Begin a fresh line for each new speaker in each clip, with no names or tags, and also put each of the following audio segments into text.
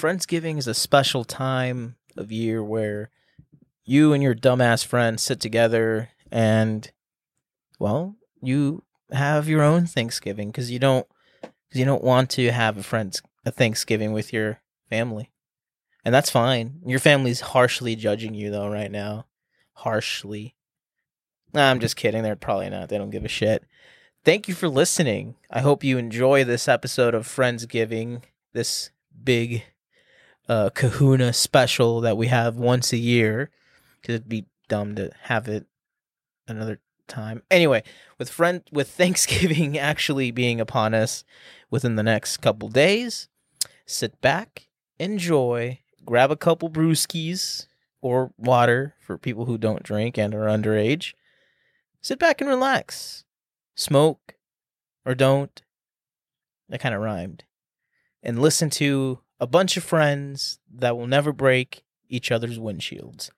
Friendsgiving is a special time of year where you and your dumbass friends sit together and, well, you have your own Thanksgiving because you don't because you don't want to have a friends a Thanksgiving with your family, and that's fine. Your family's harshly judging you though right now, harshly. Nah, I'm just kidding. They're probably not. They don't give a shit. Thank you for listening. I hope you enjoy this episode of Friendsgiving, this big uh, kahuna special that we have once a year. Because it'd be dumb to have it another time. Anyway, with friend with Thanksgiving actually being upon us within the next couple days, sit back, enjoy, grab a couple brewskis or water for people who don't drink and are underage. Sit back and relax. Smoke or don't. That kind of rhymed. And listen to a bunch of friends that will never break each other's windshields.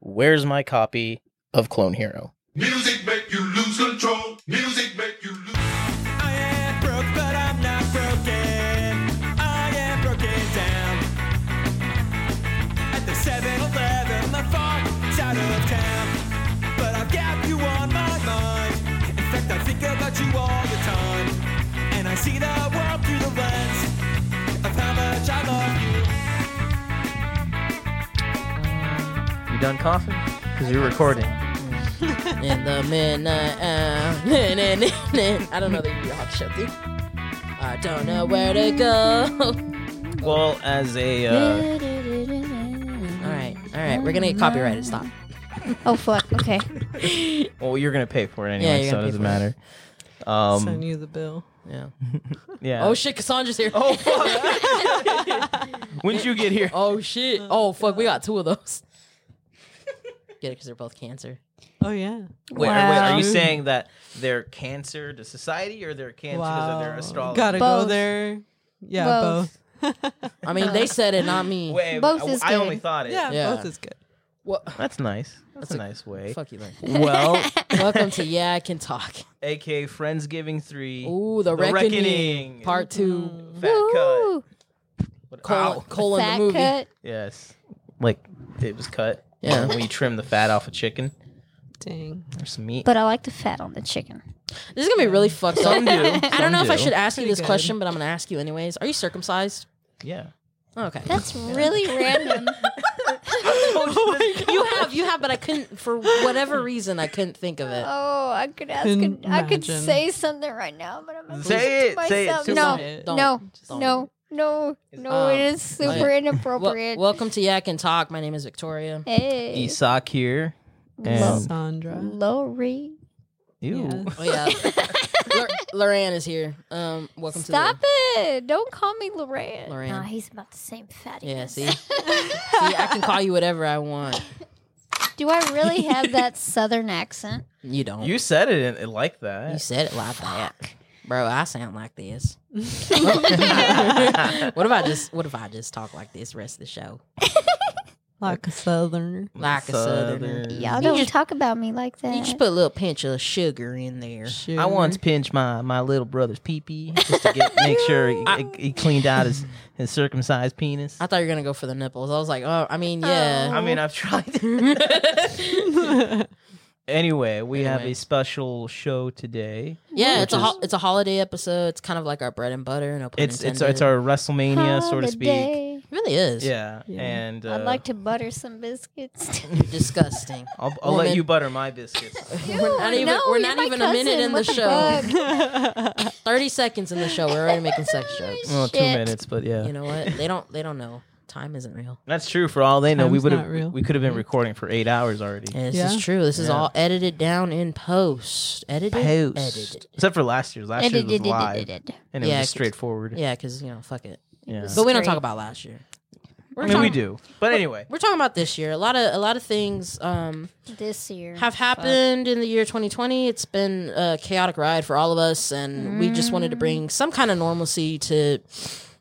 Where's my copy of Clone Hero?
Music make you lose control. Music make you lose.
I am broke, but I'm not broken. I am broken down. At the 7-Eleven, my father's out of town. But I've got you on my mind. In fact, I think about you all the time. And I see the world through the lens of how much I love you.
You done coughing? Because you're recording.
In the midnight hour. Nah, nah, nah, nah. I don't know the New York show. dude. I don't know where to go.
Well, as a uh,
all right, all right. We're gonna get copyrighted. Stop.
Oh fuck. Okay.
well, you're gonna pay for it
Yeah,
anyway,
you're
so it
gonna
doesn't
pay
matter. Um,
Send you the bill.
Yeah.
yeah.
Oh shit, Cassandra's here.
Oh fuck! when did you get here?
Oh shit. Oh fuck, we got two of those. Get it? Because they're both cancer.
Oh yeah.
Wait, are- wait, are you
Wow.
saying that they're cancer to society or they're cancer because of their astrology?
Gotta
Both.
go there. Yeah,
Both.
both.
I mean, they said it, not me.
Wait,
Both
I,
is
I
good.
only thought it.
Yeah,
Yeah.
both is good.
Wha-
That's nice. That's, a, nice way.
Fuck you, man.
Well,
Welcome to Yeah, I Can Talk.
aka Friendsgiving 3.
Ooh, the,
The
reckoning,
Reckoning. Mm.
part two.
Fat cut.
Woo!
What-
Colon,
ow.
colon
Fat
the movie.
cut.
Yes. Like, it was cut.
Yeah.
And we trimmed the fat off a chicken.
Dang.
There's some meat.
But I like the fat on the chicken.
This is gonna be really fucked up.
Some do.
I don't know if I should ask you
Pretty
this
good.
question, but I'm gonna ask you anyways. Are you circumcised?
Yeah.
Okay.
That's really random. Oh
you have, you have, but I couldn't for whatever reason I couldn't think of it.
Oh, I could ask.
Couldn't
I could
imagine.
say something right now, but I'm
Say
to
it, say it,
myself.
say
no,
it.
Don't.
no,
Don't.
no, no, no.
Um,
it is super
Wel-
inappropriate.
welcome to Yak and Talk. My name is Victoria.
hey,
Isak here. And
Sandra.
Lori,
ew.
Oh yeah, Lor- Loran is here. Um, welcome
stop
to
it! Don't call me Lorraine.
Lorraine.
Nah, he's about the same fatty.
the- yeah. See, see, I can call you whatever I want.
Do I really have that southern accent?
You don't. You,
You said it, in- like that.
said it like that, bro. I sound like this. what if I just What if I just talk like this rest of the show,
Like a southerner.
like a southerner?
Y'all
You
don't
just-
talk about me like that.
You just put a little pinch of sugar in there.
Sure.
I once pinched my, my little brother's pee pee just to get, make sure he, he cleaned out his, his circumcised penis.
I thought you were gonna go for the nipples. I was like, oh, I mean, yeah.
I mean, I've tried. anyway, we have
Anyway.
a special show today.
Yeah, it's a
Which
ho- it's a holiday episode. It's kind of like our bread and butter. No pun
It's it's
intended.
it's our WrestleMania, so to speak.
Holiday.
It really is.
Yeah,
Yeah.
and uh,
I'd like to butter some biscuits.
disgusting.
I'll, I'll
Woman.
let you butter my biscuits.
we're not
Ew,
even
no,
we're
you're
not
my
even a minute
cousin.
in
What
the,
the
show.
fuck?
Thirty seconds in the show, we're already making sex jokes.
well, two
Shit.
minutes, but yeah,
You know what? They don't they don't know. Time isn't real.
that's true. For all they know, we
Time's
would
not real.
have we could have been
Mm.
recording for eight hours already.
Yeah, this
Yeah.
is true. This is
Yeah.
all edited down in post. Edited. Edited.
Post, except for last year's. Last year's was live, and it
Yeah,
was just
c-
straightforward.
Yeah, because you know, fuck it.
Yeah.
But we don't
Straight.
talk about last year. We're
I mean, we
talking-
do. But anyway,
We're talking about this year. A lot of a lot of things um,
This year.
have happened in the year 2020. It's been a chaotic ride for all of us, and we just wanted to
Mm.
bring some kind of normalcy to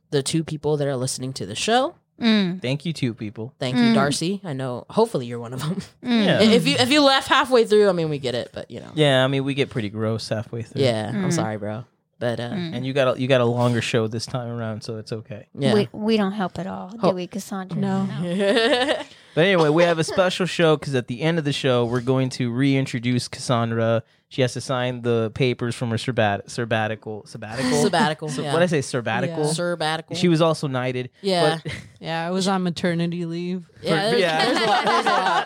the two people that are listening to the show.
Mm,
thank you, two people.
Thank you, Darcy. I know. Hopefully, you're one of them.
mm.
Mm. Yeah.
if you if you left halfway through, I mean, we get it, but you know,
Yeah,
yeah,
Mm. I mean, we get pretty gross halfway through.
I'm sorry, bro. But uh,
Mm.
And you got a, you got a longer show this time around, so it's okay.
yeah.
We, we don't help at all,
Oh.
do we, Cassandra?
No.
But anyway, we have a special show because at the end of the show, we're going to reintroduce Cassandra. She has to sign the papers from her sabbat- sabbatical. Sabbatical?
sabbatical.
So,
yeah.
What did I say? Sabbatical?
Sabbatical.
She was also knighted.
Yeah.
But
Yeah, I was on maternity leave.
yeah. There's,
yeah.
there's a lot. There's a lot,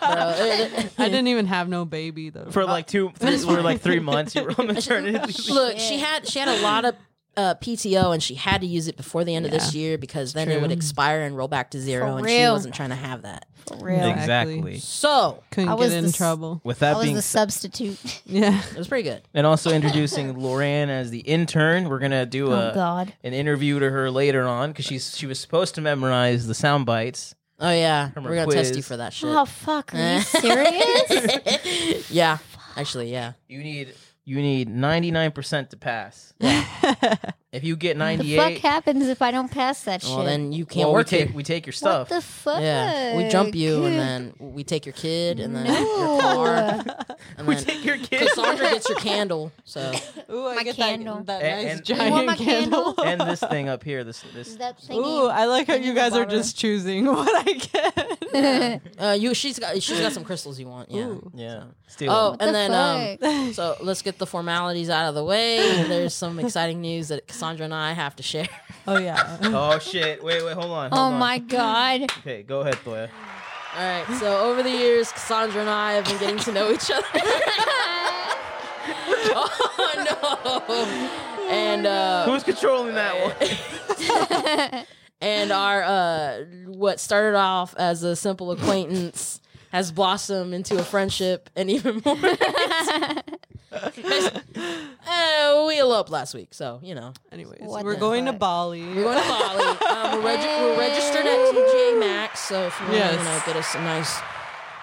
bro.
I didn't even have no baby though.
for like two, three, we're like three months. You were on maternity leave.
Look, she had she had a lot of uh, PTO and she had to use it before the end of this year because then it would expire and roll back to zero,
For
and she
real.
wasn't trying to have that.
For real.
Exactly.
Exactly.
So
I
couldn't
was
get in
the s-
trouble.
With
I
that
was
being
the
said,
substitute.
Yeah.
it was pretty good.
and also introducing Lorraine as the intern, we're gonna do
uh,
Oh,
a
God.
an interview to her later on because she's she was supposed to memorize the sound bites.
Oh yeah,
From her
we're gonna test you
quiz.
for that shit.
Oh, fuck. Are you serious?
yeah, actually, yeah.
You need you need ninety nine percent to pass. if you get ninety
the fuck
eight,
happens if I don't pass that shit?
Well, then you can't
well, we
work
take
here.
we take your stuff.
what the fuck?
Yeah, we jump you, and then we take your kid, and then your car, and
we
then
take your kid.
Cassandra gets your candle. So
Ooh, I
My
get
candle.
that, that
And-
nice
and- You
giant
want my
candle.
and this thing up here. This this.
That
Ooh,
thingy.
I like how
thingy
you guys are
Barbara.
just choosing what I get.
uh, you, she's got she's got some crystals you want. Yeah.
Ooh.
Yeah. Steal
Oh,
it.
What
and
the
then um,
fuck?
So let's get the formalities out of the way. There's some exciting news that Cassandra and I have to share.
Oh yeah.
Oh shit! Wait, wait, hold on.
oh,
hold on.
my God.
Okay, go ahead, Boya.
All right. So over the years, Cassandra and I have been getting to know each other. oh no! And uh,
Who's controlling that one?
and our uh, what started off as a simple acquaintance has blossomed into a friendship and even more. uh, we eloped last week, so you know.
Anyways,
What
we're
the
going to
fuck?
Bali.
We're going to Bali. Um, we're, regi- we're registered at TJ Maxx, so if you want to
Yes.
you know, get us a nice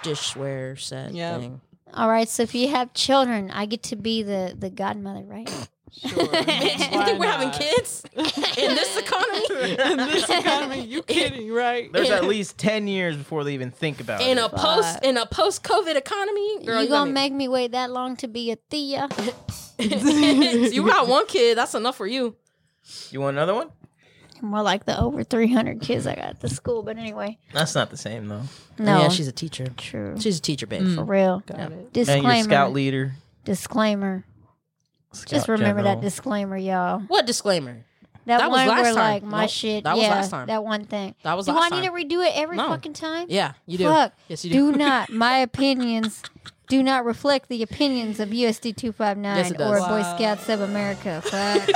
dishware set
Yeah.
thing.
All right, so if you have children, I get to be the, the godmother, right?
Sure.
You think we're having kids in this economy?
In this economy, you kidding, right?
There's at least ten years before they even think about
In
it.
a post in a post COVID economy, girl,
you
got
gonna make me wait that long to be a Thea?
you got one kid. That's enough for you.
you want another one?
More like the over 300 kids I got at the school, but anyway.
That's not the same though.
No,
Oh, yeah, she's a teacher.
true.
She's a teacher, babe.
For real.
And
Disclaimer.
your scout leader.
disclaimer. Just
Scout
remember
general.
that disclaimer, y'all.
What disclaimer?
That,
That was
one
last
where
time.
like my
Nope,
shit.
that was
yeah,
last time.
that one thing.
That was
do
last
I need
time.
to redo it every
No.
fucking time?
Yeah, you do.
Fuck.
Yes, you do.
Do not. My opinions do not reflect the opinions of USD two five
Yes,
nine
it does.
or Boy Scouts of America. Fuck.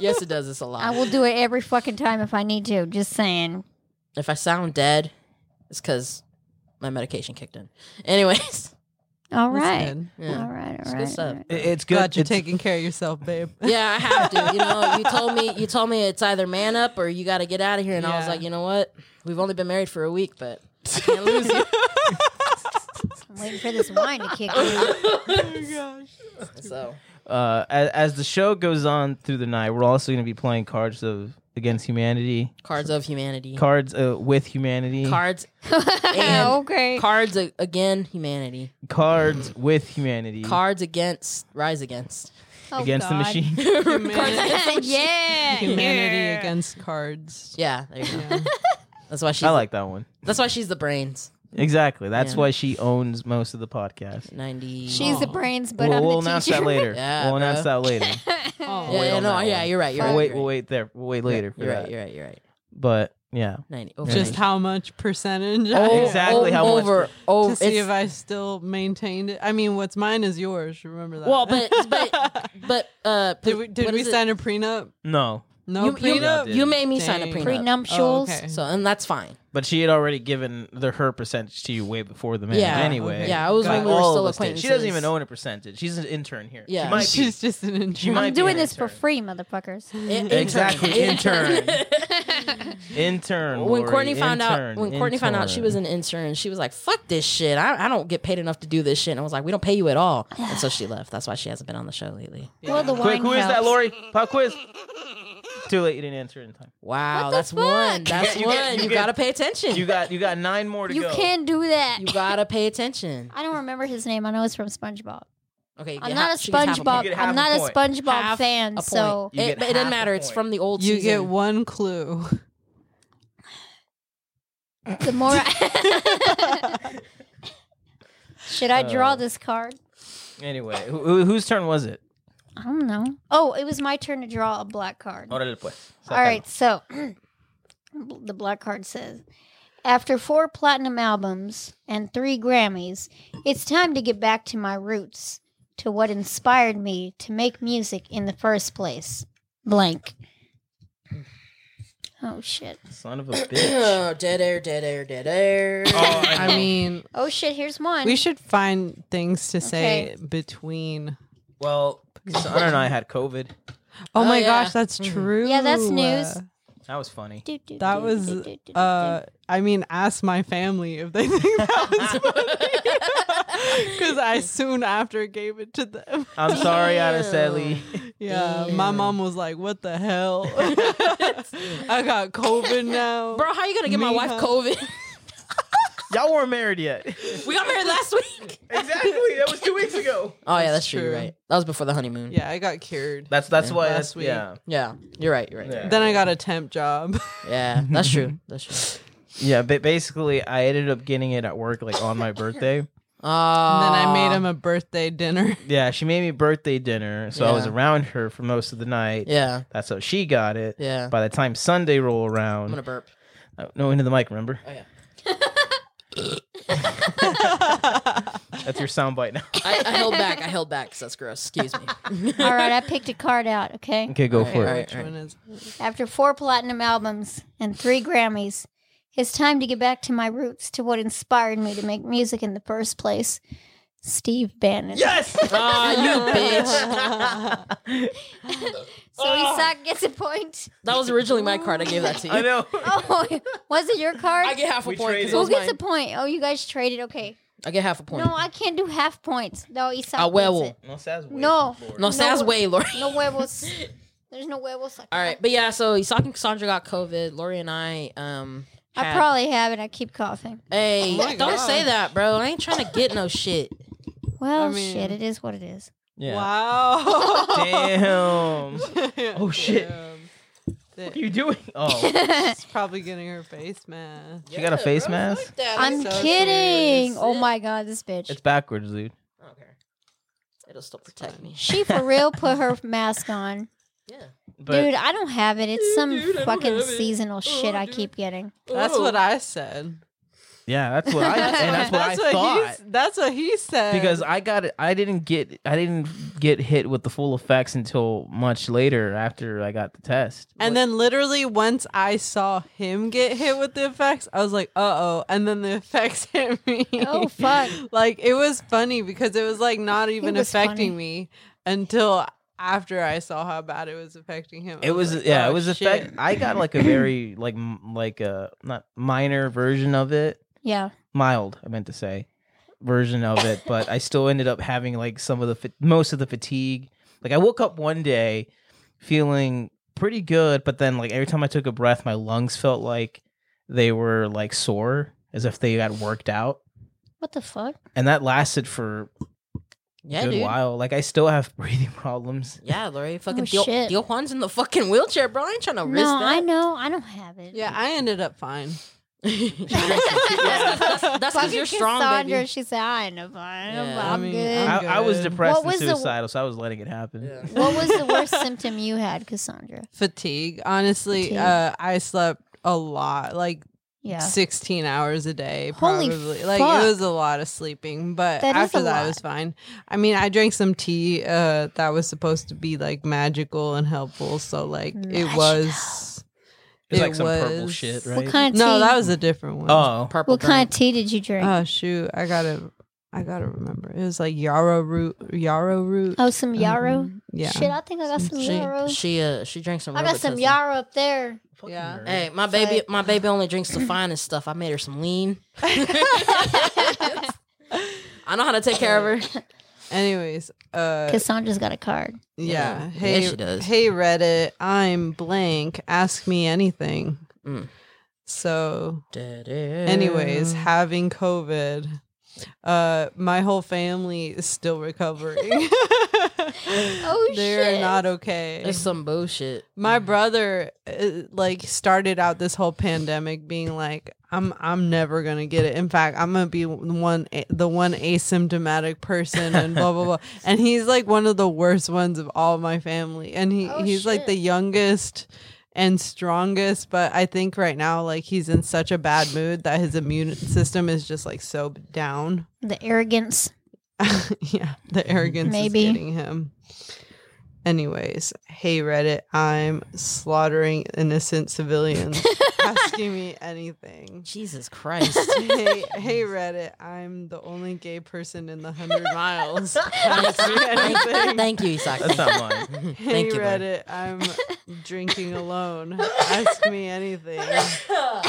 yes, it does. It's a lot.
I will do it every fucking time if I need to. Just saying.
if I sound dead, it's because my medication kicked in. Anyways,
All
That's
right.
good.
yeah.
All right. All
good
right.
stuff.
all right.
It- It's good.
Glad you're
it's-
taking care of yourself, babe.
Yeah, I have to. You know, you told me you told me it's either man up or you got to get out of here, and I was
Yeah.
like, you know what? We've only been married for a week, but I can't lose you.
I'm waiting for this wine to kick in.
So
uh, as, as the show goes on through the night, we're also going to be playing Cards of Against Humanity,
cards of humanity,
Cards uh, with Humanity,
cards,
Oh.
and
Oh, okay.
cards a- again humanity,
Cards with Humanity,
cards against rise against.
Oh,
Against the
God.
Machine.
Humanity,
yeah.
humanity
yeah.
against cards.
Yeah, there you go.
Yeah.
That's why she's
I like that one.
that's why she's the brains.
Exactly. That's
Yeah.
why she owns most of the podcast.
Ninety. Oh.
She's the brains, but
we'll
I'm
we'll
the
announce
teacher.
that later.
Yeah,
we'll
bro.
announce that later.
Oh,
yeah, yeah,
on
no,
that
yeah,
one.
you're right. You're
we'll
right.
wait.
you're
We'll
right.
wait there. We'll wait later for
You're
that.
right. You're right. You're right.
But yeah,
Ninety. Over
Just
90.
how much percentage?
Oh,
I
Exactly
oh,
how much-
over over.
to see
it's-
if I still maintained it. I mean, what's mine is yours. Remember that.
well, but but but uh,
did we, did
what
we
is it?
sign a prenup?
no.
No
You- you-
prenup.
Yeah,
You made me sign a
Dang.
prenup.
Prenuptials.
Oh, okay.
So and that's fine.
But she had already given the her percentage to you way before the marriage.
Yeah.
Anyway,
Yeah, it was
Like,
when we were
all
still
of us did.
acquaintances.
She doesn't even own a percentage. She's an intern here.
Yeah.
she might be.
She's just an
She
intern.
might
I'm
be
doing
an
this for
intern.
free, motherfuckers.
I- intern.
Exactly, intern. intern.
When
Lori,
Courtney found out,
intern,
when Courtney found out she was
intern.
an intern, she was like, "Fuck this shit! I, I don't get paid enough to do this shit." And I was like, "We don't pay you at all." And so she left. That's why she hasn't been on the show lately.
Well, the
Quick,
wine
who is that,
helps.
Lori? Pop quiz. Too late. You didn't answer in time.
Wow, that's one. That's
You
one.
get- you
you
get-
gotta pay attention.
You got. You got nine more to
You
go.
can do that.
You gotta pay attention.
I don't remember his name. I know it's from SpongeBob.
Okay,
I'm
get
not
ha-
a
she gets half
SpongeBob.
point.
You get half
I'm
a
not a
point.
SpongeBob
Half
fan,
a
so
point. You
It,
get
but it doesn't
half a
matter. It's
point.
from the old
You
season.
get one clue.
the more I should I draw
Uh,
this card?
Anyway, who, who- whose turn was it?
I don't know. Oh, it was my turn to draw a black card.
Órale, pues.
All right, so the black card says After four platinum albums and three Grammys, it's time to get back to my roots, to what inspired me to make music in the first place. Blank. Oh, shit.
Son of a bitch.
Oh, dead air, dead air, dead air.
Oh, I
I
know.
mean,
Oh, shit, here's one.
we should find things to say between.
well, Son and I had COVID.
Oh,
Oh,
my
yeah.
gosh, that's true.
Yeah, that's news.
Uh,
That was funny.
Do, do,
That
do,
was,
do, do, do,
Uh, I mean, ask my family if they think that was funny. Because I soon after gave it to them.
I'm sorry, Anna Sally.
Yeah, my
Damn.
mom was like, "What the hell? I got COVID now."
Bro, how you gonna get my
Me,
wife
huh?
COVID?
Y'all weren't married yet.
we got married last week.
exactly. That was two weeks ago.
Oh yeah, that's
That's
true. You're
true.
right. That was before the honeymoon.
Yeah, I got cured.
That's that's why.
Last
That's
week.
yeah.
Yeah, you're right. You're right.
Yeah.
Yeah,
Then I got a temp job.
that's true. That's true.
Yeah, but basically, I ended up getting it at work, like on my birthday.
Uh,
and then I made him a birthday dinner.
Yeah, she made me birthday dinner, so I was
Yeah.
around her for most of the night.
Yeah,
That's how she got it.
yeah.
By the time Sunday roll
I'm
around,
gonna burp.
Uh, no into the mic. Remember,
Oh yeah.
that's your soundbite now.
I, I held back. I held back. 'cause that's gross. Excuse me.
All right, I picked a card out, okay?
Okay, go for it.
All right,
Which
all right.
one is-
After four platinum albums and three Grammys, it's time to get back to my roots, to what inspired me to make music in the first place. Steve Bannon.
Yes.
Ah, you bitch.
So Isak gets a point.
That was originally my card. I gave that to you.
I know.
Oh, was it your card?
I get half a
We
point. 'cause
traded.
it
Who
was
gets a
mine.
point? Oh, you guys traded. Okay.
I get half a point.
No, I can't do half points. No,
A
Isak. gets
Ah, huevo.
it.
No, Saz wait.
No.
no, Sam's
no-
way, Lori.
No huevos. There's no huevos.
All right, but yeah, so Isak and Cassandra got COVID. Lori and I, um,
I
had-
probably have it. I keep coughing.
Hey,
my
don't
God.
say that, bro. I ain't trying to get no shit.
Well,
I mean-
shit. It is what it is.
Yeah.
Wow.
Damn. what
oh
shit. are you doing? Oh,
She's probably getting her face mask.
she got a face mask.
I'm
so serious.
kidding. Oh my god, this bitch.
It's backwards, dude.
Okay. It'll still protect me.
She for real put her mask on.
Yeah.
dude, I don't have Oh, it. It's some fucking seasonal shit I keep getting.
That's what I said.
yeah, that's what I and that's what I thought.
He, that's what he said.
Because I got it, I didn't get, I didn't get hit with the full effects until much later after I got the test.
and then literally once I saw him get hit with the effects, I was like, "Uh oh!" And then the effects hit me.
Oh fuck.
like it was funny because it was like not even
was
affecting
funny.
me until after I saw how bad it was affecting him. I
It was,
like,
yeah,
"Oh,
it was
shit."
effect. I got like a very like m- like a not minor version of it,
Yeah.
mild. I meant to say version of it, but I still ended up having like some of the fa- most of the fatigue. Like I woke up one day feeling pretty good, but then like every time I took a breath, my lungs felt like they were like sore, as if they got worked out.
What the fuck?
and that lasted for a
Yeah,
good
dude.
while. Like I still have breathing problems.
Yeah, Lori. Fucking
Oh,
Theo,
shit.
Theo Juan's in the fucking wheelchair, bro. I ain't trying to risk
no, I
that.
know. I don't have it.
Yeah, I ended up fine.
That's because
Fucking
you're strong,
Cassandra,
baby.
she said, I know, but I'm,
Yeah,
I'm
I mean,
good.
I'm-
I, I was
good.
depressed
What was
and
the-
suicidal, so I was letting it happen.
Yeah.
what was the worst symptom you had, Cassandra?
Fatigue. Honestly,
Fatigue.
Uh, I slept a lot, like
Yeah.
16 hours a day.
Holy
Probably. Like
fuck.
it was a lot of sleeping, but
That is
after
a
that,
lot.
I was fine. I mean, I drank some tea uh, that was supposed to be like magical and helpful. So, like, it was.
It was like some purple shit, right?
What kind of tea?
No, that was a different one.
Oh,
Purple
what kind
drink.
of tea did you drink?
Oh shoot! I gotta, I gotta remember. It was like yarrow root, yarrow root. Mm-hmm.
oh, some yarrow.
um, yeah.
Shit, I think I got some, yarrow.
She she uh she drank some.
I got some
Robitussin.
yarrow up there.
Yeah.
Fucking nerd.
Hey, my baby, my baby only drinks the finest stuff. I made her some lean. I know how to take care of her.
Anyways, uh,
Cassandra's got a card.
yeah.
Yeah,
Hey,
she does.
hey, Reddit. I'm blank. Ask me anything.
Mm.
So,
Anyways,
anyways, having COVID Uh, my whole family is still recovering.
Oh
They're
shit!
not okay.
It's some bullshit.
my brother uh, like started out this whole pandemic being like i'm i'm never gonna get it in fact i'm gonna be the one a- the one asymptomatic person and blah blah blah and he's like one of the worst ones of all my family and he
Oh,
he's like the
shit.
youngest and strongest but i think right now like he's in such a bad mood that his immune system is just like so down
the arrogance.
yeah, the arrogance
Maybe.
is getting him. Anyways, hey Reddit, I'm slaughtering innocent civilians. asking me anything.
Jesus Christ.
Hey, hey Reddit, I'm the only gay person in the hundred miles. Ask me anything.
Thank you, Isaac.
That's not mine.
hey
Thank you, Lord.
Reddit, I'm drinking alone. Ask me anything. I'm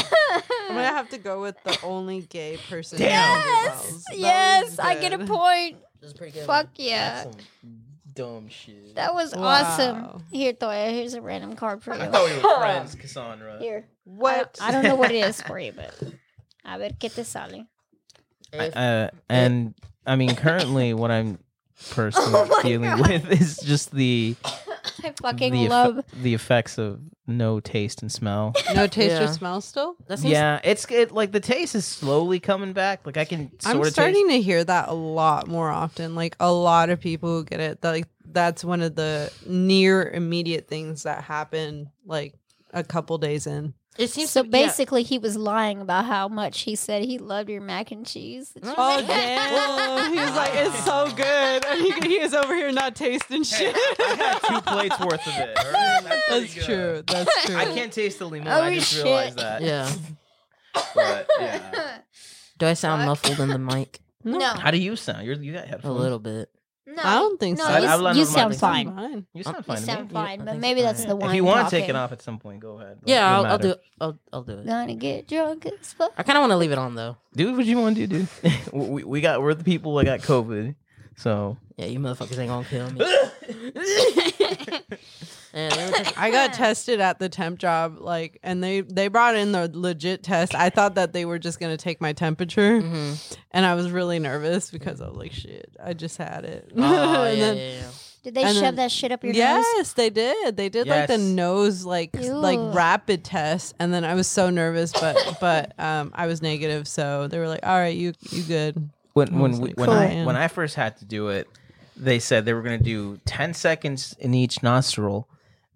gonna have to go with the only gay person. in the 100 miles.
Yes,
That was
yes, I get a
good.
point.
That's pretty good.
Fuck yeah,
Some dumb shit.
that was
Wow.
awesome. Here, Thoya, here's a random card for
I
you.
thought we were friends, Cassandra.
Here,
What?
I don't know what it is for you, but I ver qué te sale.
If-
Uh, and I mean, currently, what I'm personally
Oh my
dealing
God.
with is just the
I fucking
the, eff-
love.
the effects of no taste and smell.
No taste or
Yeah.
smell still?
that seems
yeah, it's it, like the taste is slowly coming back. Like I can sort
I'm
of
starting to hear that a lot more often. Like a lot of people who get it. That, like that's one of the near immediate things that happen. Like a couple days in.
It seems
so
to- yeah.
basically, he was lying about how much he said he loved your mac and cheese.
Oh damn! he was like, "It's so good," and he, he is over here not tasting shit.
taste two plates worth of it. all right? That's, pretty
that's
good.
true. That's true.
I can't taste the lemon.
Oh,
I just
shit.
realized that.
Yeah.
But, yeah.
Do I sound
Fuck.
muffled in the mic?
no,
How do you sound? You're, you got
A
headphones.
little bit.
no,
I don't think
no,
so.
you s-
I- I've learned
You,
with my
sound
mixes.
fine.
You sound
You
fine. to
sound
me.
fine,
I
but
think
maybe
it's
that's
fine.
the one.
If you want to
talking.
take it off at some point, go ahead.
Yeah,
No
I'll, I'll
matter.
do it. I'll, I'll do it.
Gonna get drunk as fuck.
I kind of want to leave it on though.
Do what you want to do, dude. we, we got we're the people that got COVID, so
Yeah, you motherfuckers ain't gonna kill me. Yeah, let me take-
I got tested at the temp job, like, and they they brought in the legit test. I thought that they were just gonna take my temperature, and I was really nervous because I was like, "Shit, I just had it."
Oh,
And
yeah,
then-
yeah, yeah.
Did they
And
shove
then-
that shit up your nose?
Yes, they did. They did like the
Yes.
nose like s- like
Ew.
rapid test, and then I was so nervous, but but um, I was negative, so they were like, "All right, you you good."
when when
was
we,
like,
when I
"Cool."
when I first had to do it, they said they were going to do 10 seconds in each nostril.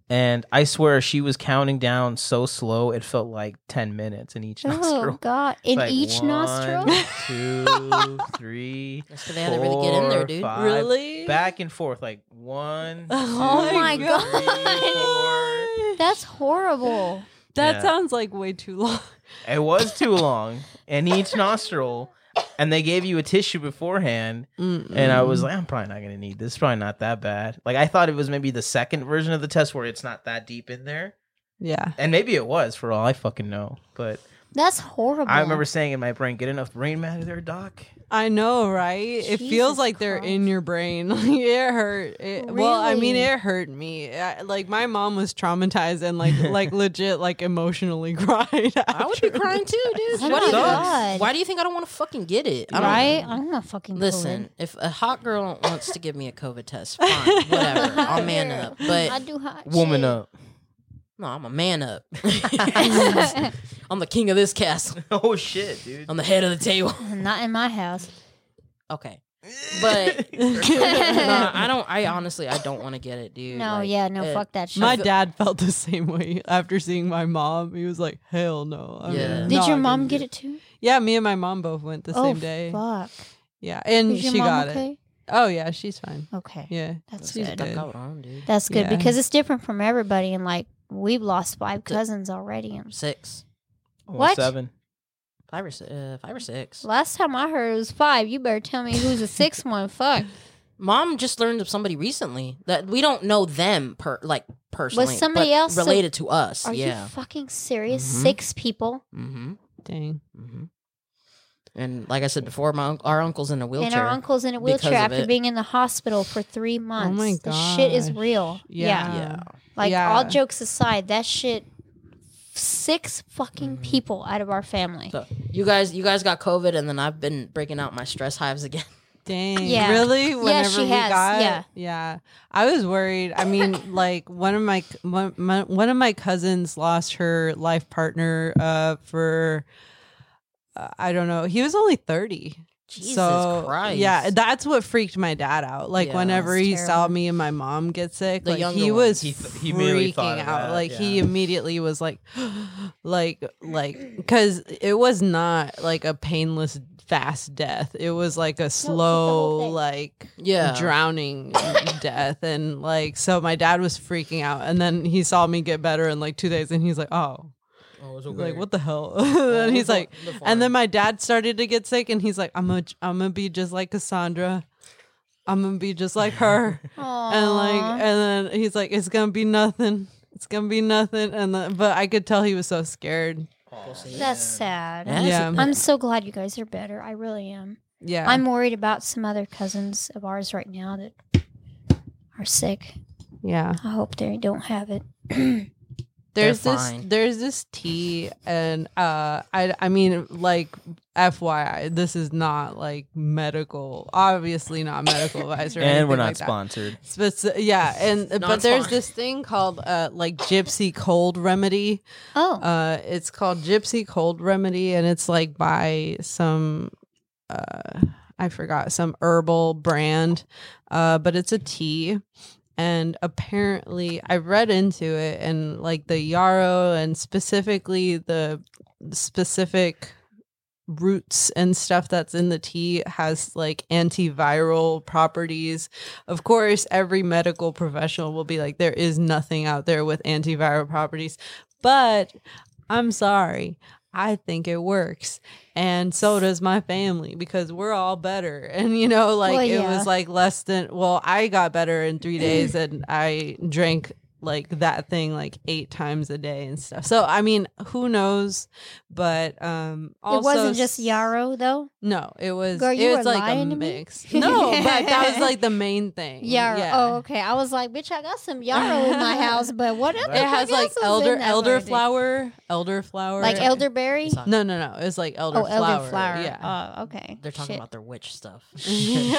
And I swear she was counting down so slow it felt like 10 minutes in each
Oh
nostril.
god! In
It's like
each
one,
nostril.
two, three,
That's 'cause they had to really get in there,
four,
dude.
five.
Really?
Back and forth like one.
Oh
two,
my
three,
God.
four.
That's horrible.
That
Yeah.
sounds like way too long.
It was too long in each nostril. And they gave you a tissue beforehand. And I was like, I'm probably not gonna need this. It's Probably not that bad. Like I thought it was maybe the second version of the test where it's not that deep in there,
yeah.
and maybe it was for all I fucking know. But
That's horrible.
I remember saying in my brain, "Get enough brain matter there, doc."
I know, right? it
Jesus
feels like they're
Christ.
in your brain. Like, it hurt. It, Well, I mean,
Really?
it hurt me. I, like my mom was traumatized and like like legit like emotionally cried.
I would be crying too, dude.
Oh
Why do
my
you,
God.
why do you think I don't want to fucking get it? I don't,
right? I'm not fucking.
Listen, if a hot girl wants to give me a COVID test, fine, whatever. uh, I'll man
Yeah.
up. But
COVID. I do hot.
Woman
shit.
up.
no, I'm a man up. I'm the king of this castle.
Oh shit, dude.
I'm the head of the table.
not in my house.
Okay. But no, I don't. I honestly, I don't want to get it, dude.
No,
Like, eh,
yeah, no,
it-
fuck that shit.
My dad felt the same way after seeing my mom. He was like, "Hell no!" I'm
Yeah.
not
Did your
gonna
mom
do
get it too?
Yeah, me and my mom both went the
oh
same day.
fuck!
Yeah, and
Is your
she
mom
got
okay?
it. Oh yeah, she's fine.
Okay,
Yeah,
that's
she's
good.
That got wrong, dude.
That's good
Yeah.
because it's different from everybody, and like we've lost five cousins already. And
Six,
What?
Seven.
five or six, uh, five or six.
last time I heard it was five. You better tell me who's the sixth one. Fuck.
Mom just learned of somebody recently that we don't know them per like personally,
somebody
but
else so-
related to us.
Are
yeah.
you fucking serious?
Mhm.
Six people
mm-hmm.
Dang.
Mm-hmm. And like I said before, my unc our uncle's in a wheelchair.
and our uncle's in a
because
wheelchair
of
after
it.
being in the hospital for three months.
Oh my god.
This shit is real. Yeah.
Yeah.
Like
Yeah.
all jokes aside, that shit six
Mm-hmm.
fucking people out of our family.
So you guys, you guys got COVID, and then I've been breaking out my stress hives again.
Dang.
Yeah.
Really? Whenever
she
we
has,
got
yeah.
Yeah. I was worried. I mean, like one of my one, my one of my cousins lost her life partner uh for uh, I don't know. He was only 30.
Jesus
so,
Christ!
Yeah, that's what freaked my dad out. Like
Yeah.
whenever
That's
he saw
terrible.
me and my mom get sick,
The
like
younger
he
one.
was
He th- he immediately
freaking
thought of
out.
that,
like he
yeah.
immediately was like, like, like, because it was not like a painless, fast death. It was like a slow,
thing.
like
yeah.
drowning death, and like so my dad was freaking out, and then he saw me get better in like two days, and he's like, oh, like what the hell? and he's like, and then my dad started to get sick, and he's like, "I'm gonna, I'm gonna be just like Cassandra. I'm gonna be just like her." and like, and then he's like, "It's gonna be nothing. It's gonna be nothing." And then, but I could tell he was so scared.
That's sad.
Yeah.
I'm so glad you guys are better. I really am.
Yeah,
I'm worried about some other cousins of ours right now that are sick.
yeah.
I hope they don't have it. Oh,
There's
They're
this,
fine.
there's this tea, and uh, I, I mean, like, FYI, this is not like medical. Obviously, not medical advice or
and we're
anything
not
like that.
sponsored.
Speci- yeah, and but there's
Non-spawn.
this thing called uh, like gypsy cold remedy.
Oh,
Uh, it's called gypsy cold remedy, and it's like by some uh, I forgot some herbal brand, uh, but it's a tea. And apparently, I read into it, and like the yarrow, and specifically the specific roots and stuff that's in the tea has like antiviral properties. Of course, every medical professional will be like, there is nothing out there with antiviral properties, but I'm sorry. I think it works. And so does my family because we're all better. And you know, like
Well,
it
yeah.
was like less than, well, I got better in three days and I drank like that thing like eight times a day and stuff. So, I mean, who knows? But, um, also,
it wasn't just yarrow though.
no, it was
Girl, you
it was
were
like a
lying to me.
mix. No, but that was like the main thing.
Yarrow. Oh, okay. I was like, bitch, I got some yarrow in my house, but what? Other
It has like elder elderflower, elderflower.
like elderberry.
No, no, no. It's like
Oh,
elderflower.
elderflower.
Yeah.
Oh, okay.
They're talking
Shit.
about their witch stuff.
Shut the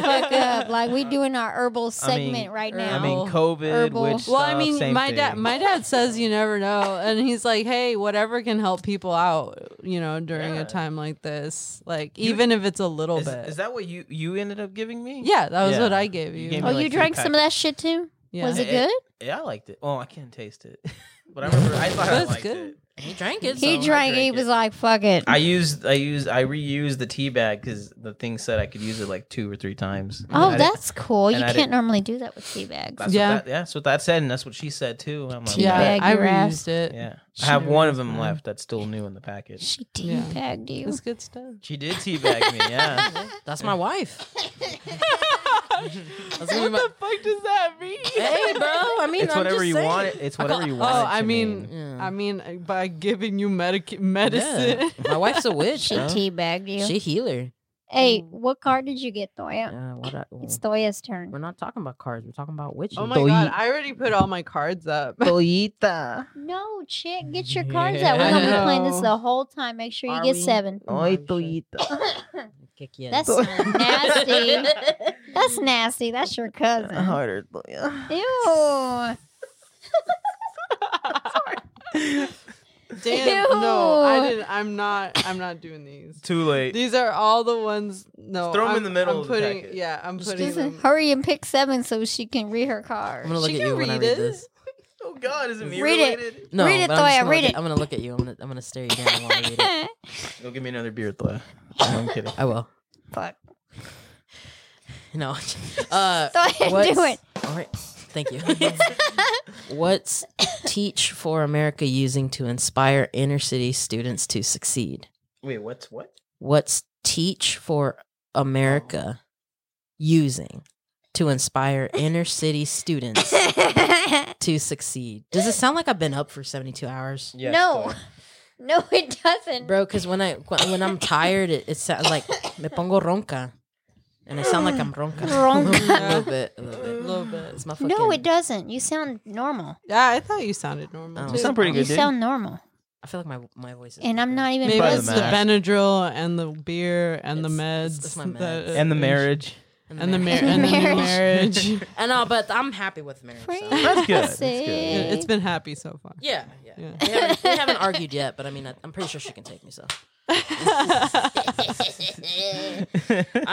fuck up. Like we doing our herbal segment right now.
I
Oh,
mean, COVID,
Herbal.
which uh,
Well,
well, I mean, my dad, my dad says you never know, and he's like, "Hey, whatever can help people out, you know, during
Yeah.
a time like this, like even if it's a little
is,
bit."
is that what you you ended up giving me?
yeah, that was
Yeah.
what I gave you.
You gave
oh,
me- like
you
three
drank some of that shit too.
yeah.
Oh, Was it
It-
good?
yeah, I liked it. Oh, I can't taste it, but I remember I thought I
That's
liked
good.
it.
He drank it.
He
so-
drank
drank. He
it.
was like, fuck it.
I used, I used, I reused the tea bag because the thing said I could use it like two or three times.
Oh,
I didn't-
that's cool. You
and I
can't
didn't-
normally do that with tea bags.
that's
Yeah.
What that, yeah, that's what that said, and that's what she said too. And I'm like,
Yeah.
yeah,
Teabag
I
your
reused
ass.
it.
yeah. I have
Shit,
one of
that's
them
fine.
left that's still new in the package.
She
Yeah.
teabagged you.
It's good stuff.
She did teabag me. Yeah,
That's my wife. That's gonna be
What
my-
the fuck does that mean?
hey, bro. I mean,
it's
I'm
whatever
just
you
saying.
want. It, it's whatever you want.
oh,
it
I
to
mean,
mean.
I mean, uh, by giving you medic
Yeah.
medicine.
My wife's a witch.
She
bro.
teabagged you.
She healer.
hey, what card did you get, Thoya?
Yeah, what I-
It's Thoya's turn.
we're not talking about cards. We're talking about witches.
Oh my god, I already put all my cards up.
Toyita.
No, chick, get your cards out. We're gonna
Yeah.
be playing this the whole time. Make sure you
Are
get
we? Oh,
seven.
Oi, Toyita.
Kick your
That's
ass.
nasty. That's nasty. That's your cousin.
Harder, Toya.
Ew.
Damn, no, I
Ew.
didn't. I'm not. I'm not doing these.
Too late.
These are all the ones. No,
Throw 'em in
I'm-
the middle
I'm
of the
putting.
packet.
yeah, I'm putting
Just
them.
hurry and pick seven so she can read her card.
I'm gonna look
She
at
can
you when I
read
read
it.
this.
Oh God, is it me
Read it.
related?
No,
Read it,
but I'm just
Thoya,
gonna
read
look-
it.
I'm gonna look at you. I'm gonna, I'm gonna stare you down while I read it.
Go give me another beer, Toya. No, I'm kidding.
I will.
Fuck.
No. Uh,
Thoya,
what's-
do it.
All right. Thank you. What's Teach for America using to inspire inner city students to succeed?
Wait, what's what?
What's Teach for
Oh.
America using to inspire inner city students to succeed? Does it sound like I've been up for 72 hours?
Yes,
no,
Toya.
no, it doesn't.
Bro, because when I when I'm tired, it, it sounds like me pongo ronca, and I sound like I'm ronca,
Ronca.
a little bit, a little
A
bit.
little bit.
It's my fucking.
No, it doesn't. You sound normal.
Yeah, I thought you sounded normal.
Oh.
too.
You sound pretty
You
good, dude.
sound normal.
I feel like my my voice is.
And I'm not even
Maybe
Probably
it's
buzzed
the
mask.
yet.
Benadryl and the beer and the
It's-
meds.
it's- it's my
that-
meds.
and the marriage.
And the, mar-
the
and the new
marriage.
marriage.
I know, uh, but I'm happy with the marriage. so-
That's good, that's good.
Francis.
It's been happy so far.
Yeah, yeah.
Yeah.
They, haven't, they haven't argued yet, but I mean, I, I'm pretty sure she can take me. So I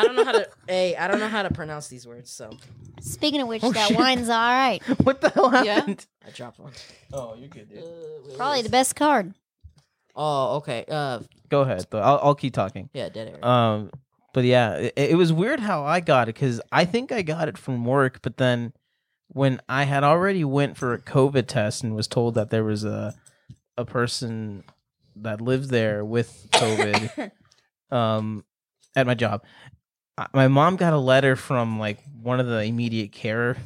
don't know how to. Hey, I don't know how to pronounce these words, so
Speaking of which,
Oh,
that
shit.
wine's all right.
what the hell
Yeah.
happened?
I dropped one.
Oh, you're good, dude.
Probably the best card.
Oh, okay. Uh,
Go ahead, though. I'll, I'll keep talking.
yeah, dead
Uh,
air.
Um, but yeah, it, it was weird how I got it because I think I got it from work, but then when I had already went for a COVID test and was told that there was a a person that lived there with COVID, um, at my job, I, my mom got a letter from like one of the immediate care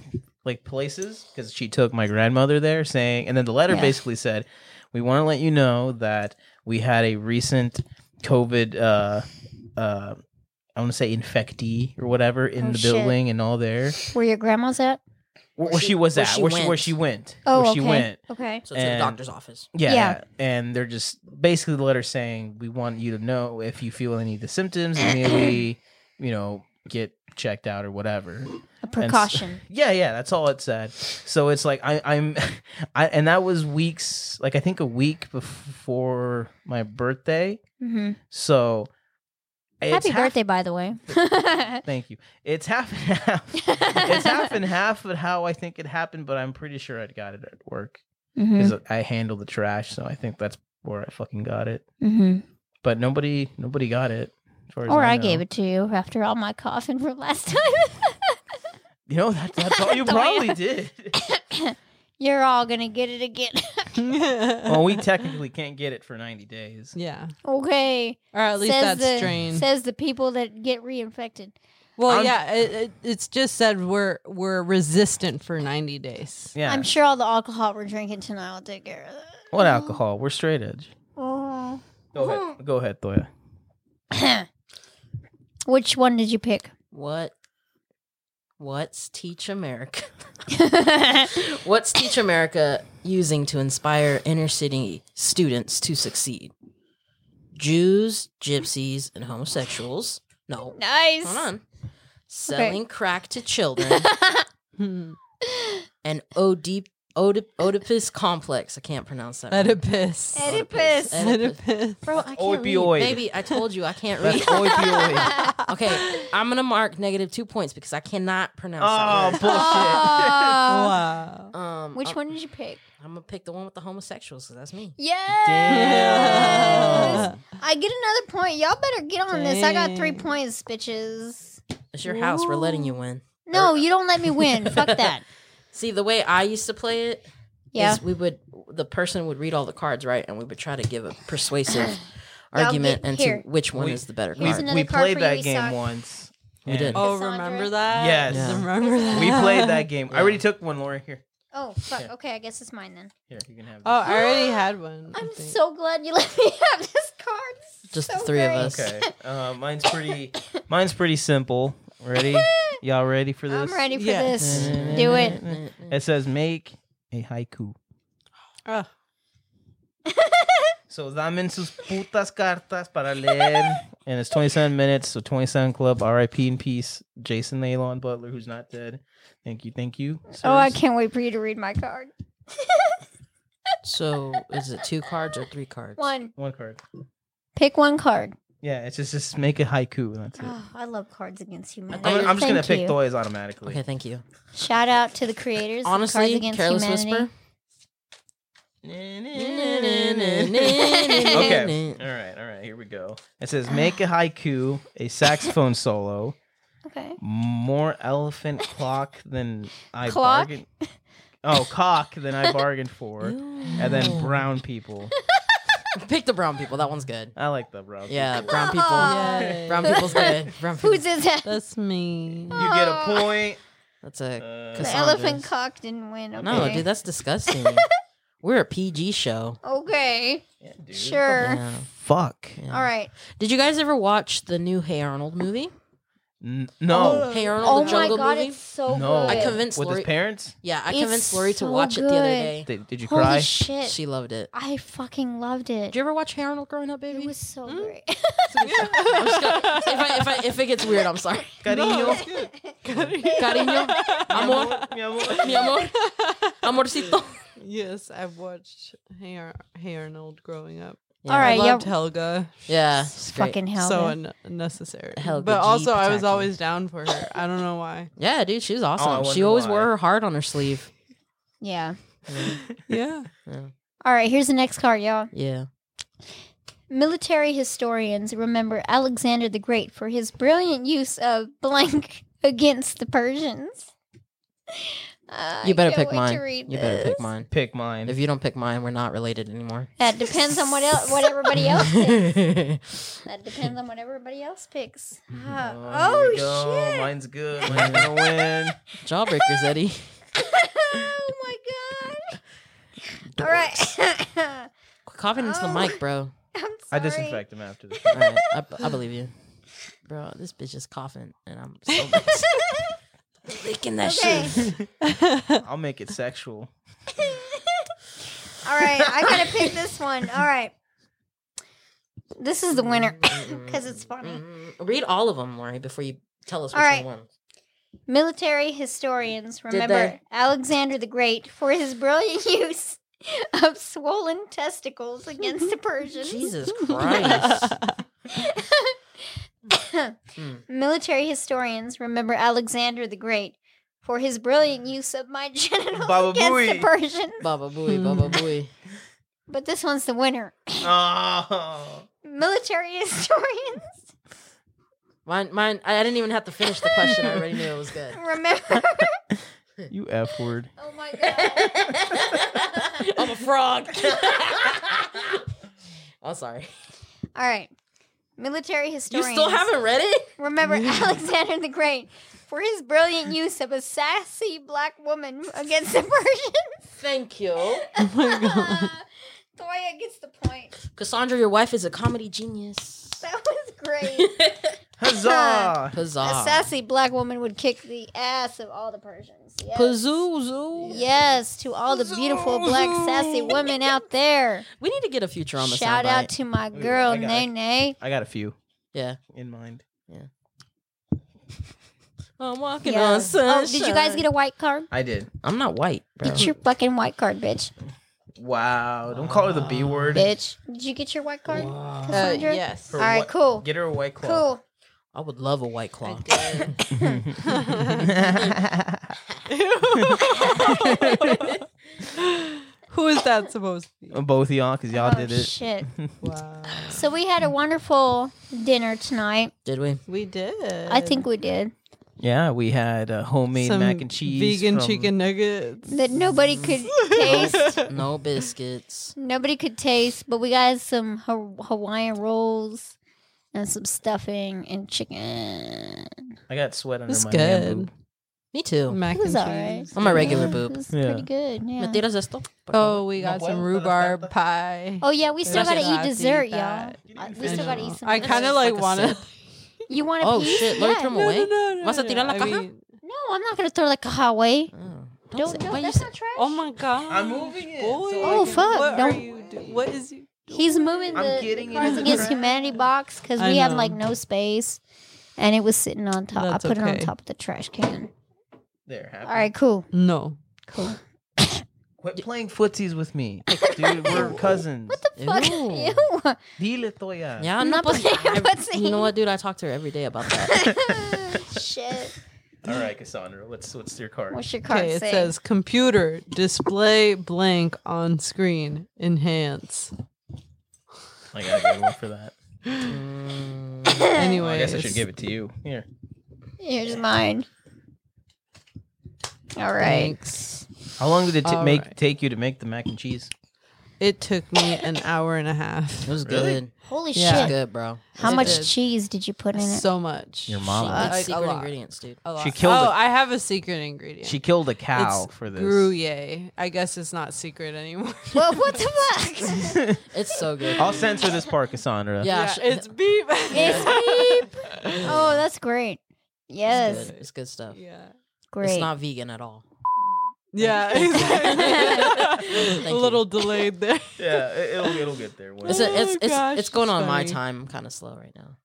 like places because she took my grandmother there, saying, and then the letter
Yeah.
basically said, "We want to let you know that we had a recent COVID." Uh, uh, I want to say infectee or whatever in
Oh,
the
shit.
building and all there.
Where your grandma's at?
Where,
Where
where she,
she-
was
where
at,
she
where, she, where
went.
she went,
Oh,
where
okay.
she went.
Okay.
so to the
and-
doctor's office.
Yeah.
Yeah.
And they're just basically the letter saying, we want you to know if you feel any of the symptoms, immediately, you know, get checked out or whatever.
A precaution.
Yeah, yeah, that's all it said. So it's like I, I'm, I, and that was weeks, like I think a week before my birthday.
hmm
So it's
Happy
half-
birthday, by the way.
Thank you. It's half and half. it's half and half of how I think it happened, but I'm pretty sure I got it at work
hmm
because I handle the trash, so I think that's where I fucking got it.
hmm
But nobody, nobody got it. as far as
Or I
know.
gave it to you after all my coughing from last time.
You know that, that's all you
Don't worry.
probably did.
You're all gonna get it again.
well, we technically can't get it for 90 days.
Yeah.
okay.
Or at least
says
that
the,
strain.
Says the people that get reinfected.
well,
I'm-
yeah, it, it, it's just said we're we're resistant for 90 days.
Yeah.
I'm sure all the alcohol we're drinking tonight will take care of that.
What alcohol? We're straight edge.
Oh.
Go ahead. Go ahead, Thoya. Oh.
Which one did you pick?
What? What's Teach America?
okay.
What's Teach America using to inspire inner city students to succeed? Jews, gypsies, and homosexuals. No.
Nice.
Hold on. Selling crack to children
Hmm.
and Oedip- Oedip- Oedipus complex. I can't pronounce that. word.
Oedipus.
Oedipus.
Oedipus.
Bro, I can't
Opioid.
Baby, I told you I can't
That's
read.
opioid.
okay, I'm gonna mark negative two points because I cannot pronounce
oh,
that word.
bullshit.
Oh.
wow.
Um,
Which
I'm,
one did you pick?
I'm gonna pick the one with the homosexuals because that's me.
Yes. I get another point. Y'all better get on this. I got three
Dang.
points, bitches.
It's your house. We're letting you win.
No, you don't let me win. Fuck that.
See, the way I used to play it,
Yeah.
is we would the person would read all the cards right and we would try to give a persuasive
Now,
argument
get-
into
here.
which one
We-
is the better
Here's
card.
another
we
card
played
for you,
that
we
game
suck.
only.
We
and
did.
Oh,
Cassandra.
remember that?
Yes.
Yeah.
Remember that?
We played that game. I already took one, Laura. Here.
Oh fuck.
Yeah.
Okay, I guess it's mine then.
Here, you can have
Oh, I already had one. I
I'm
think.
so glad you let me have this card. This is
Just
so
the three of
great.
us.
Okay. Uh, mine's pretty. mine's pretty simple. Ready? Y'all ready for this?
I'm ready for
Yes.
this. Do it.
It says make a haiku.
Ah.
So dame sus putas cartas para leer. And it's 27 minutes. So 27 Club, RIP in peace. Jason Nalon Butler, who's not dead. Thank you. Thank you.
Oh, I
sirs.
can't wait for you to read my card.
So is it two cards or three cards?
One.
One card.
Pick one card.
Yeah, it's just, just make a haiku. And that's it.
Oh, I love Cards Against Humanity.
I'm, I'm just going to
Thank
pick
you.
Thoyas automatically.
Okay, thank you.
Shout out to the creators. of Cards
Honestly,
Against
Careless
Humanity.
Whisper.
okay. All right. All right. Here we go. It says make a haiku, a saxophone solo,
Okay.
more elephant clock than I
Clock?
bargained. Oh, cock than I bargained for, and then
Ew.
brown people.
Pick the brown people. That one's good.
I like the brown.
Yeah,
people.
brown people.
Aw.
Brown people's good. Brown people.
Who's is that?
That's me.
You get a point.
That's a
Uh,
The
Cassandra's.
elephant cock didn't win. Okay.
no, dude. That's disgusting. We're a PG show.
okay.
yeah, dude.
Sure.
Yeah.
Fuck.
yeah.
All right.
Did you guys ever watch the new Hey Arnold movie?
N- no.
Hey Arnold,
Oh
the
my
jungle
god,
movie.
it's so
no.
good.
I convinced
With
Lori.
his parents?
yeah, I
It's
convinced Lori to
so
watch it the other
good.
day.
Did, did you
Holy
cry?
shit!
She loved it.
I fucking loved it.
Did you ever watch Hey Arnold growing up, baby?
It was so great.
I'm just gonna- if, I, if, I, if it gets weird, I'm sorry.
Cariño.
Cariño, amor,
Mi amor.
mi amor, amorcito.
Yes, I've watched Hey, Ar- hey Arnold growing up.
Yeah,
All
I
right, yeah.
loved Helga.
Yeah,
It's
it's great.
fucking hell.
so
man.
un- unnecessary.
Helga
but
G.
also, I was
Pataki.
always down for her. I don't know why.
Yeah, dude, she was
Oh, I
awesome. she
wonder
always
why.
wore her heart on her sleeve.
yeah.
Yeah.
All right, here's the next card, y'all.
Yeah.
Military historians remember Alexander the Great for his brilliant use of blank against the Persians. Uh,
You better
I can't
pick
wait to
mine.
read
You better
this.
pick mine.
Pick mine.
If you don't pick mine, we're not related anymore.
That depends on what else, what everybody else. Picks. That depends on what everybody else picks. Ah,
here
oh
we go.
shit!
Mine's good. Mine's gonna win.
Jawbreakers, Eddie.
oh my god! All right,
Quit coughing into the
Oh.
mic, bro.
I'm sorry.
I disinfect him after this.
All right, I, I believe you, bro. This bitch is coughing, and I'm so licking that
Okay.
shit.
I'll make it sexual.
All right, I gotta pick this one. All right, this is the winner because it's funny.
Mm, Read all of them, Lori, before you tell us
All
which
right.
one.
Military historians remember
they?
Alexander the Great for his brilliant use of swollen testicles against the Persians.
Jesus Christ.
Military historians remember Alexander the Great for his brilliant use of my genitals
Baba
against the
Booey.
Persians.
Baba booey, baba booey.
But this one's the winner.
Oh.
Military historians
Mine, mine. I didn't even have to finish the question. I already knew it was good.
remember.
You F word.
oh my god.
I'm a frog. oh, sorry.
All right. Military
You
historians.
still haven't read it?
Remember Alexander the Great for his brilliant use of a sassy black woman against the Persians.
Thank you,
Oh Toya gets the point.
Cassandra. Your wife is a comedy genius.
That was great.
Huzzah!
a
Huzzah.
sassy black woman would kick the ass of all the Persians. Yes.
Pazuzu.
Yes, to all the beautiful black sassy women out there.
We need to get a Futurama
Shout out
soundbite.
to my
Ooh,
girl
Oh, I got it.
Nay Nay.
I got a few
Yeah.
in mind.
I'm walking
Yeah.
on sunshine.
Oh, did you guys get a white card?
I did.
I'm not white, bro.
Get your fucking white card, bitch.
Wow. Don't call her the B word.
Bitch. Did you get your white card?
Uh,
Cassandra?
yes.
For
All right,
what-
cool.
Get her a white claw.
Cool.
I would love a white claw.
Who is that supposed to be?
Both of y'all, because y'all
oh,
did it.
Shit.
Wow.
So we had a wonderful dinner tonight.
Did we?
We did.
I think we did.
Yeah, we had uh, homemade
Some
mac and cheese.
Vegan
from-
chicken nuggets.
That nobody could taste.
No biscuits.
Nobody could taste, but we got some ha- Hawaiian rolls and some stuffing and chicken.
I got sweat under
It's
my
good.
man boob.
Me too.
Mac
It was
and
alright.
cheese.
I'm a regular
Yeah,
boob.
It was
Yeah.
pretty good. Mm, Yeah.
¿Me tiras esto? por favor?
Oh, we got
No,
some
bueno,
rhubarb
perfecto.
pie.
Oh yeah, we still
Especially
gotta
that,
eat
to eat
dessert, y'all.
that.
Uh,
I
We still gotta
know.
eat some.
I
dessert.
kind of like
Like a
want to.
sip.
You want a
Oh,
piece?
shit. Let me throw
Yeah.
them away. Vas a tirar la
I
caja?
mean-
No, I'm not gonna throw like a hot away.
Oh.
Don't.
say-
No,
why you
that's
say-
not trash.
Oh my god!
I'm moving it,
Boy,
so
Oh, I can- fuck,
What are
don't-
you doing? What is you?
He's moving
I'm
the,
getting
the
it
Cards
in the
Against
trash.
Humanity box because
I
we had
know.
like no space, and it was sitting on top.
That's
I put it on
okay.
top of the trash can.
There, happy.
All right, cool.
No.
Cool.
Quit playing footsies with me, dude. We're cousins.
Fuck
Ew.
you.
Dile Toya.
Yeah,
I'm
I'm
not
not. pos-
playing
I-
footsie.
You know what, dude? I talk to her every day about that.
Shit.
All right, Cassandra. What's what's your card?
What's your card
Okay, it
say?
says computer display blank on screen enhance.
I got a good one for that.
Anyway,
Well, I guess I should give it to you. Here.
Here's mine. All right.
Thanks.
How long did it t-
All
make
right.
take you to make the mac and cheese?
It took me an hour and a half.
It was
Really?
good.
Holy
It was
Yeah.
shit.
good, bro.
How
It
much
is.
cheese did you put in it?
So much.
Your
She
mama.
makes
Like, a
secret
lot.
ingredients, dude.
A lot.
She killed
Oh,
a-
I have a secret ingredient.
She killed a cow
It's
for this.
Gruyere. I guess it's not secret anymore.
well, what the fuck?
It's so good.
I'll censor this part, Cassandra.
Yeah, sh-
it's beef.
It's beep. Oh, that's great. Yes.
It's good, it's good stuff.
Yeah.
Great.
It's not vegan at all.
Yeah.
Thank you.
exactly.
Thank
a
you.
little delayed there.
Yeah, it, it'll it'll get there.
Oh
One
It's
day.
a, it's it's,
gosh,
it's going on my
funny.
time. I'm kind of slow right now.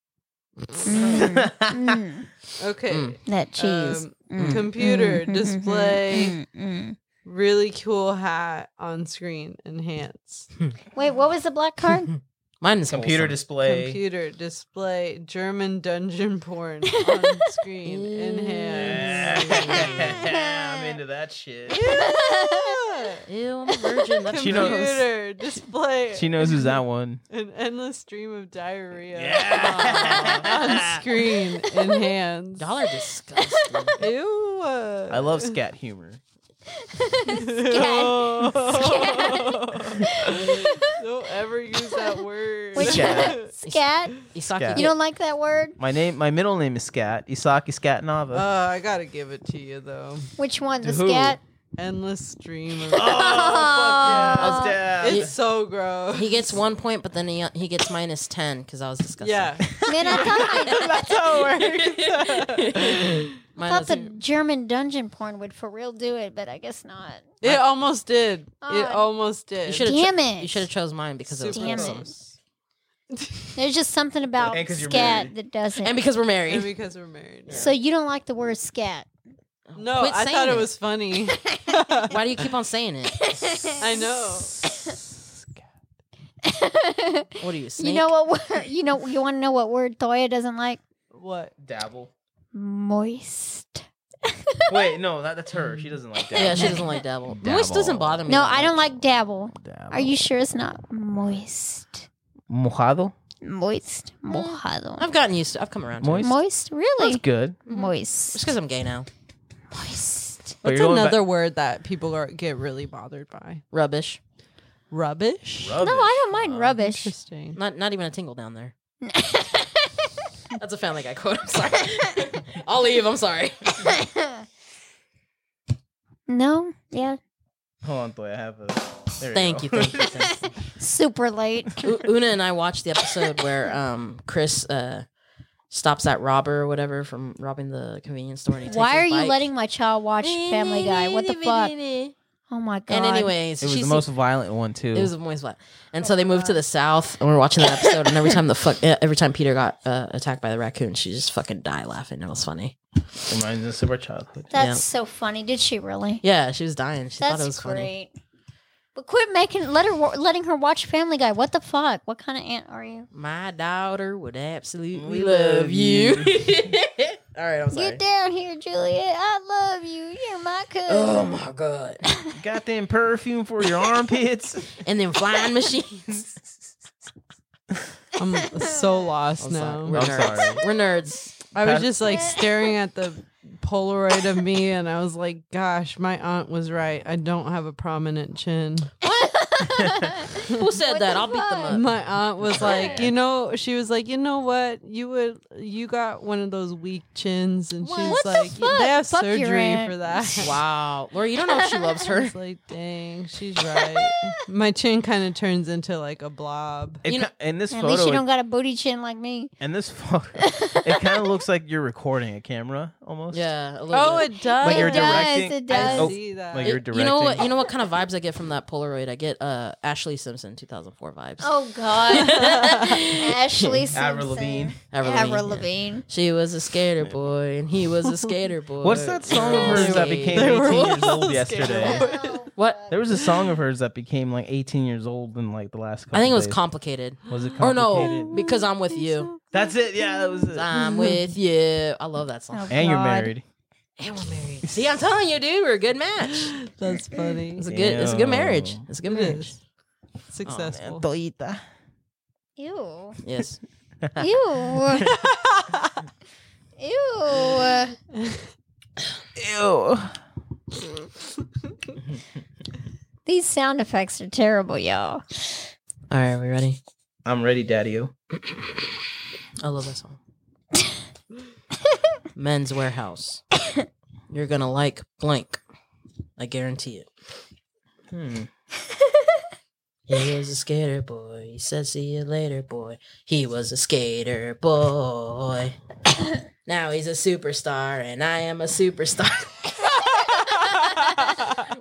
Mm, mm,
Okay.
Mm.
that cheese.
Um,
Mm,
computer
mm, mm,
display.
mm, mm.
Really cool hat on screen enhance.
Wait, what was the black card?
Mine is
computer
wholesome.
display.
Computer display German dungeon porn on screen enhance.
Yeah, I'm into that shit.
Yeah.
Ew, I'm a virgin. That's
She knows-
gross.
Computer display.
She knows who's that one.
An endless stream of diarrhea
Yeah.
on screen enhance.
Y'all are disgusting.
Ew.
I love scat humor.
Don't ever use that word.
Which
Scat.
Scat?
Isaki,
You
Yeah.
don't like that word?
My name, my middle name is Scat Isaki Scat
Uh,
Nava.
I gotta give it to you though.
Which one? The
To who?
scat?
Endless stream. Of-
Oh,
fuck yeah.
It's so gross.
he gets one point, but then he he gets minus ten because I was disgusting.
yeah,
Man, I thought, I,
that's how it works.
I
Minus
thought the German dungeon porn would for real do it, but I guess not.
it almost did. it
Oh.
almost did.
You should have.
Damn
You
it.
should have chose mine because it was
Super
Damn
wholesome.
it. There's just something about
And 'cause you're
scat
married.
that doesn't.
And because we're
and
married.
because we're married.
so you don't like the word scat.
No,
Quit
I
saying
thought it
it.
was funny.
Why do you keep on saying it?
I know.
What are you? a Snake?
You know what word? You know you want to know what word Toya doesn't like?
What?
Dabble.
Moist.
Wait, no, that, that's her. She doesn't like dabble.
Yeah, she doesn't like dabble. Moist doesn't
Dabble.
bother me.
No,
that
I don't
much.
like dabble.
Dabble.
Are you sure it's not moist?
mojado?
Moist,
Mm.
mojado.
I've gotten used to. I've come around. to it.
Moist.
Moist, really?
That's good.
Moist,
Just because I'm gay now.
moist.
But
What's
you're going
another word that people are, get really bothered by?
Rubbish.
Rubbish.
Rubbish.
No, I don't mind rubbish.
Interesting.
Not not even a tingle down there. That's a Family Guy quote. I'm sorry. I'll leave. I'm sorry.
No, yeah,
Hold on, boy. I have a. There
Thank you,
go.
thank you,
super late.
U- Una and I watched the episode where um Chris uh stops that robber or whatever from robbing the convenience store. And he takes
Why
his
are you
bike.
letting my child watch Family Guy? What the fuck?
And
Oh my god.
anyways,
it was
she
the
see-
most violent one too.
It was a moist flat. And so they moved to the south, and we were watching that episode. And every time the fuck, eh, every time Peter got uh, attacked by the raccoon, she just fucking died laughing. It was funny.
Reminds us of our childhood.
That's
Yeah.
so funny. Did she really?
Yeah, she was dying. She thought it was
That's
funny.
great. But quit making let her wa- letting her watch Family Guy. What the fuck? What kind of aunt are you?
My daughter would absolutely
We
love
love
you. All right, I'm sorry.
Get down here, Juliet. I love you. You're my cousin.
Oh my god!
Goddamn perfume for your armpits.
And then flying machines.
I'm so lost
I'm sorry.
now.
We're
I'm
nerds.
sorry.
We're nerds.
I was
Pat-
just like staring at the Polaroid of me, and I was like, "Gosh, my aunt was right. I don't have a prominent chin."
Who said
What
that?
the
I'll beat them up.
My aunt was like, "You know," she was like, "You know what? You would, you got one of those weak chins," and she's
What the
like,
fuck?
"They have
Fuck your
surgery
aunt."
for that."
Wow, Laura, you don't know if she loves
I
her.
was like, "Dang, she's right." my chin kind of turns into like a blob.
It
You know-
ki- in this
At
photo,
least you
it-
don't got a booty chin like me.
in this photo, it kind of looks like you're recording a camera almost.
Yeah. A little
Oh,
bit.
it does.
Like you're
it does.
directing-
It
I
does.
Oh,
see that.
like you're
It- You know what?
directing.
You know what kind of vibes I get from that Polaroid? I get uh, Ashley Simpson 2004 vibes.
Oh God, Ashley Simpson.
Avril Lavigne.
Avril Lavigne,
Avril
yeah.
Lavigne.
She was a skater boy and he was a skater boy.
What's that song of
Hey.
hers that became E
They were
18 years
all
old
scared.
yesterday?
Oh,
What?
There was a song of hers that became like 18 years old in like the last couple
I think it was
days.
complicated.
Was it
Or
complicated?
no, Oh, because I'm with you.
That's it. Yeah, that was it.
I'm with you. I love that song.
and you're
God.
married.
And we're married. See, I'm telling you, dude, we're a good match.
That's funny.
It's a good. It's a good marriage. It's a good
It
marriage.
is successful.
Toita.
Ew.
Yes.
Ew. Ew.
Ew.
These sound effects are terrible, y'all.
All right, we ready?
I'm ready, daddy
I love that song. Men's Warehouse. You're gonna like blank. I guarantee it.
Hmm.
He was a skater boy. He said, "See you later, boy." He was a skater boy. Now he's a superstar, and I am a superstar.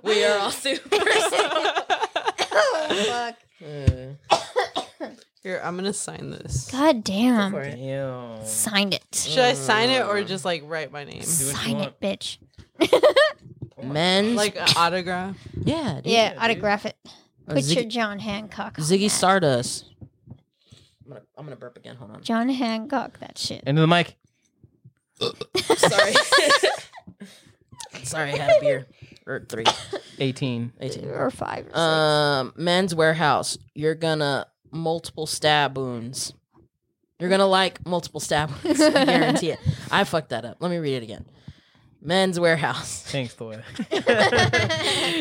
we are all superstars.
Oh, fuck.
Mm,
Here, I'm gonna sign this.
God
go for
damn.
it.
Ew.
Sign it.
Should I sign it or just like write my name,
Do what you
Sign it,
want.
bitch.
Oh Men's
like an autograph?
yeah, dude.
Yeah,
dude. Oh,
autograph it.
Uh,
Put
Ziggy,
your John Hancock. on
Ziggy
that.
Stardust. I'm gonna, I'm gonna burp again. Hold on.
John Hancock, that shit.
Into the mic.
Sorry. Sorry, I had a beer or three,
18.
18.
Or five. Or six.
Um, men's warehouse. You're gonna multiple stab wounds. You're gonna like multiple stab wounds. I guarantee it. I fucked that up. Let me read it again. Men's warehouse.
Thanks, boy.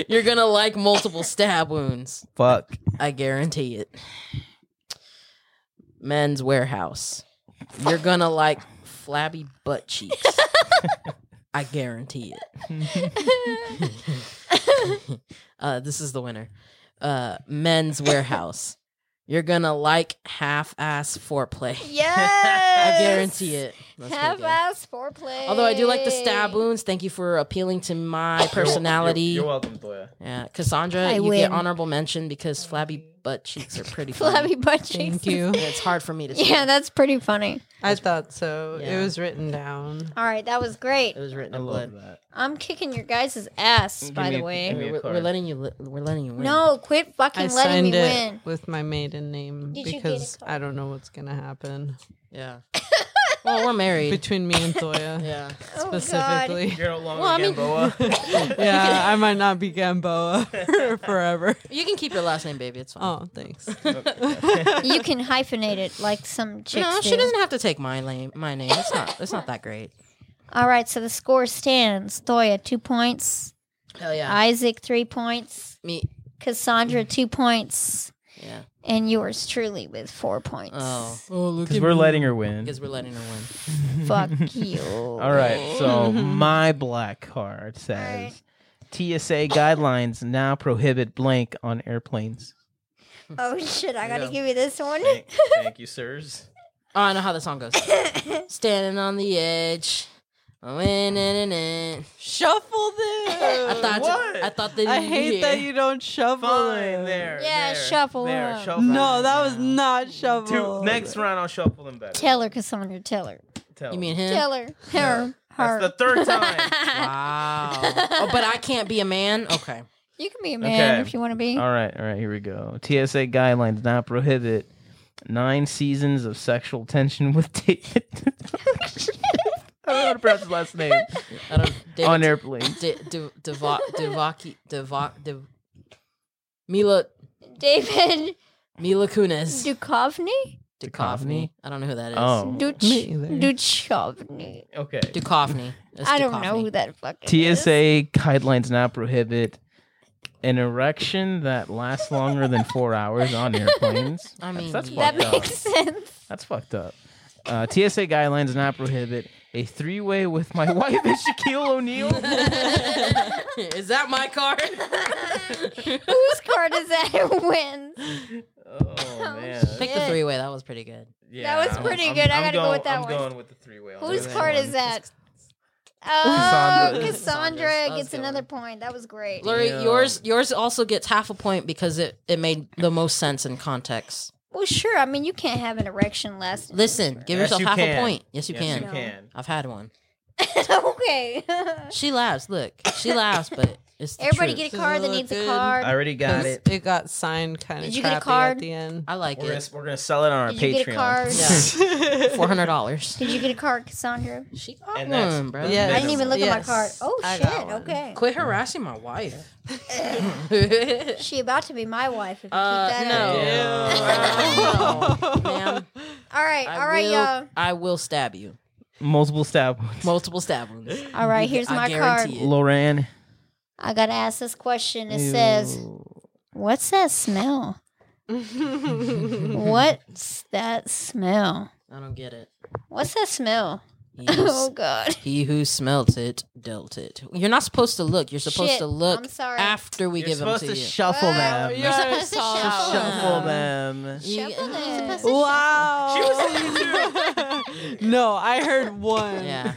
You're gonna like multiple stab wounds.
Fuck.
I guarantee it. Men's warehouse. You're gonna like flabby butt cheeks. I guarantee it. uh, this is the winner. Uh, men's warehouse. You're gonna like half-ass foreplay.
yes.
I guarantee it. That's pretty
Have
good.
ass foreplay.
Although I do like the stab wounds. Thank you for appealing to my personality.
You're, welcome, boy.
Yeah, Cassandra,
I
you
win.
get honorable mention because flabby butt cheeks are pretty funny.
Flabby butt cheeks.
Thank you.
And it's hard for me to. say.
Yeah, that's pretty funny.
I thought so.
Yeah.
It was written down.
All right, that was great.
it was written
I
in
love
blood.
that.
I'm kicking your guys' ass,
Give
by
me
the
a-
way.
give me
We're,
a
we're- we're
card.
letting you. Li- we're letting you win.
No, quit
I
fucking letting me
signed it
win.
with my maiden name
Did you get a
because
card?
I don't know what's gonna happen
Yeah. well, we're married.
between me and Thoya
Yeah.
Oh, God.
specifically.
You're no longer
Well, I mean-
yeah, I might not be Gamboa forever.
You can keep your last name, baby. It's fine.
Oh, thanks.
Oh, You can hyphenate it like some chicks
no,
do.
she doesn't have to take my name. My name. It's not. It's not that great.
All right, so the score stands: Thoya two points,
Hell yeah.
Isaac three points,
me.
Cassandra two points,
Yeah.
and yours truly with four points.
Oh. Oh, look.
Because we're letting her win.
Because we're letting her win.
Fuck you! All
All right. So my black card says TSA guidelines now prohibit blank on airplanes.
Oh shit! I gotta
Yeah.
give you this one.
thank you, sirs.
Oh, I know how the song goes. Standing on the edge. Winning in it.
Shuffle this.
I thought.
What?
Uh, I thought they.
I
didn't
hate
hear.
that you don't shovel
Fine,
them.
there.
Yeah,
there,
shuffle
there,
up.
shuffle
No,
them.
that was not shovel.
Two, next round, I'll shuffle them better.
Tell her, Cassandra. Tell her.
Tell
You
them.
mean him?
Tell her. Her. Her.
That's the third time.
Wow. oh, but I can't be a man. Okay.
you can be a man
Okay.
if you want to be.
All right, all right, here we go. TSA guidelines now prohibit nine seasons of sexual tension with David. I don't know how to pronounce his last name
I don't. David,
on airplanes.
D- D- Diva- Divaki Diva- Div- Mila
David
Mila Kunis
Duchovny.
Duchovny. I don't know who that is.
Oh,
Duch.
Me either.
Duchovny.
okay.
Duchovny. That's
I don't
Duchovny.
know who that fucking is.
TSA guidelines now prohibit an erection that lasts longer than four hours on airplanes.
I mean,
that's
That
fucked up.
makes sense.
That's fucked up. Uh, TSA guidelines now prohibit a three-way with my wife and Shaquille O'Neal.
is that my card?
Whose card is that? Who wins?
Oh man,
Pick the
Shit.
three way. That was pretty good.
Yeah,
was pretty good. I gotta go with that
I'm
one.
going with the three way.
Whose
that
card
one.
is that?
Cassandra.
Oh,
This
is Cassandra's. That
Cassandra
was a
gets
good
another
one.
point. That was great.
Lori,
Yeah.
yours yours also gets half a point because it, it made the most sense in context.
Well, sure. I mean, you can't have an erection last.
Listen, give
Yes,
yourself
you
half a
can.
point. Yes, you
Yes,
can.
you can.
I've had one.
okay.
She laughs. Look, she laughs, but it's the
Everybody
truth.
get a
Does
card
it
that
look
needs a
good?
I
card.
already got it.
It got signed kind of
Did you get a
crappy
card?
at the end.
I like
We're gonna,
it.
we're gonna sell it on our
Did you
Patreon.
get a card?
Yeah, four hundred dollars.
Did you get a card, Cassandra?
She got
And that's-
one, bro.
Yeah.
I didn't even look at my
Yes.
card. Oh
I
shit.
got one.
Okay.
Quit harassing my wife.
She about to be my wife. If you keep
Uh,
that
no.
up.
No, ma'am.
All right.
I
all right,
will,
y'all.
I will stab you.
Multiple stab wounds.
Multiple stab wounds.
All right. Here's
I
my card.
guarantee it.
Loran.
I gotta ask this question. It says, "What's that smell? What's that smell?
I don't get it.
What's that smell?
He who
Oh
s-
God.
He who smelt it dealt it. You're not supposed to look. You're supposed
Shit,
to look
I'm sorry.
after we
You're
give them
supposed
to,
to
you.
shuffle
Wow,
them.
you're
Yeah,
supposed to
solid.
shuffle.
Shuffle
Yeah.
them.
You-
Shuffle them. You're supposed to
Wow. no, I heard one.
yeah,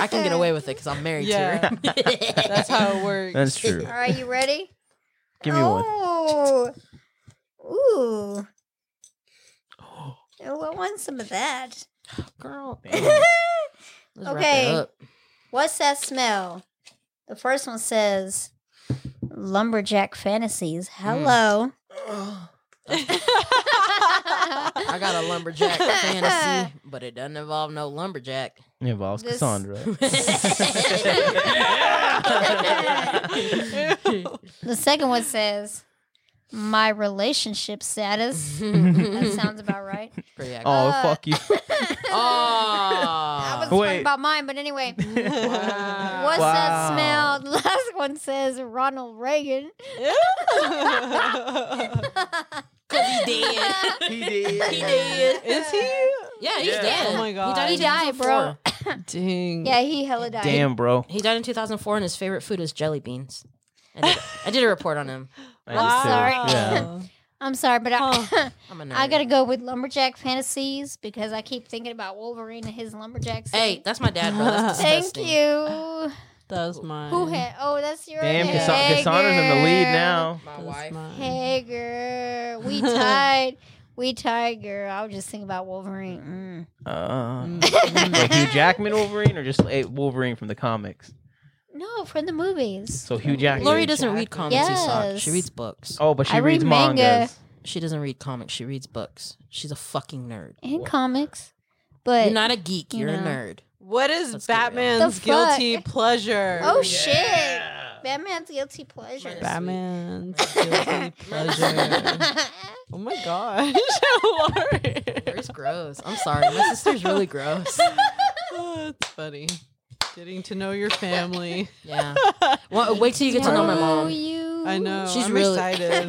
I can get away with it because I'm married
Yeah.
to her.
That's how it works.
That's true.
All right, you ready?
Give me one.
oh. Ooh. Oh, I want some of that.
girl. Let's Wrap
Okay.
it up.
What's that smell? The first one says lumberjack fantasies.
Hmm.
Hello.
I got a lumberjack fantasy, but it doesn't involve no lumberjack.
It involves
This-
Cassandra.
The second one says my relationship status. that sounds about right.
Pretty accurate.
Oh,
Uh,
fuck you.
I was
Oh.
Oh. Wait.
talking about mine, but anyway. What's that
Wow.
smell? The last one says Ronald Reagan.
Cause he dead.
he did.
He dead.
Is he?
Yeah, he's
Yeah.
dead.
Oh my God.
He died,
He
in
died, bro.
2004.
Dang.
Yeah, he hella died.
Damn, bro.
He died in 2004, and his favorite food was jelly beans. I did, I did a report on him.
I
I'm
too.
sorry.
Yeah.
I'm sorry, but I,
I'm a nerd.
I gotta go with lumberjack fantasies because I keep thinking about Wolverine and his lumberjack. suit.
Hey, that's my dad, bro. That's
thank
disgusting.
you.
That was mine.
Who had? Oh, that's your
Um, Damn,
Hey,
Cassan- Cassandra's in the lead
girl.
now.
My
That was
wife.
mine.
Hey, girl, we tied. we tied, girl. I was just thinking about Wolverine.
Uh,
Mm.
like Hugh Jackman Wolverine or just like, Wolverine from the comics?
Mm. No, from the movies.
So Hugh Jackman.
Lori doesn't read comics,
Yes.
Isak. She reads books.
Oh, but she
I
reads
read manga.
mangas.
She doesn't read comics. She reads books. She's a fucking nerd.
and comics, but
You're not a geek.
you
You're
know.
a nerd.
What is
Let's get real.
Batman's
The fuck?
guilty pleasure?
oh shit, Batman's guilty pleasure.
Batman's guilty pleasure. oh my gosh. Lori.
Lori's gross. I'm sorry. My sister's really gross.
oh, it's funny. Getting to know your family.
Yeah. Well, wait till you get to know my
Oh,
mom.
You.
I know.
She's
I'm
really,
excited.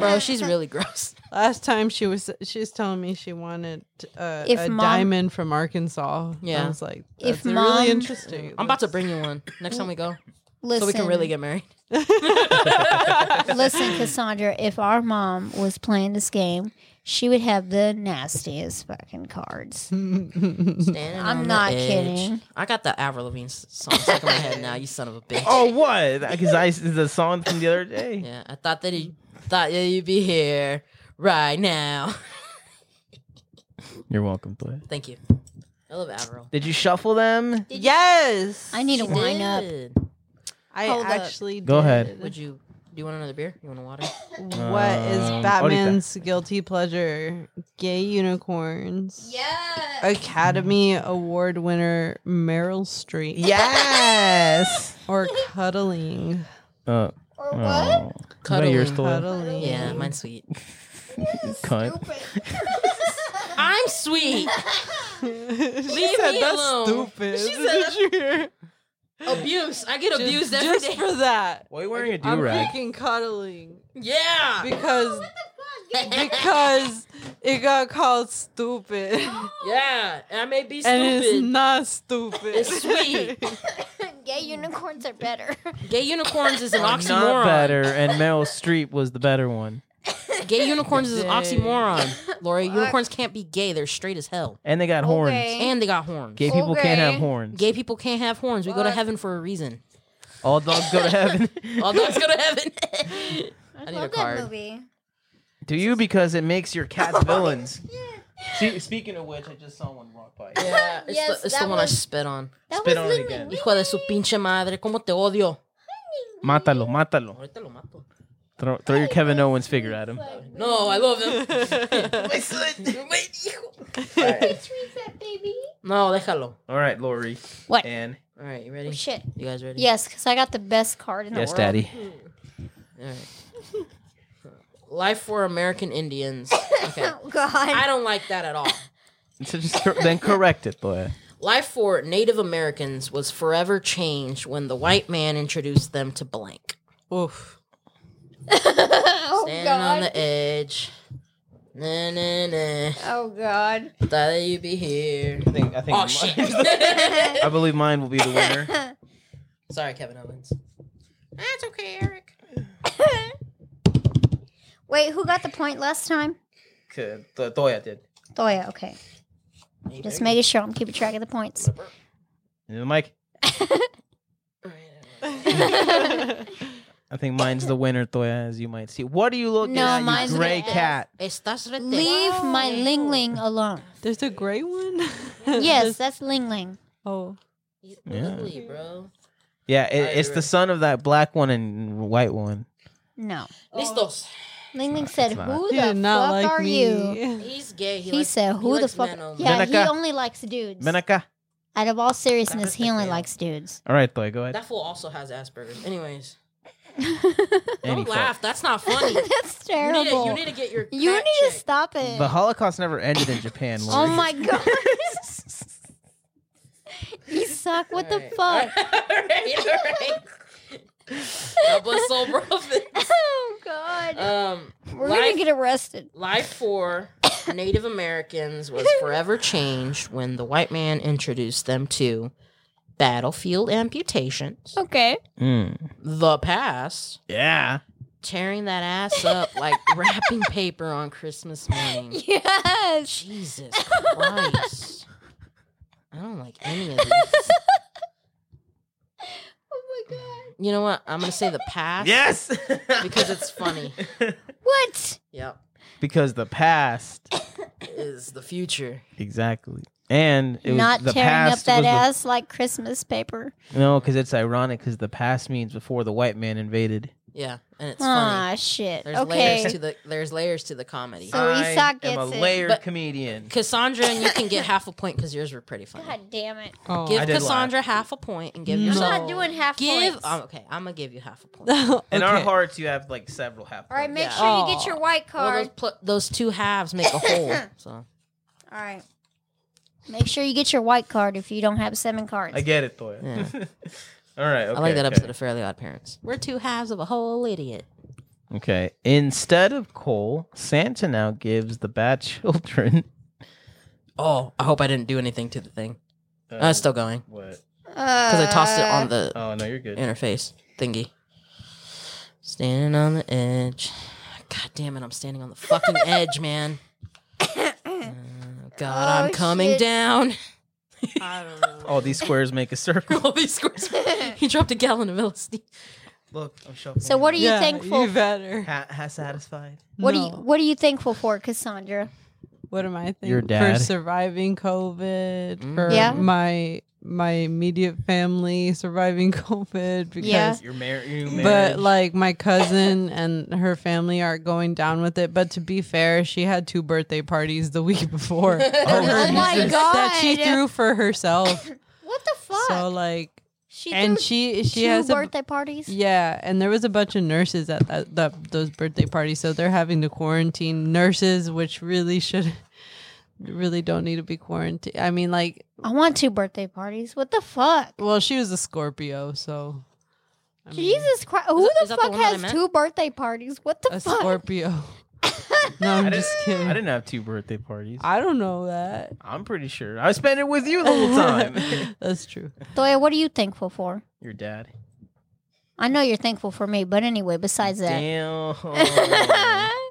bro. She's really gross.
Last time she was she was telling me she wanted uh,
If
a
mom-
diamond from Arkansas.
Yeah.
I was like, that's
If
really
mom-
interesting.
I'm about to bring you one next time we go,
Listen,
so we can really get married.
listen, Cassandra. If our mom was playing this game, she would have the nastiest fucking cards.
Standing
I'm
on the
not
edge.
kidding.
I got the Avril Lavigne s- song stuck in my head now. You son of a bitch.
Oh, what? Because I the song from the other day.
Yeah, I thought that he thought that you'd be here right now.
You're welcome, Thor.
Thank you. I love Avril.
Did you shuffle them?
yes.
I need to
She
wind up.
did.
I
Hold up.
actually
Go
did.
ahead.
Would you? Do you want another beer? You want a water?
What is
Um,
Batman's guilty pleasure? Gay unicorns.
Yeah.
Academy Award winner Meryl Streep.
Yes.
Or cuddling.
Uh,
Or what?
oh.
Cuddling.
Yours, Thor.
Cuddling.
Yeah, mine's sweet.
Cunt.
I'm sweet.
she
Leave
said
me
that's
alone."
stupid.
She said
Did
that's-
you hear?
Abuse. I get abused
Just,
every
just
day.
for that.
Why are you wearing a Ah. do
I'm
rag?
picking cuddling
yeah.
because because it got called stupid
Yeah, I may be stupid.
and it's not stupid.
It's sweet.
Gay unicorns are better.
Gay unicorns is an
I'm
oxymoron.
not better, and Meryl Streep was the better one.
Gay unicorns is an
Dang.
oxymoron. Lori, unicorns can't be gay. They're straight as hell,
And they got horns.
Okay.
and they got horns.
Gay people can't have
Okay.
horns.
Gay people can't have horns. We go to heaven for a reason.
All dogs go to heaven.
All dogs go to heaven. I need a
Love
card.
that movie.
Do you because it makes your cats villains. See, speaking of which, I just saw one walk by.
Yeah, it's
Yes,
the, it's the
that
one I
was-
spit on.
That
Spit
was
on it
Lemon
again.
Wee-
Hijo de su pinche madre, cómo te odio.
Mátalo, mátalo.
Ahorita lo mato.
Throw, throw your Kevin Owens figure at him.
No, I love them.
My son.
Tweet that baby.
no, déjalo.
All right, Lori.
What?
And
All right, you ready?
Shit.
You guys ready?
Yes, because I got the best card in
yes,
the world.
Daddy.
All right. Life for American Indians. Okay.
Oh God.
I don't like that at all.
So just cor- then correct it, boy.
Life for Native Americans was forever changed when the white man introduced them to blank.
Oof.
Oh
Standing on
God.
the edge. Nah, nah, nah.
Oh God.
Thought that you'd be here.
I think I think
Oh
mine-
shit!
I believe mine will be the winner.
Sorry, Kevin Owens. That's okay, Eric.
Wait, who got the point last time?
Good. The Thoya did.
Thoya. Okay. Just making sure I'm keeping track of the points.
And Mike, I think mine's the winner, Thoya, as you might see. What are you looking
No,
at,
mine's
you gray
the S.
cat?
Estás rete-
Leave my Ling Ling alone.
There's a gray one.
Yes,
There's-
that's Ling Ling.
oh,
He's
Yeah.
ugly, bro.
Yeah, it,
you're
it's the
right.
son of that black one and white one.
No.
Listos.
Ling Ling said,
not.
"Who
he
the
did not
fuck
like
are you?"
me.
He's gay.
He,
likes-
said,
he
"Who the
likes
fuck?"
men only.
Yeah, he
Menaka.
only likes dudes.
Menaka.
Out of all seriousness, he only
Menaka.
likes dudes.
All right, Thoya, go ahead.
That fool also has Asperger's. Anyways,
And
don't
he
laugh. That's not funny. you,
That's
need to,
terrible.
you need to get your.
You
fact
need to
checked.
stop
fell.
it.
The Holocaust never ended in Japan.
oh
Lori.
my god. you suck. What the
Alright.
fuck?
Alright, alright. God bless soul prophets.
oh god.
Um,
We're
life,
gonna get arrested.
life for Native Americans was forever changed when the white man introduced them to battlefield amputations,
Okay.
Hmm.
Mm.
the past,
Yeah.
tearing that ass up like wrapping paper on Christmas morning.
Yes.
Jesus Christ. I don't like any of these.
Oh my god.
You know what? I'm going to say the past.
Yes.
Because it's funny.
What?
Yep.
because the past.
Is the future.
Exactly. And it was
Not
the
tearing up
past
that
was the-
ass like Christmas paper.
No, because it's ironic because the past means before the white man invaded.
Yeah. And it's funny.
Ah shit.
There's
okay.
layers to the there's layers to the comedy.
So Isak
I am a
gets it.
layered
But-
comedian.
Cassandra and you can get half a point because yours were pretty funny.
God damn it.
Oh.
Give
I did
Cassandra half a point and give
No.
I'm
yourself.
not doing half
Give.
points.
oh, okay, I'm gonna give you half a point.
In our
Okay.
hearts, you have like several half.
All right, make
Yeah.
sure you get your white
Well,
card.
those, pl- those two halves make a whole. So
All right. Make sure you get your white card if you don't have seven cards.
I get it, Thoya.
Yeah.
All right. Okay,
I like that
okay.
episode of Fairly Odd Parents. We're two halves of a whole idiot.
Okay. Instead of coal, Santa now gives the bad children.
Oh, I hope I didn't do anything to the thing. Uh, it's still going
What?
Uh,
because I tossed it on the
Oh no, you're good.
interface thingy. Standing on the edge. God damn it, I'm standing on the fucking edge, man. Oh, God, I'm
Oh,
coming
shit.
down.
I don't know.
All these squares make a circle.
All these squares. he dropped a gallon of LSD.
Look, I'm shuffling.
So what are you
Yeah,
thankful?
You better.
Ha- ha- satisfied.
what
No.
are you What are you thankful for, Cassandra?
What am I thinking?
Your dad.
for surviving COVID,
Mm.
for
Yeah.
my my immediate family surviving COVID because
Yeah.
You're married.
but like my cousin and her family are going down with it. But to be fair, she had two birthday parties the week before.
Oh my
Jesus.
God.
That she threw for herself.
What the fuck?
so like
she
and
threw
she
two
she has a
birthday parties.
yeah, and there was a bunch of nurses at that, that those birthday parties, so they're having to quarantine nurses, which really should really don't need to be quarantined. I mean, like,
I want two birthday parties. What the fuck?
well, she was a Scorpio, so I mean,
Jesus Christ! Who
that-
the
is that the
fuck
one that I
has
meant?
two birthday parties? What the
a
fuck?
Scorpio. no, I'm just kidding.
I didn't have two birthday parties. I-
I don't know that.
am pretty sure. I spent it with you the whole time.
That's true.
Thoya, what are you thankful for?
Your dad.
I know you're thankful for me, but anyway, besides that,
Damn. I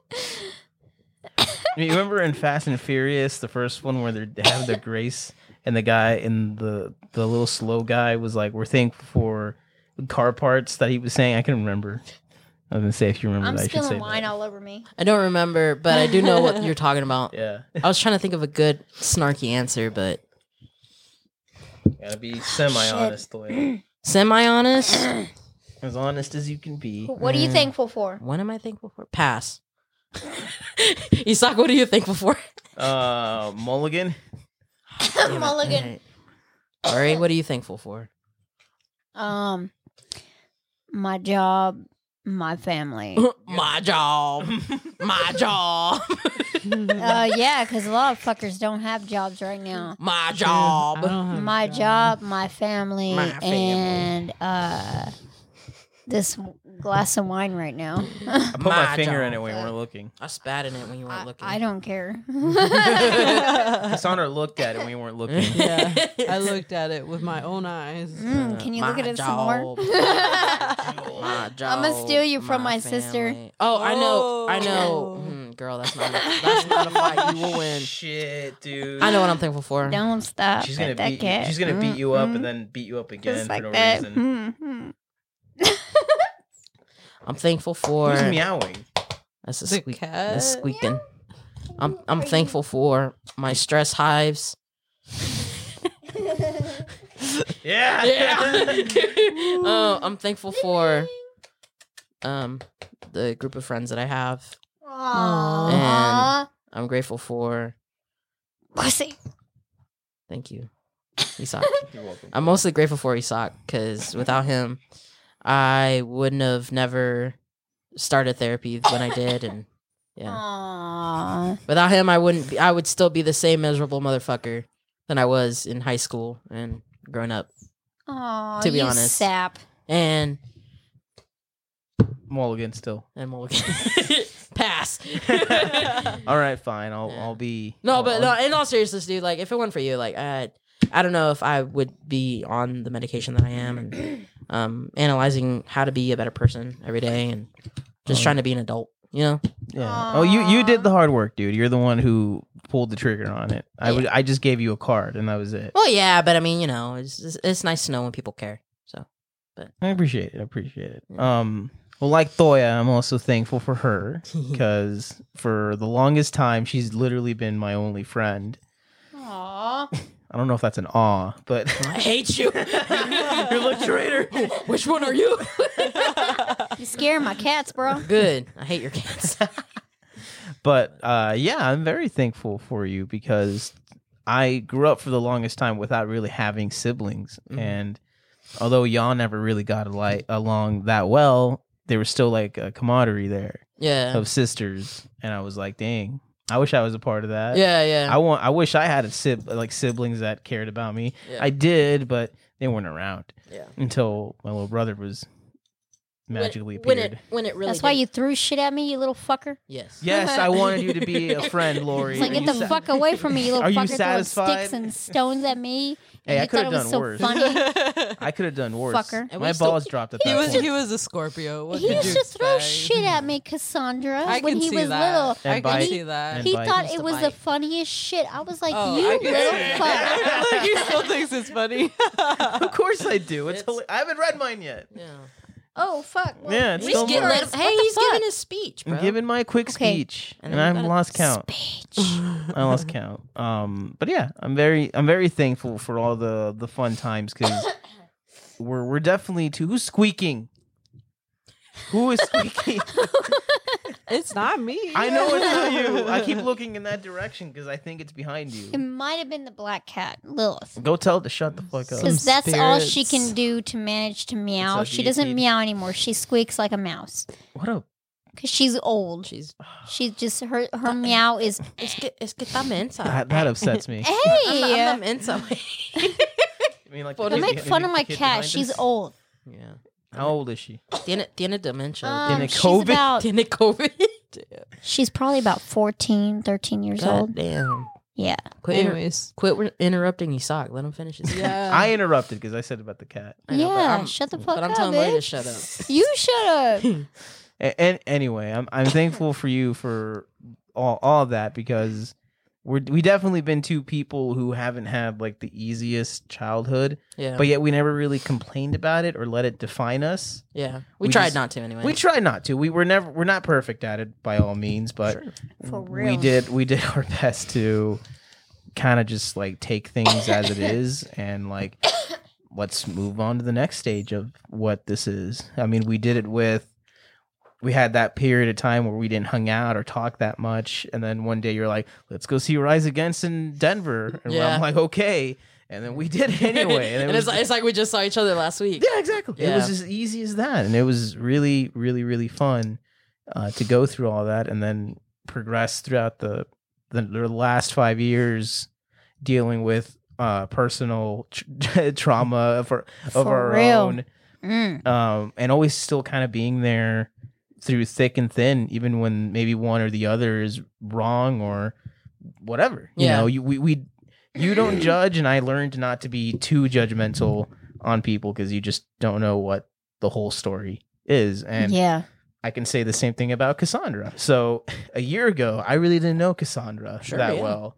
mean, remember in Fast and Furious, the first one where they have the grace and the guy and the the little slow guy was like, "We're thankful for car parts that he was saying." I can remember. I was gonna say if you remember,
I'm
that, I should say
spilling wine
that.
all over me.
I don't remember, but I do know what you're talking about.
Yeah,
I was trying to think of a good snarky answer, but
gotta be semi-honest. Lloyd.
semi honest.
As honest as you can be.
What are you thankful for?
What am I thankful for? Pass. Isak, what are you thankful for?
Uh, Mulligan.
Mulligan.
All right, what are you thankful for?
Um, my job, my family.
My job. My job.
uh, yeah, because a lot of fuckers don't have jobs right now.
My
I
job.
don't
Oh,
have a
My job, my family,
My family.
and uh, this glass of wine right now.
I put
My
my finger in
dog.
it when we're looking.
I spat in it when you weren't
I,
looking.
I don't care. Mm,
Cassandra looked at it when we weren't looking.
Yeah.
I looked at it with my own eyes.
Mm, can you look
my
at it some more?
My job,
I'ma steal you from my sister.
family. Oh, I know. I know.
Oh.
Mm, girl, that's not, that's not a fight you will win.
Shit, dude.
I know what I'm thankful for.
Don't stop.
She's gonna
at that
beat. You,
cat.
she's gonna beat you up
Mm,
and then beat you up again
Just
for
like
no
that.
reason.
Mm,
I'm thankful for.
Who's meowing?
That's a
The
squeak.
cat.
That's squeaking. I'm I'm thankful for my stress hives.
mm.
Yeah.
oh, I'm thankful for um the group of friends that I have.
Aww.
I'm grateful for.
Pussy.
Thank you, Isak.
You're welcome.
I'm mostly grateful for Isak because without him, I wouldn't have never started therapy when I did, and yeah,
Aww.
without him, I wouldn't. Be, I would still be the same miserable motherfucker than I was in high school and growing up.
Aww.
To be
you
honest.
Sap.
And
Mulligan still.
and we'll pass.
All right, fine. I'll
Yeah.
I'll be.
No,
I'll-
but no,
I'll-
in all seriousness, dude, like if it weren't for you, like I I don't know if I would be on the medication that I am and um analyzing how to be a better person every day and just
Oh.
trying to be an adult, you know?
Yeah. Oh, you you
Aw.
did the hard work, dude. You're the one who pulled the trigger on it. I was I just gave you a card and that was it.
Well, yeah, but I mean, you know, it's it's, it's nice to know when people care. So
I appreciate it. I appreciate it. Um. Well, like Thoya, I'm also thankful for her because for the longest time, she's literally been my only friend.
Aww.
I don't know if that's an awe, but
I hate you. You're like traitor. Which one are you?
You scare my cats, bro.
Good. I hate your cats.
but uh, yeah, I'm very thankful for you because I grew up for the longest time without really having siblings,
Mhm.
and although y'all never really got ali- along that well, there was still like a camaraderie there
yeah.
of sisters, and I was like, dang, I wish I was a part of that.
Yeah, yeah.
I want. I wish I had a sib- like siblings that cared about me.
Yeah.
I did, but they weren't around
Yeah.
until my little brother was magically
when,
appeared.
it when it really
That's why
did-
you threw shit at me, you little fucker.
Yes.
Yes, I wanted you to be a friend, Lori.
It's like,
Are
get
you
the
sa-
fuck away from me, you little
Are you
fucker. Throwing sticks
satisfied?
and stones at me.
Hey,
and
I
you
could
thought
have
it was
done
so
worse.
funny.
I could have done worse.
Fucker.
And
My
we still-
balls dropped at
He
that
was
point.
he was a Scorpio. What
He
did
used
you
to throw
expect?
shit at me, Cassandra,
I
when
can
he
see
was
that.
little.
And
I
bite.
can see that.
And
He
bite.
thought
Used
it
to
was the
bite.
funniest shit. I was like,
Oh, I
you
can
little
see
fuck.
that. like he still thinks it's funny.
of course I do. It's,
It's-
hila- I haven't read mine yet.
Yeah.
Oh, fuck. Well,
Yeah, it's
At
At still
we
least
least get
get more.
let
let
him.
What
Hey,
the
he's
fuck?
giving a speech, bro.
I'm giving my quick
Okay.
speech,
And
and,
then you
I've
gotta
lost count.
Bitch.
I lost count. Um, but yeah, I'm very, I'm very thankful for all the the fun times because we're we're definitely too. Who's squeaking? Who is squeaking?
it's not me.
I know it's not you. I keep looking in that direction because I think it's behind
It
you.
might have been the black cat, Lilith.
Go tell it to shut the fuck up.
Some
Because that's all she
spirits.
can do to manage to meow.
like
She doesn't
ET.
meow anymore. She squeaks like a mouse.
What a
Because she's old.
She's
She just, her,
Uh,
her meow is,
es que es que está mensa.
that, that upsets me.
hey!
I'm, not- I'm not mensa.
I mean, like,
Well,
the
I
kid-
make
the
fun of my
kid
cat.
behind
She's
us.
old. Uh,
yeah.
How old is she?
Tiene tiene dementia.
Um, she's
COVID?
about-
tiene COVID.
She's probably about 14, 13 years
God
old.
damn.
Yeah.
Quit inter-
Anyways,
quit re- interrupting Isak. Let him finish his.
yeah.
I interrupted because I said about the cat.
I know, but
yeah.
I'm-
shut the fuck
But
up.
I'm telling
bitch.
Lori to shut up.
You shut up.
A- and anyway, I'm I'm thankful for you for all all that because we're we definitely been two people who haven't had like the easiest childhood,
Yeah.
but yet we never really complained about it or let it define us.
yeah. We,
we
tried
just-
not to anyway.
We try not to. We were never we're not perfect at it by all means, but
Sure.
For
we
real.
did we did our best to kind of just like take things as it is and like let's move on to the next stage of what this is i mean we did it with we had that period of time where we didn't hung out or talk that much and then one day you're like let's go see rise against in denver and
Yeah.
i'm like okay and then we did it anyway
and
it
it's
was-
like, it's like we just saw each other last week.
yeah, exactly. It was
Yeah.
as easy as that, and it was really, really, really fun uh, to go through all that and then progress throughout the the, the last five years dealing with uh, personal tr- trauma of our, of
For
our
real.
own,
Mm.
um, and always still kind of being there through thick and thin, even when maybe one or the other is wrong or whatever. You
Yeah.
know, you we, we you don't judge, and I learned not to be too judgmental on people because you just don't know what the whole story is. And
yeah.
I can say the same thing about Cassandra. So a year ago, I really didn't know Cassandra
Sure,
that
yeah.
well.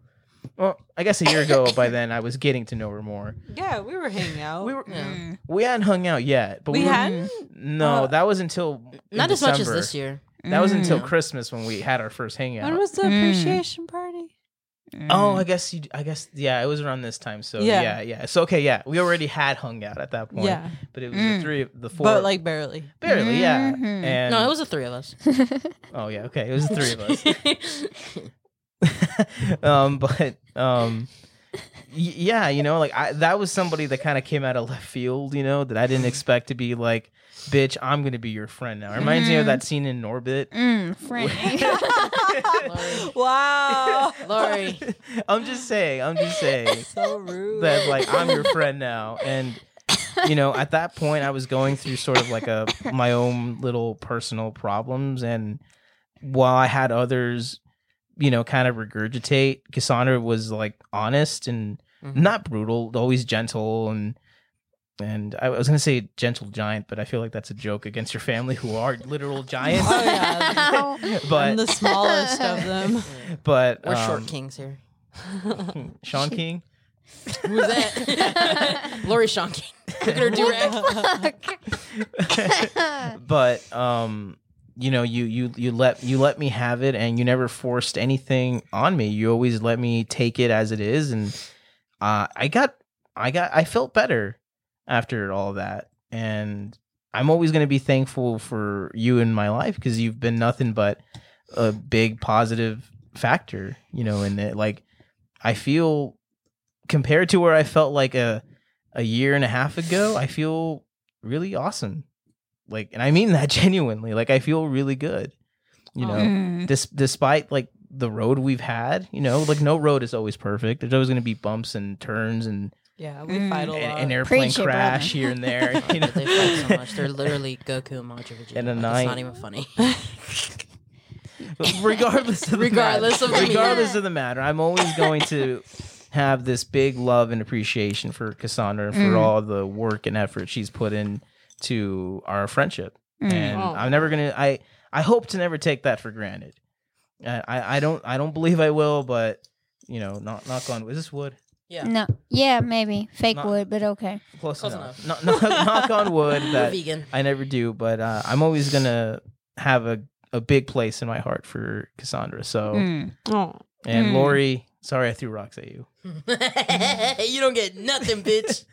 Well, I guess a year ago, by then I was getting to know her more.
Yeah, we were hanging out.
We were
Yeah.
Mm.
we hadn't hung out yet, but
we
were-
hadn't.
no,
Uh,
that was until in
Not as much as
December.
this year.
That was until
Mm.
Christmas when we had our first hangout.
When was the
Mm.
appreciation party?
Mm.
oh, I guess you. I guess yeah, it was around this time. So
Yeah.
yeah, yeah. So okay, yeah, we already had hung out at that point.
Yeah,
but it was
Mm.
the three, the four,
but like barely.
barely, yeah.
Mhm.
And
mm-hmm. No, it was the three of us.
oh yeah, okay, it was the three of us.
us.
um, but um, y- yeah, you know, like I, that was somebody that kind of came out of left field, you know, that I
Mm.
didn't expect to be like, bitch, I'm gonna be your friend now. It reminds me of that scene in Norbit.
Mm, Frank.
Lori.
wow,
Lori.
I'm just saying. I'm just saying.
so rude.
that like I'm your friend now and you know at that point I was going through sort of like a my own little personal problems and while I had others you know kind of regurgitate Cassandra was like honest and
Mhm.
not brutal always gentle and and I was going to say gentle giant but I feel like that's a joke against your family who are literal giants
Oh, yeah. I'm
but
the smallest of them.
but
We're short
um,
kings here.
Sean King
Who's that? Lori Sean King. Look at her do-rag.
but um you know you you you let you let me have it and you never forced anything on me you always let me take it as it is and uh i got i got i felt better after all that and i'm always going to be thankful for you in my life because you've been nothing but a big positive factor you know in it like i feel compared to where i felt like a a year and a half ago i feel really awesome like and i mean that genuinely like i feel really good you know
Mm.
dis- despite like the road we've had you know like no road is always perfect there's always going to be bumps and turns and
Yeah, we
Mm.
fight a lot.
an, an airplane
Preach it,
crash
brother.
here and there
Oh,
you know
dude, They fight so much. They're literally Goku and Majin Vegeta.
And a
like,
knight.
It's not even funny.
regardless of the
Regardless
matter,
of the-
regardless of the matter i'm always going to have this big love and appreciation for cassandra and for
Mm.
all the work and effort she's put in to our friendship
Mm.
and
Oh.
i'm never gonna i i hope to never take that for granted I, I i don't i don't believe i will but you know knock knock on is this wood
Yeah.
No. Yeah, maybe. Fake
Not-
wood, but okay.
close,
Close
enough, Knock- knock- knock on wood
We're
that
vegan.
I never do, but uh, I'm always gonna have a, a big place in my heart for Cassandra. So
Mm.
Oh,
and
Mm.
Lori, sorry I threw rocks at you.
you don't get nothing, bitch.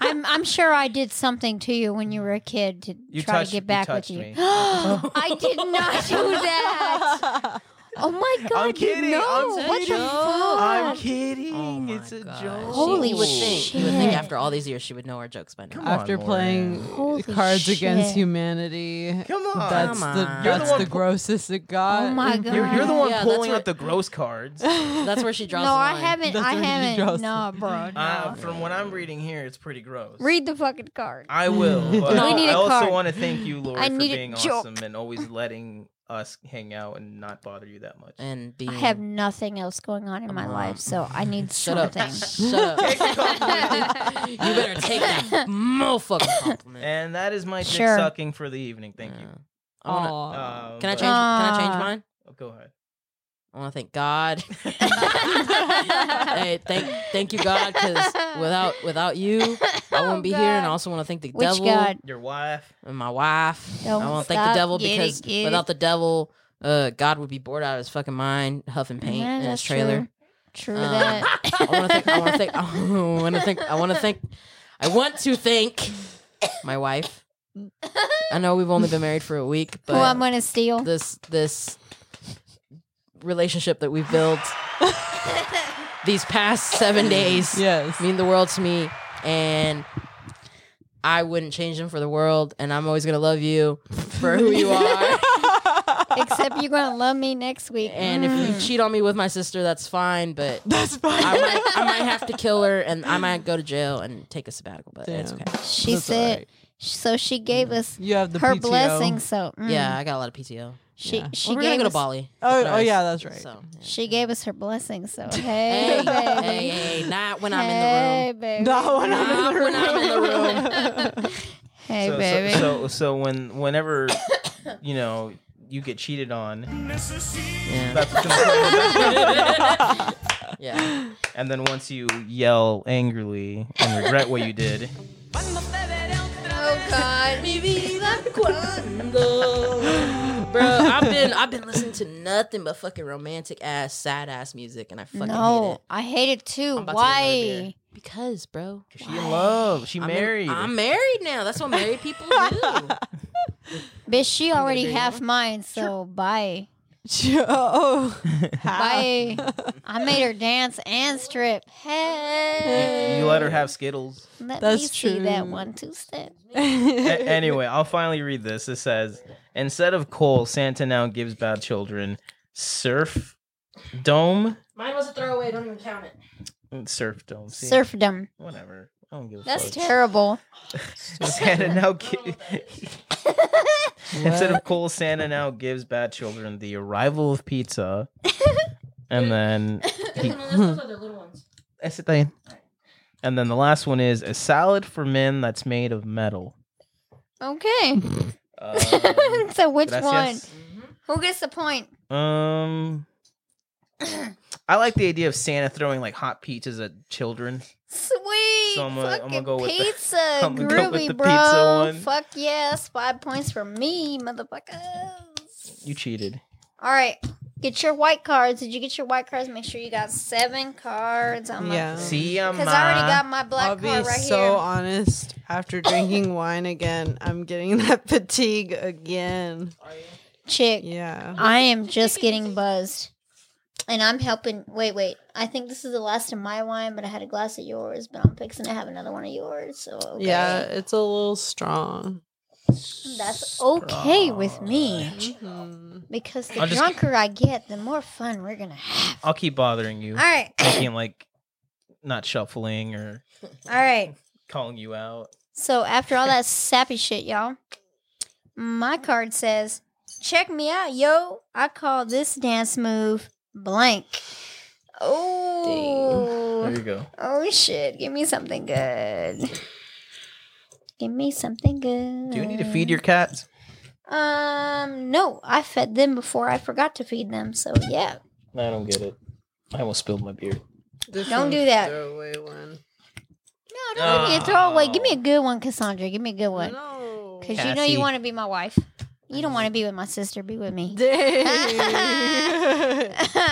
I'm I'm sure I did something to you when you were a kid to
You
try
touched-
to
you
get back with
touched
you.
me.
I did not do that. Oh my god! you
kidding,
know.
I'm
what the
kidding.
fuck?
I'm kidding.
Oh my
it's a
God.
joke.
Holy
you would think, You would
shit.
think after all these years she would know our jokes by now.
Come on,
After
Lauren.
playing
Holy
Cards Against
shit.
Humanity,
Come on.
that's
Come
the
on.
You're the
that's
one
the
pu-
grossest it got.
Oh my god!
you're, you're the one
Yeah, that's
pulling
where-
out the gross cards.
That's where she
No,
draws the
I
line.
haven't.
That's
I
where he
haven't.
draws
No, bro. No.
Uh, from what I'm reading here, it's pretty gross.
Read the fucking card.
I will. But
No, we need
I
a
also
card.
want to thank you, Lori,
I
for
need a
being
joke.
awesome and always letting us hang out and not bother you that much.
And being
I have nothing else going on in my
on.
life, so I need
Shut up.
something.
Shut up. you better take that
Eh,
motherfucking compliment.
And that is my dick
Sure. Uh,
sucking for the evening. Thank you.
Yeah. I wanna-
Aw.
Um,
can I
but-
change? Can I change
Aw.
mine?
Oh, go ahead.
I want to thank God. hey, thank thank you God, because without without you, I
Oh,
wouldn't be here. And I
God.
also want to thank the
Which
devil
God?
Your wife.
and my wife.
Don't
I want to thank the
stop.
devil
Get it,
because
get it.
without the devil, uh, God would be bored out of his fucking mind, huffing paint
Yeah,
in his
that's
trailer.
True, true
Um,
that.
I want to thank. I want to thank. I want to thank. I want to thank. I want to thank my wife. I know we've only been married for a week, but
Who I'm gonna steal?
this this relationship that we've built these past seven days
Yes.
mean the world to me, and I wouldn't change them for the world. And I'm always gonna love you for who you are.
Except you're gonna love me next week.
And if you cheat on me with my sister, that's fine. But
That's fine.
I might, I might have to kill her, and I might go to jail and take a sabbatical. But it's
Damn.
okay.
Mm, she
That's
said
alright.
So she gave
Mm.
us
You have the
her
PTO.
blessing. So mm,
Yeah, I got a lot of PTO.
she
Yeah.
she
Well, we're
gave
gonna go to
us,
Bali.
Oh,
That's
oh
nice.
yeah, that's right.
So, yeah.
She gave us her blessing. So hey,
hey,
baby.
hey, hey, not when I'm in
Hey, baby.
No, when I'm
Not
in the
when I'm in the
room.
Hey,
so,
baby.
So, so so when whenever you know you get cheated on,
the room.
that's what's gonna
Yeah. yeah.
and then once you yell angrily and regret what you did,
oh God.
Bro, I've been I've been listening to nothing but fucking romantic ass, sad ass music and I fucking hate
no,
it.
I hate it too.
I'm about to get another
Why?
beer. Because, bro.
she in love, she
I'm in-
married.
I'm married now. That's what married people do.
Bitch, she already
beer,
half mine. So bye.
Oh,
Ah.
Bye. I made her dance and strip. Hey.
you let her have Skittles.
Let me
That's
see that
true.
one two step.
A- anyway, I'll finally read this. It says, instead of coal, Santa now gives bad children surf dome.
Mine was a throwaway, don't even count it.
Surf dome. See?
Surfdom.
Whatever. I don't give a
That's
fuck.
terrible.
Santa now gi- instead of coal, Santa now gives bad children the arrival of pizza, and then
Those are the little ones.
that's it. Then, and then the last one is a salad for men that's made of metal.
Okay.
Um,
so which one?
gracias.
Mm-hmm.
Who gets the point?
Um, I like the idea of Santa throwing like hot pizzas at children.
Sweet.
So I'ma- I'ma
fucking
go with the-
pizza.
I'ma go
Groovy,
with the
bro.
pizza one.
Fuck yes. Five points for me, motherfuckers.
You cheated.
All right. Get your white cards. Did you get your white cards? Make sure you got seven cards. I'm
yeah.
See ya,
Because I already
ma.
got my black
I'll be
card right
so
here.
honest. After drinking wine again, I'm getting that fatigue again.
Chick,
Yeah.
I am just getting buzzed. And I'm helping. Wait, wait. I think this is the last of my wine, but I had a glass of yours, but I'm fixing to have another one of yours. So, Oh, okay.
Yeah, it's a little strong.
That's okay with me.
Mm-hmm.
Because the
I'll just-
drunker I get, the more fun we're going to have.
I'll keep bothering you,
All right.
making like not shuffling or
All right.
calling you out.
So after all that sappy shit, y'all, my card says, check me out, yo. I call this dance move blank.
There
Oh.
you go.
Oh, shit. Give me something good. Give me something good.
Do you need to feed your cats?
Um, no. I fed them before I forgot to feed them. So, yeah.
I don't get it. I almost spilled my beer.
Don't do that.
Throwaway one.
No, don't give me a throwaway. Give me a good one, Cassandra. Give me a good one.
No.
Because you know you
Cassie.
want to be my wife. You don't want to be with my sister. Be with me.
Dang.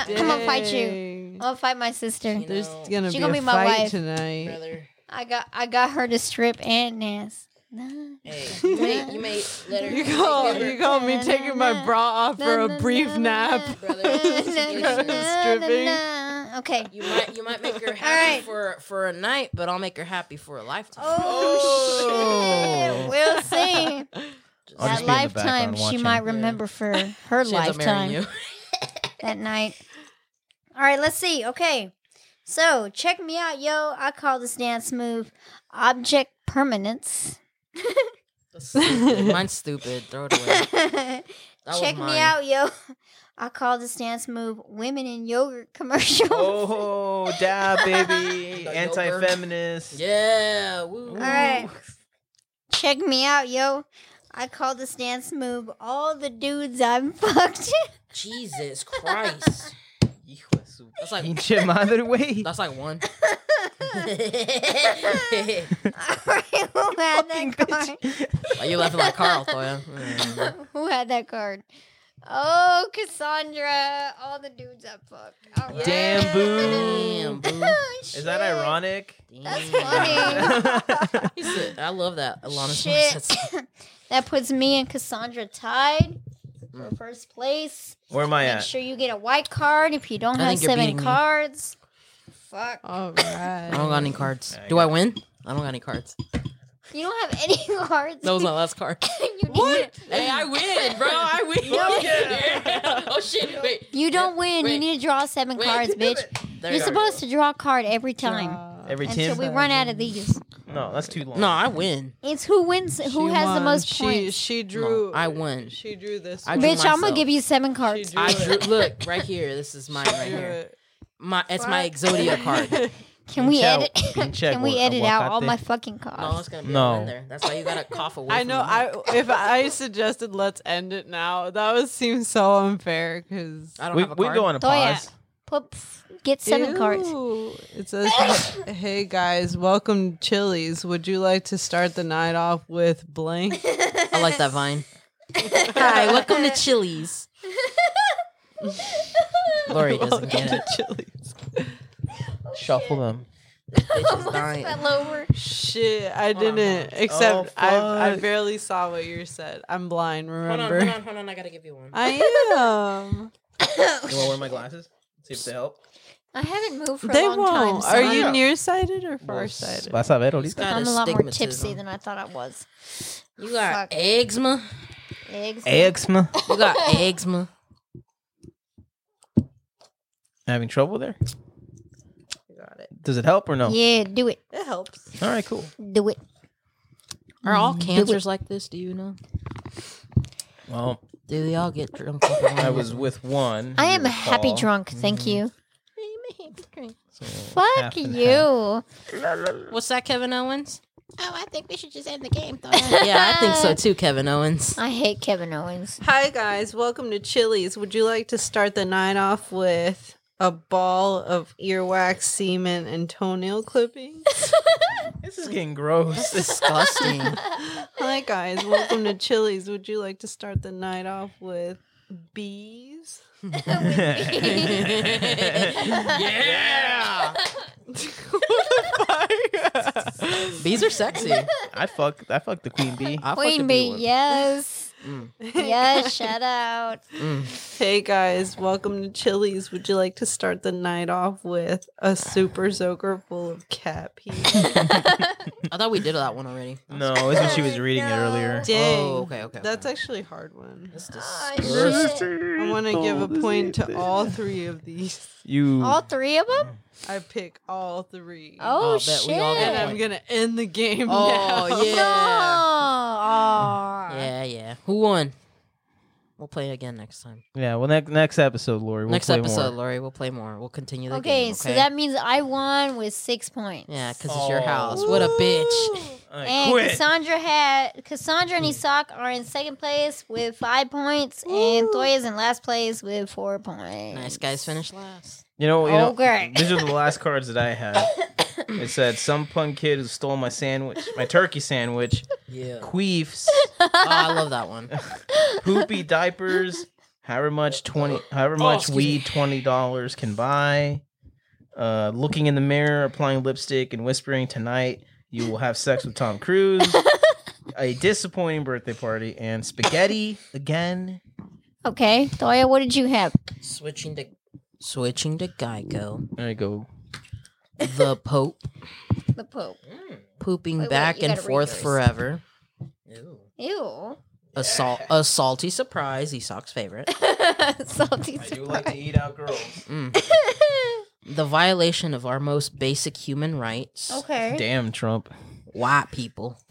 I'm gonna fight you.
Dang.
I'll fight my sister.
You
There's
know,
gonna,
She
be,
gonna
a
be my
fight
wife.
tonight.
brother.
I got I got her to strip and dance. Nah.
Hey, you may, you may let her.
You call
let her-
you call me taking my bra off for a brief nap.
brother.
Na, na, na,
Situation.
na,
Stripping.
na. Okay.
You might you might make her happy
right.
for for a night, but I'll make her happy for a lifetime.
Oh, shit. We'll see.
I'll just be in the
That lifetime
background
she
watching.
might remember for her
She ends up marrying
lifetime.
you.
that night. All right, let's see. Okay. So, check me out, yo. I call this dance move object permanence.
That's stupid. Mine's stupid. Throw it away. That was
check me
mine.
out, yo. I call this dance move women in yogurt commercials.
Oh, dab, baby.
The
Anti-feminist.
Yeah. Woo.
All right. Check me out, yo. I call this dance move all the dudes I've fucked.
Jesus Christ.
Hijo de su
That's like-
pinche madre, wey.
That's like one.
all right, who had that card?
Why you laughing like Carl, Toya? Mm.
Who had that card? Oh, Cassandra. All the dudes I fucked. All right.
Damn,
Damn,
boo.
boo.
Oh,
Is that
shit.
ironic?
That's
Damn.
funny.
He said- I love that. Alanis
Shit.
Morissette song.
that puts me and Cassandra tied for first place.
Where am I
Make
at?
sure you get a white card if you don't
I
have
think you're
seven
beating me.
cards. Fuck.
All
I don't got
right.
any cards.
I
Do I win? I don't got any cards.
You don't have any cards.
That was my last card.
you, need-
Hey, I win, bro. I win. Yeah. Oh shit! Wait.
you don't win. You
Wait.
need to draw seven
Wait.
cards, bitch.
There
You're
you go.
supposed to draw a card every time
Every
until
ten.
we run out of these.
No, that's too long.
No, I win.
It's who wins, who
She
has the
won.
most
she,
points.
She drew.
No, I won.
She drew this.
I drew
Bitch, I'm gonna
myself.
give you seven cards.
drew-
I
Do
drew,
it.
look right here. This is mine right
drew
here.
it.
My it's my Exodia card.
Can we
Check-
edit?
you can
Can,
check
we
what- uh,
edit
what
out
I
all
think.
my fucking
No, it's
cards?
gonna be
No.
no. in there. That's why you gotta cough away.
I
from
know.
the
I
mic.
if I suggested let's end it now, that would seem so unfair because
I don't
we
have a
we
card.
go on a
Toya.
pause.
Put get seven cards.
It says, "Hey guys, welcome to Chili's. Would you like to start the night off with blank?"
I like that vine. Hi, welcome to Chili's. Lori doesn't get it.
Chili's.
Shuffle them.
Bitch is dying.
over.
Shit, I didn't. Except I, I
fuck.
barely saw what you said. I'm blind.
Hold on,
Remember,
hold on, hold on. I gotta give you one.
I am.
You want to wear my glasses? See if they help.
I haven't moved for
they
a long time.
won't.
so
Are you
Yeah.
nearsighted or farsighted?
Vas a ver
He's
ahorita.
got
I'm a lot more tipsy
astigmatism.
than I thought I was.
You got
Fuck.
eczema.
Eggs.
Eczema.
You got eczema.
Having trouble there?
Got it.
Does it help or
Oh.
no?
Yeah, do it.
It helps.
All right, cool.
Do it.
Are all cancers like this? Do you know?
Well,
Do they all get drunk?
I was with one.
I
you
am a happy
recall.
drunk. Thank you.
Mm-hmm.
So,
Fuck
half and
you.
half.
What's that, Kevin Owens?
Fuck.
Yeah, I think so too, Kevin Owens.
I hate Kevin Owens.
Hi guys, welcome to Chili's. Would you like to start the night off with a ball of earwax, semen, and toenail clippings?
This is getting gross.
Disgusting.
Hi guys, welcome to Chili's. Would you like to start the night off with bees?
yeah. Bees are sexy.
I fuck. I fuck the queen bee.
I
Queen bee, yes.
Mm.
Yes, shout out.
Hey guys, welcome to Chili's. Would you like to start the night off with a super soaker full of cat pee?
Oh, I thought we did that one already.
No, it's when
Oh
she was reading it earlier.
Dang.
Oh, okay, okay.
That's actually a hard one.
That's dis-
I want to give a point to all three of these.
You.
All three of them?
I pick all three.
Oh,
I'll bet
shit.
we all
And
get
I'm
one.
gonna end the game.
Oh,
now.
yeah.
Oh.
Yeah, yeah. Who won? We'll play again next time.
Yeah. Well, next next episode, Lori. We'll
next
play
episode,
More.
Lori, we'll play more. We'll continue the
Okay,
game.
so that means I won with six points.
Yeah, because it's your
Oh.
house. What a bitch.
I
And
quit.
Cassandra had Cassandra and Isak are in second place with five points, and Thoya's in last place with four points.
Nice guys finish last.
You know. You know.
Okay.
These are the last cards that I had. It said, "Some punk kid who stole my sandwich, my turkey sandwich,
Yeah. Oh,
queefs,
I love that one.
poopy diapers, however much twenty, however much
excuse
weed twenty dollars can buy, uh, looking in the mirror, applying lipstick, and whispering tonight you will have sex with Tom Cruise." A disappointing birthday party and spaghetti again.
Okay, Thoya, what did you have?
Switching to switching to Geico.
There you go.
The Pope
The Pope.
pooping
Wait, wait,
back
you
and
gotta read
forth
yours.
forever.
Ew.
A salt a salty surprise, Esau's favorite.
Salty.
I do like to eat out girls.
The violation of our most basic human rights.
Okay.
Damn Trump,
White people.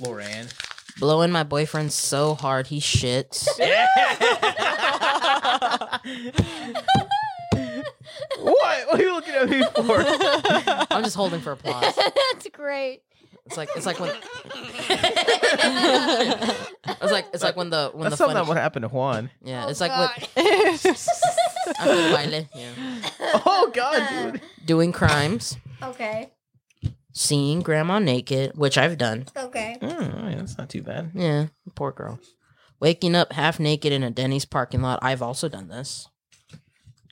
Loran.
Blowing my boyfriend so hard he shits.
What? What are you looking at me for?
I'm just holding for applause.
That's great.
It's like it's like when It's like it's like when the when
That's
the
not
funny,
what happened to Juan.
yeah,
Oh,
it's like
God.
what after the baile, yeah.
Oh God, dude.
doing crimes,
Okay.
seeing grandma naked, which I've done.
Okay.
Mm, all right, that's not too bad.
Yeah, poor girl. Waking up half naked in a Denny's parking lot. I've also done this.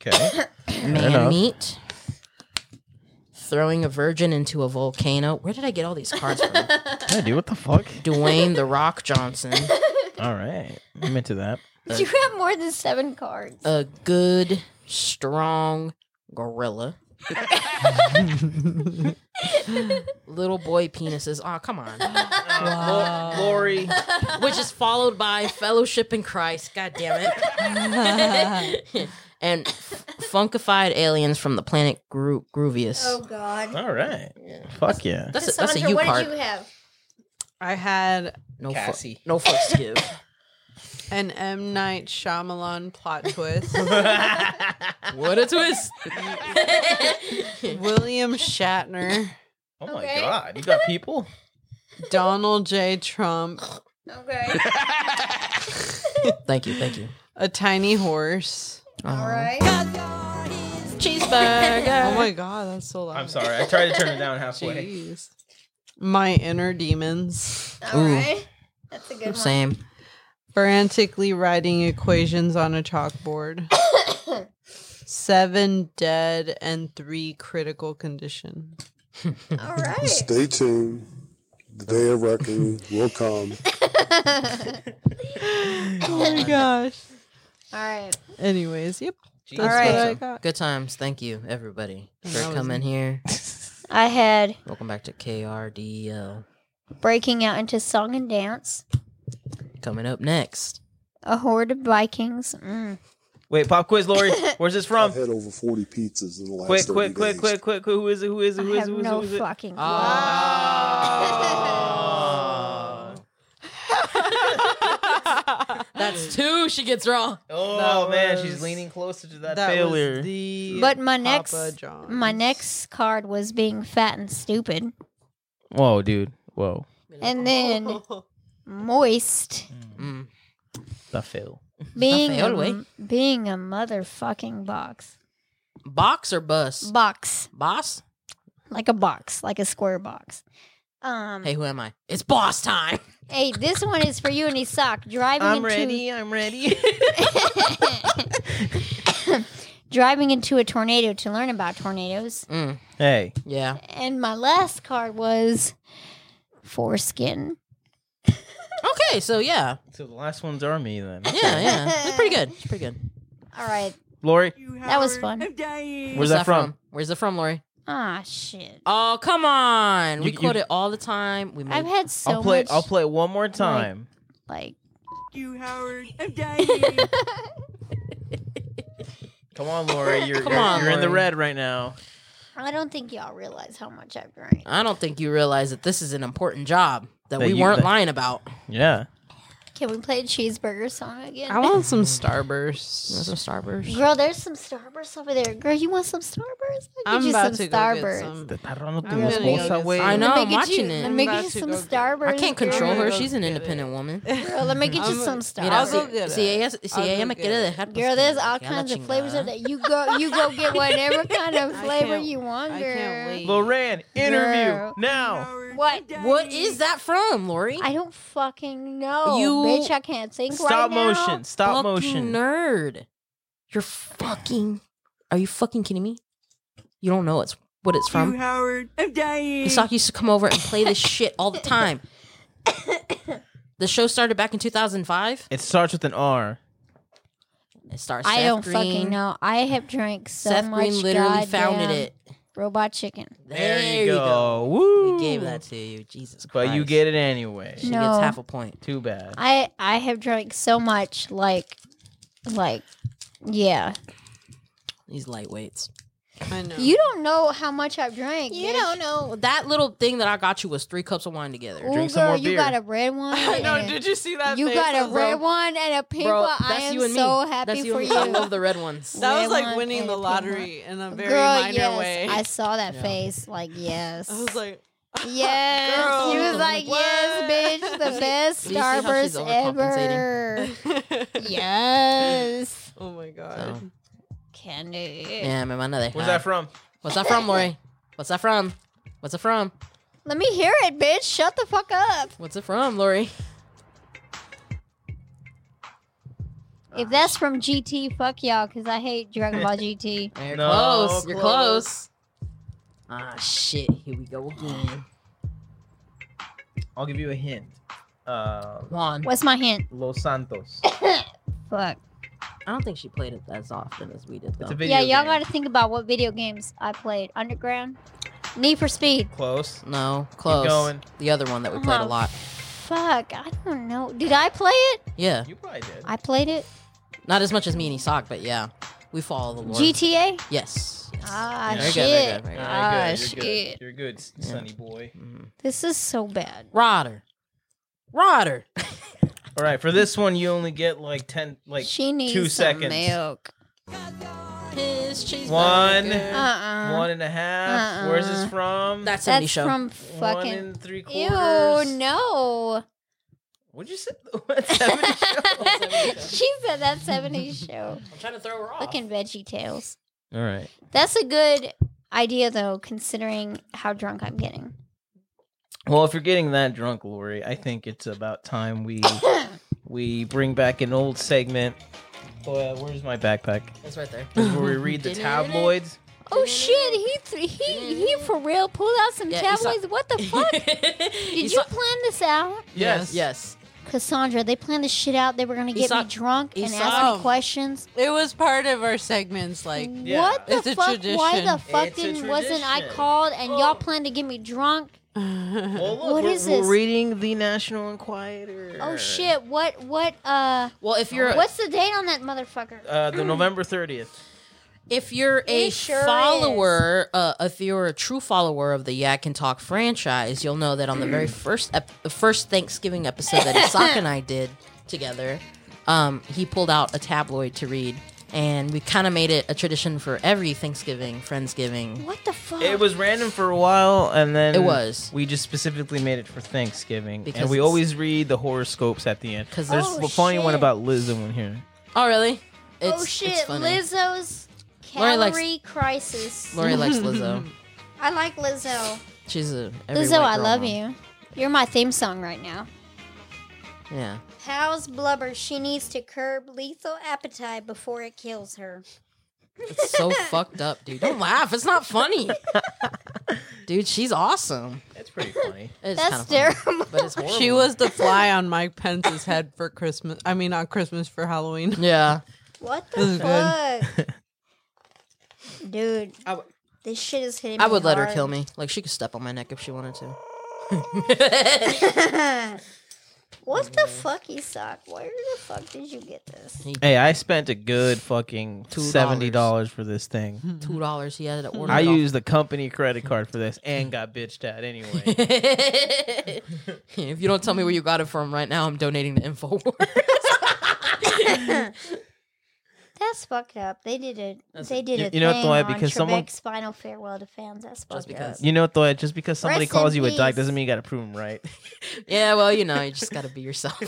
Okay.
Man
enough.
meat. Throwing a virgin into a volcano. Where did I get all these cards from?
yeah, dude, what the fuck?
Dwayne the Rock Johnson.
All right, I'm into that.
Uh.
You have more than seven cards.
A good, strong gorilla. Little boy penises. Oh, come on.
Wow. Lori,
which is followed by fellowship in Christ. God damn it. and f- funkified aliens from the planet Gro- Groovius.
Oh God.
All right.
Yeah.
Fuck yeah.
That's a, that's a you
what
part.
did you have?
I had
No fuck.
Cassie.
No fucks give.
an M Night Shyamalan plot twist.
Oh
what a twist!
William Shatner,
Oh
Okay.
my god. You got people?
Donald J. Trump,
Okay.
thank you, thank you.
a tiny horse.
All
Uh-huh.
right.
Cheeseburger.
Oh my god, that's so loud.
I'm sorry. I tried to turn it down halfway.
Jeez. My inner demons.
All
Ooh.
right. That's a good one.
Same.
Frantically writing equations on a chalkboard. Seven dead and three critical condition.
All right.
Stay tuned. The day of reckoning will come.
Oh my gosh.
All right.
Anyways, yep. That's
All
right.
what I got.
Good times. Thank you, everybody,
That
for
was-
coming here.
I had
Welcome back to KRDL.
breaking out into song and dance.
Coming up next.
A horde of Vikings. Mm.
Wait, pop quiz, Lori. Where's this from?
I've had over 40 pizzas in the last
Quick,
30
quick, quick,
days.
quick, quick. Who is it? Who is it?
I
Who is
have
it? Who is it?
no
Who is it? Ah.
fucking
Oh.
clue.
That's two she gets wrong.
Oh
That
man,
was-
she's leaning closer to that,
That
failure.
was the
But my
Papa
next,
John's.
my next card was being fat and stupid,
Whoa, dude. Whoa.
and then moist
Mm.
That fail.
being
fail,
a,
wait.
being a motherfucking box,
Box or bus?
box
boss?
like a box, like a square box. Um,
Hey,
hey,
who am I? It's boss time.
this one is for you and Isak driving
I'm
into
ready. I'm ready.
driving into a tornado to learn about tornadoes.
Mm.
hey.
Yeah.
And my last card was foreskin.
Okay, so yeah.
So the last one's army then.
Yeah, yeah. It's pretty good. It's pretty good.
All right,
Lori,
that was fun.
where's that, from?
Where's that from, Lori?
Ah, shit.
Oh, come on. we
You-
quote
you-
it all the time.
Mm,
We
I've
make
had so
I'll play
much.
I'll play it one more time.
Like,
Come on, Lori. You're,
Come
you're,
on,
you're in the
Lori.
red right now.
I don't think y'all realize how much I've drank.
Uh,
I don't think you realize that this is an important job that,
That
we
you-
weren't
that-
lying about.
Yeah.
Can we play a cheeseburger song again?
I want some Starburst.
Starburst.
Girl, there's some Starburst over there. Girl, you want some Starburst? I'll
I'm
get you
about
some
to go get
Starburst.
some. I'm gonna go get some.
I
I know.
Let me
I'm
get
watching
you,
it.
Let
I'm
me
about
get you
to
some
go get it.
Starburst.
I can't control
I'm gonna
her.
go
She's an
get
independent woman.
Girl, let me get you
I'm-
some
You know,
I'll
Starburst.
go get it.
si ella, si
I'll go
ella me
get
quiere
it.
dejar. pues,
Girl, there's all
que a la
kinds of flavors
chingada.
of that. You go, you go get whatever kind of
uh, I
flavor
can't-
you want, girl.
I can't wait.
Loran, interview
Girl.
now.
What?
What is that from, Lori?
I don't fucking know.
You-
bitch, I can't think
Stop
right now.
motion. Stop
Fucking
motion.
nerd. You're fucking. Are you fucking kidding me? You don't know it's what it's from. Howard, I'm dying. Isak used to come over and play this shit all the time. the show started back in 2005.
It starts with an R.
It starts.
I
Seth
don't
Green.
fucking know. I have drank so
Seth
much.
Green literally founded
goddamn
it.
Robot chicken.
There, you go. Woo.
We gave that to you, Jesus
But
Christ.
you get it anyway.
She
No.
gets half a point.
Too bad.
I I have drank so much. Like, like, yeah.
These lightweights.
I know.
You don't know how much I've drank. bitch.
know that little thing that I got you was three cups of wine together.
Ooh,
Drink some
girl,
more
you
beer.
got a red one.
I know.
and-
Oh, Did you see that?
You
face? I
got a
was
red
like-
one and a pink
Bro,
one. I
that's
am
you and me.
so happy
That's you
for
and
you.
me. I love the red ones.
That
Red
was
one
like winning
and
the
a pink
lottery in a very
Girl,
minor
yes,
way.
I saw that
Yeah.
face. Like, yes.
I was like,
yes.
Girl,
she was like, yes,
what?
bitch, the best
Do you see how she's
Starburst ever.
overcompensating?
yes.
oh my god.
So.
Candy.
Yeah, mi hermana de.
Where's that from?
What's that from, Lori? What's that from? What's it from?
Let me hear it, bitch. Shut the fuck up.
What's it from, Lori?
If that's from GT, fuck y'all, because I hate Dragon Ball GT.
You're
No,
close. You're
close.
close. Ah, shit. Here we go again.
I'll give you a hint. Uh,
Juan.
What's my hint?
Los Santos.
Fuck.
I don't think she played it as often as we did, though.
It's a video.
yeah, y'all
game.
got to think about what video games I played. Underground, Need for Speed.
close.
no, close.
going.
The other one that we played
Oh.
a lot.
Fuck, I don't know. Did I play it?
Yeah.
You probably did.
I played it.
Not as much as me and Isak, but yeah. We follow the Lord.
GTA?
Yes. yes.
Ah,
Very good,
shit.
very good, very good.
Ah,
You're good.
shit.
You're good, Sonny boy.
Mhm.
This is so bad.
Rotter. Rotter.
All right, for this one, you only get like ten, like
she needs
two
some
seconds.
milk.
His cheeseburger.
One.
Uh-uh.
One and a half. Where's this
Uh-uh.
from?
That's, Cindy
That's
show.
from
one
fucking.
and three
Ew,
quarters.
no.
What'd you say? What's that?
she said that 70s show.
I'm trying to throw her off.
Fucking veggie tales.
All right.
That's a good idea, though, considering how drunk I'm getting.
Well, if you're getting that drunk, Lori, I think it's about time we we bring back an old segment. Oh, uh, where's my backpack?
It's right there.
This is where we read the tabloids.
Oh shit! He th- he he for real pulled out some
Yeah, Esau-
tabloids. What the fuck?
you
Did you plan this out,
Yes.
Yes.
Cassandra? They planned this shit out. They were gonna get
Esau-
me drunk and ask
Esau.
me questions.
It was part of our segments. Like
Yeah.
What the
It's a
fuck? Why the
tradition.
fuck
It's a
didn't wasn't I
tradition.
called? And y'all planned to get me drunk.
Well, look,
What
we're,
is
we're
this?
reading the National Enquirer.
Oh shit! What what uh?
Well, if you're
What's the date on that motherfucker?
Uh, the November 30th.
if you're a
It sure
follower, uh, if you're a true follower of the Yak and Talk franchise, you'll know that on the very first ep- the first Thanksgiving episode that Isak and I did together, um, he pulled out a tabloid to read, and we kind of made it a tradition for every Thanksgiving, Friendsgiving.
What the fuck?
It was random for a while, and then
It was.
We just specifically made it for Thanksgiving,
Because
and we
it's-
always read the horoscopes at the end.
'Cause
there's
it's-
a funny one
Oh,
about Liz in one here.
Oh, really?
oh shit! Lizzo's
Lori
calorie
likes-
crisis.
Lori likes Lizzo.
I like Lizzo.
She's a every
Lizzo,
white
I
girl
love
mom.
you. You're my theme song right now.
Yeah.
How's blubber? She needs to curb lethal appetite before it kills her.
It's so fucked up, dude. Don't laugh. It's not funny. dude, she's awesome.
That's pretty funny.
It's
That's
kinda funny,
terrible.
But it's horrible.
she was the fly on Mike Pence's head for Christmas. I mean, not Christmas for Halloween.
Yeah.
What
This
the
is good.
fuck? Dude,
I would-
this shit is hitting me
I would let her
hard.
kill me. Like she could step on my neck if she wanted to.
what the fuck, Isak? Where the fuck did you get this?
Hey, I spent a good fucking
Two
seventy dollars for this thing.
Two dollars he had to order.
I
it off-
used the company credit card for this and got bitched at anyway.
if you don't tell me where you got it from right now, I'm donating to Infowars.
That's fucked up. They did it. They did
You-
it.
you know what,
thing
though,
why?
because someone-
spinal farewell to fans. That's fucked
because-
up.
you know what though? Just because somebody
Rest in
calls you a dyke
peace.
doesn't mean you got to prove them right.
yeah, well, you know, you just gotta be yourself.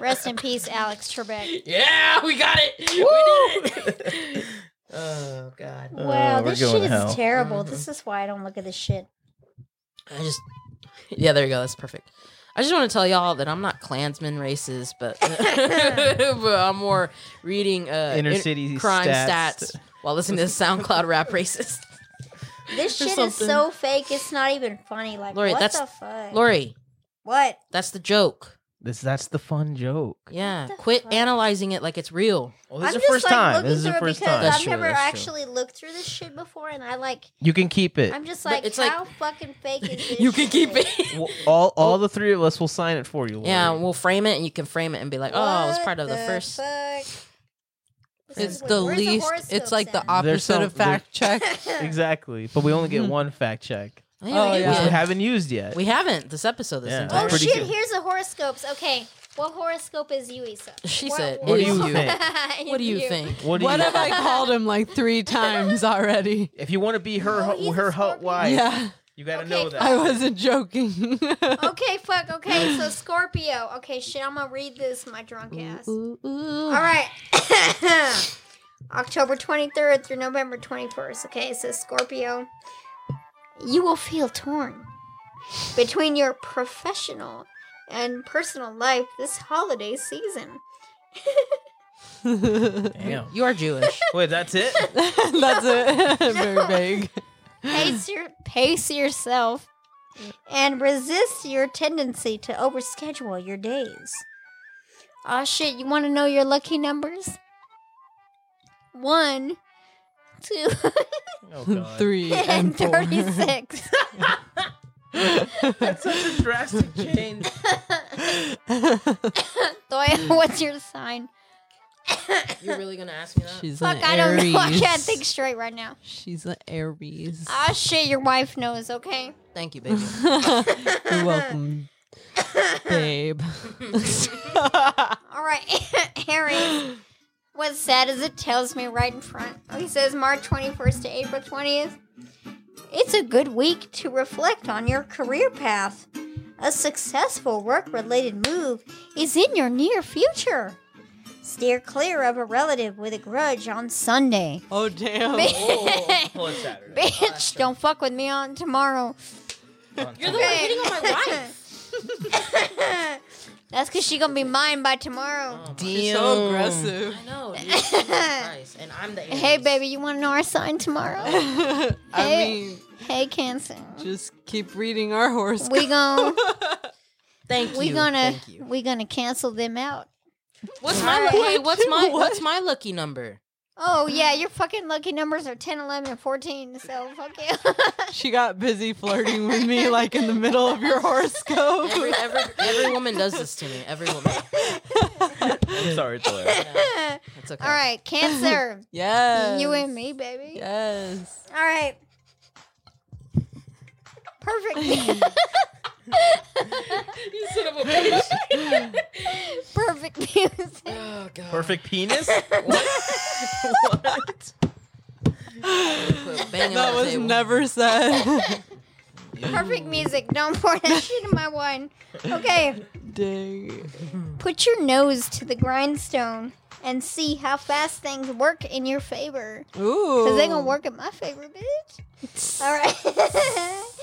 Rest in peace, Alex
Uh,
Trebek.
yeah, we got it. We did it. oh god.
Wow,
we're
this
going
shit
to
is
hell.
terrible. This is why I don't look at this shit.
I just Yeah, there you go. That's perfect. I just want to tell y'all that I'm not Klansman racist, but, but I'm more reading uh,
Inner
in-
city
crime
stats.
stats while listening to SoundCloud rap racist.
This
Or
shit is
something.
so fake. It's not even funny. Like,
Lori,
what
that's-
the fuck?
Lori,
what?
that's the joke.
This that's the fun joke.
Yeah,
What the
quit
fuck?
analyzing it like it's real.
Well, this
I'm
is
just
your first
like
time.
looking
This is
through
your
it
first
because
time.
That's
I've
true,
never
that's true.
actually looked through this shit before, and I like,
You can keep it.
I'm just like,
it's like-
how fucking fake is this?
You can keep
shit?
it.
Well, all all the three of us will sign it for you. Lori.
yeah, we'll frame it and you can frame it and be like, oh, I was
What
part of the first.
fuck? This
It's
is
the
where's
least.
horoscope
It's like the
sound?
There's
opposite
some-
of fact check.
exactly. But we only get one fact check,
Oh,
Oh,
we,
which
yeah.
we
did.
haven't used yet.
we haven't this episode this
Yeah.
Oh
entire.
Pretty
shit!
good.
Here's the horoscopes. Okay, what horoscope is you, Issa?
She said,
What do
"Is
you think?
What do you think?
What do
What
you?
have I called him like three times already?
if you want to be her
No, he's a
her hot
Scorpio.
wife,
Yeah,
you got to
Okay,
know that.
I wasn't joking.
Okay, fuck. Okay, so Scorpio. Okay, shit. I'm gonna read this, my drunk ass.
Ooh, ooh.
All right. October 23rd through November 21st. Okay, so Scorpio, you will feel torn between your professional and personal life this holiday season.
Damn.
You are Jewish.
Wait, that's it. Oh,
That's it. Very vague.
Pace, your, pace yourself and resist your tendency to overschedule your days. Aw, shit. You want to know your lucky numbers? One, two,
Oh god.
Three
and
and four.
36.
That's such a drastic change.
Doyle, what's your sign?
You're really gonna ask me that?
She's
Fuck,
an
I don't
Aries.
know. I can't think straight right now.
She's an Aries.
Ah, shit, your wife knows, okay?
Thank you, baby.
You're welcome, babe.
All right, Harry. What's sad is it tells me right in front. Oh, He says March 21st to April 20th. It's a good week to reflect on your career path. A successful work related move is in your near future. Steer clear of a relative with a grudge on Sunday.
oh damn!
Oh,
Well, it's Saturday.
Bitch, don't fuck with me on tomorrow.
You're the one hitting on my wife.
That's because she gonna be mine by
Oh.
tomorrow.
She's so aggressive.
I know. dude. Jesus Christ. And I'm the Aries.
Hey, baby, you wanna know our sign tomorrow?
I
Hey.
mean,
hey, Cancer.
just keep reading our horoscope.
We gon'
Thank you.
we gonna
Thank you.
we gonna cancel them out.
What's my wait, what's my what's my lucky number?
Oh yeah, your fucking lucky numbers are 10, 11, and 14, so fuck you.
she got busy flirting with me, like in the middle of your horoscope.
Every, every every woman does this to me. Every woman.
I'm sorry, it's hilarious.
It's okay.
All right, Cancer.
Uh,
yes.
You and me, baby.
Yes.
All right. Perfect.
You son of a bitch.
Perfect music.
Oh god.
Perfect penis?
what? Quit banging
That
on the
was
table.
never said.
Perfect music. Don't pour that shit in my wine. Okay.
Dang.
Put your nose to the grindstone and see how fast things work in your favor.
Ooh.
Because they going to work in my favor, bitch. All right.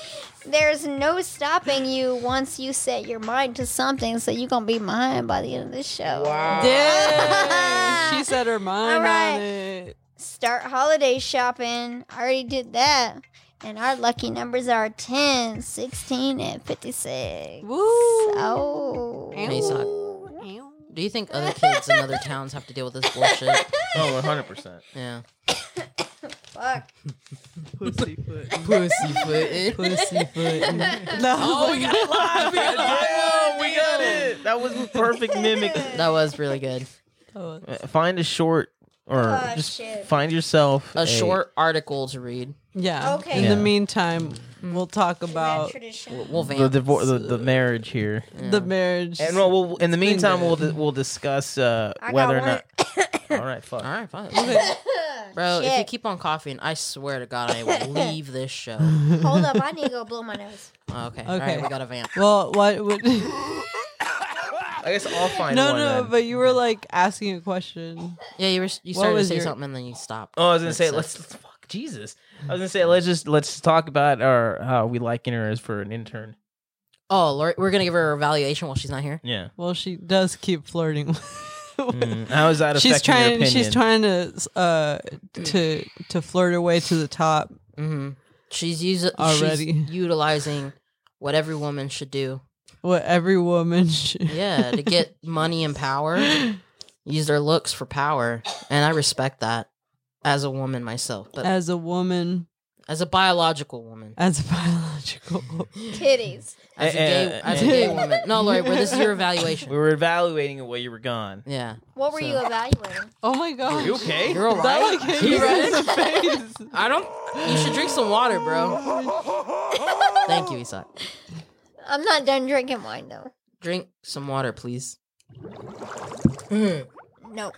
There's no stopping you once you set your mind to something, so you're going to be mine by the end of the show.
Dang. she set her mind
All right.
on it.
Start holiday shopping. I already did that. And our lucky numbers are 10, 16, and 56.
Woo.
Oh.
Hey, Sock. Do you think other kids in other towns have to deal with this bullshit?
Oh, 100%.
Yeah.
Fuck.
Pussyfoot. Pussyfoot. Pussyfoot. No.
we got it live. We got
Oh, we got it. That was perfect mimic.
That was really good.
Uh,
Find a short or
Oh,
just
shit.
find yourself
A short article to read.
Yeah.
Okay. Mm.
In the
Yeah.
meantime, we'll talk about
Tradition.
We'll
the
vamp.
divorce, the, the marriage here,
the marriage.
and well, we'll in the meantime,
been
we'll di- we'll discuss uh,
I got
whether or
one.
not. All right, fuck.
All right, fine. Bro, if you
Shit.
keep on coughing, I swear to God, I will leave this show. Oh,
Hold up. I need to go blow my nose.
Okay. All
Okay.
right, we got a vamp.
well, what would?
I guess I'll find
no,
one.
no.
then. Mm-hmm.
But you were like asking a question.
Yeah, you were, you started to
was
say
your-
something and then you stopped.
oh, I was gonna
That's
say
it.
let's, let's fuck Jesus. I was gonna say let's just let's talk about our how we liking her as for an intern.
Oh, Lori, we're gonna give her a evaluation while she's not here.
Yeah,
Well, she does keep flirting. with-
mm. how is that
She's
affecting your
trying. She's
opinion?
trying to uh to to flirt her way to the top.
Mm-hmm. She's using
Already.
utilizing what every woman should do.
What every woman should.
Yeah, to get money and power, use their looks for power, and I respect that as a woman myself, but
As a woman,
as a biological woman,
as a biological,
Titties.
as a
Eh,
gay,
eh,
as a
eh.
gay woman. No, Lori, but this is your evaluation.
We were evaluating it while you were gone.
Yeah,
What were
So-
you evaluating?
oh my god,
You okay?
you're all
that
right.
like hit you right in the face.
I don't. You should drink some water, bro. Thank you, Isak.
I'm not done drinking wine though.
Drink some water, please.
No.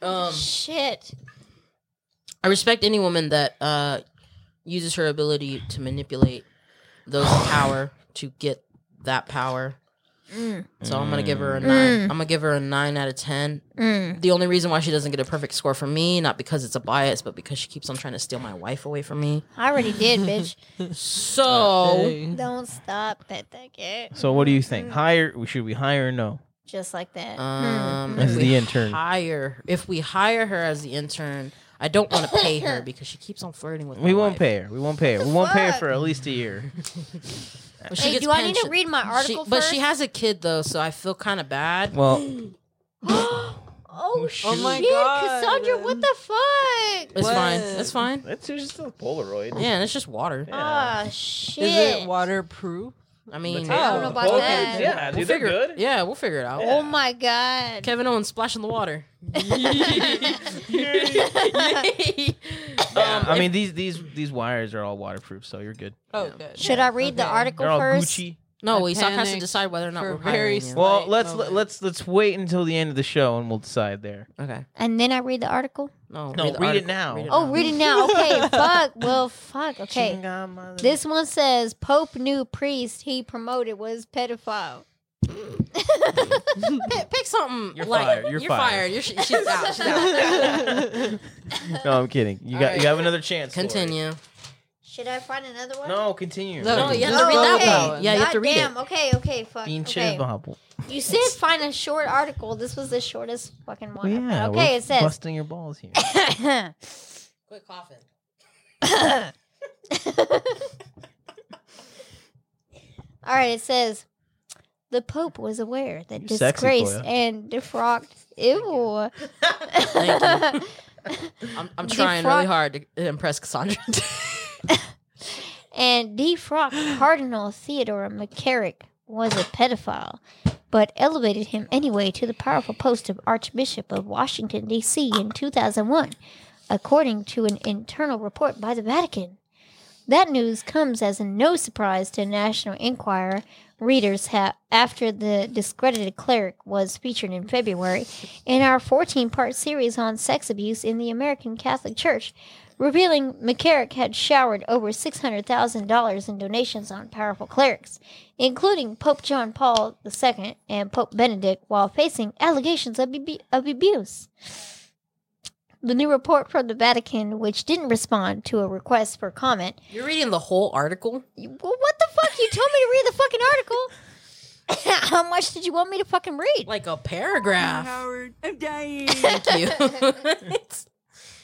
Um,
Shit.
I respect any woman that uh, uses her ability to manipulate those in power to get that power.
Mm.
So I'm gonna give her a nine. I'm gonna give her a nine out of ten.
Mm.
The only reason why she doesn't get a perfect score from me, not because it's a bias, but because she keeps on trying to steal my wife away from me.
I already did, bitch. Uh,
So
Dang.
Don't stop at that gate.
So what do you think? Hire? Should we hire? or No,
Just like that. Mm.
um,
As
if
the
we
intern.
hire if we hire her as the intern, I don't want to pay her because she keeps on flirting with.
we
my
won't
wife.
pay her. We won't pay her. We won't pay her
fuck?
for at least a year.
But she
hey,
gets
do I need to
pension-
read my
She-
article
but
first?
she has a kid though, so I feel kind of bad.
Well,
oh Oh,
shoot.
my
shit,
God.
Cassandra, what the fuck?
It's fine.
What?
It's fine.
That's just a Polaroid.
Yeah, and it's just water.
Yeah.
Ah, shit.
Is it waterproof?
I mean,
Potato.
I don't know about
Polaroids,
that.
Yeah,
we'll
dude, they're
figure-
good.
Yeah, we'll figure it out.
Um,
Oh my god.
Kevin Owens splash in the water.
Um, Yeah,
Um,
I mean these these these wires are all waterproof, so you're good.
Oh, good.
Should I read the
Okay.
article
They're all
first?
Gucci.
no, we still has to
Titanic
decide whether or not
for
we're
very
hiring you.
small-
Well,
Right,
let's
moment.
let's let's wait until the end of the show and we'll decide there.
Okay.
And then I read the article?
No.
No,
the
read it
article.
now.
Oh, read it now. Okay, fuck. Well, fuck. Okay.
Chingamother-
This one says Pope new priest he promoted was pedophile.
Pick, pick something.
You're
like,
fired. You're fired.
You're sh- she's out. She's out.
No, I'm kidding. You
All
got
right.
you have another chance. Lori.
Continue.
Should I find another one?
No, continue.
No,
No,
Continue.
you have to read
Oh,
that
okay.
one. Yeah, you have to read
Goddamn.
it.
Okay, okay, fuck.
Bean
okay.
Chizzbobble.
You said find a short article. This was the shortest fucking one.
yeah.
okay,
we're
it says
busting your balls here.
Quit coughing.
All right, it says the Pope was aware that
You sexy,
disgrace
Toya.
and defrocked evil.
Thank I'm, I'm trying really
Defrock-
hard to impress Cassandra.
and defrocked Cardinal Theodore McCarrick was a pedophile, but elevated him anyway to the powerful post of Archbishop of Washington, D.C. in 2001, according to an internal report by the Vatican. That news comes as no surprise to National Enquirer readers ha- after the discredited cleric was featured in February in our 14 part series on sex abuse in the American Catholic Church, revealing McCarrick had showered over $600,000 in donations on powerful clerics, including Pope John Paul II and Pope Benedict, while facing allegations of, abu- of abuse. The new report from the Vatican, which didn't respond to a request for comment,
You're reading the whole article?
you- Well, what the fuck? You told me to read the fucking article. How much did you want me to fucking read?
Like a paragraph.
Howard, I'm dying.
Thank you.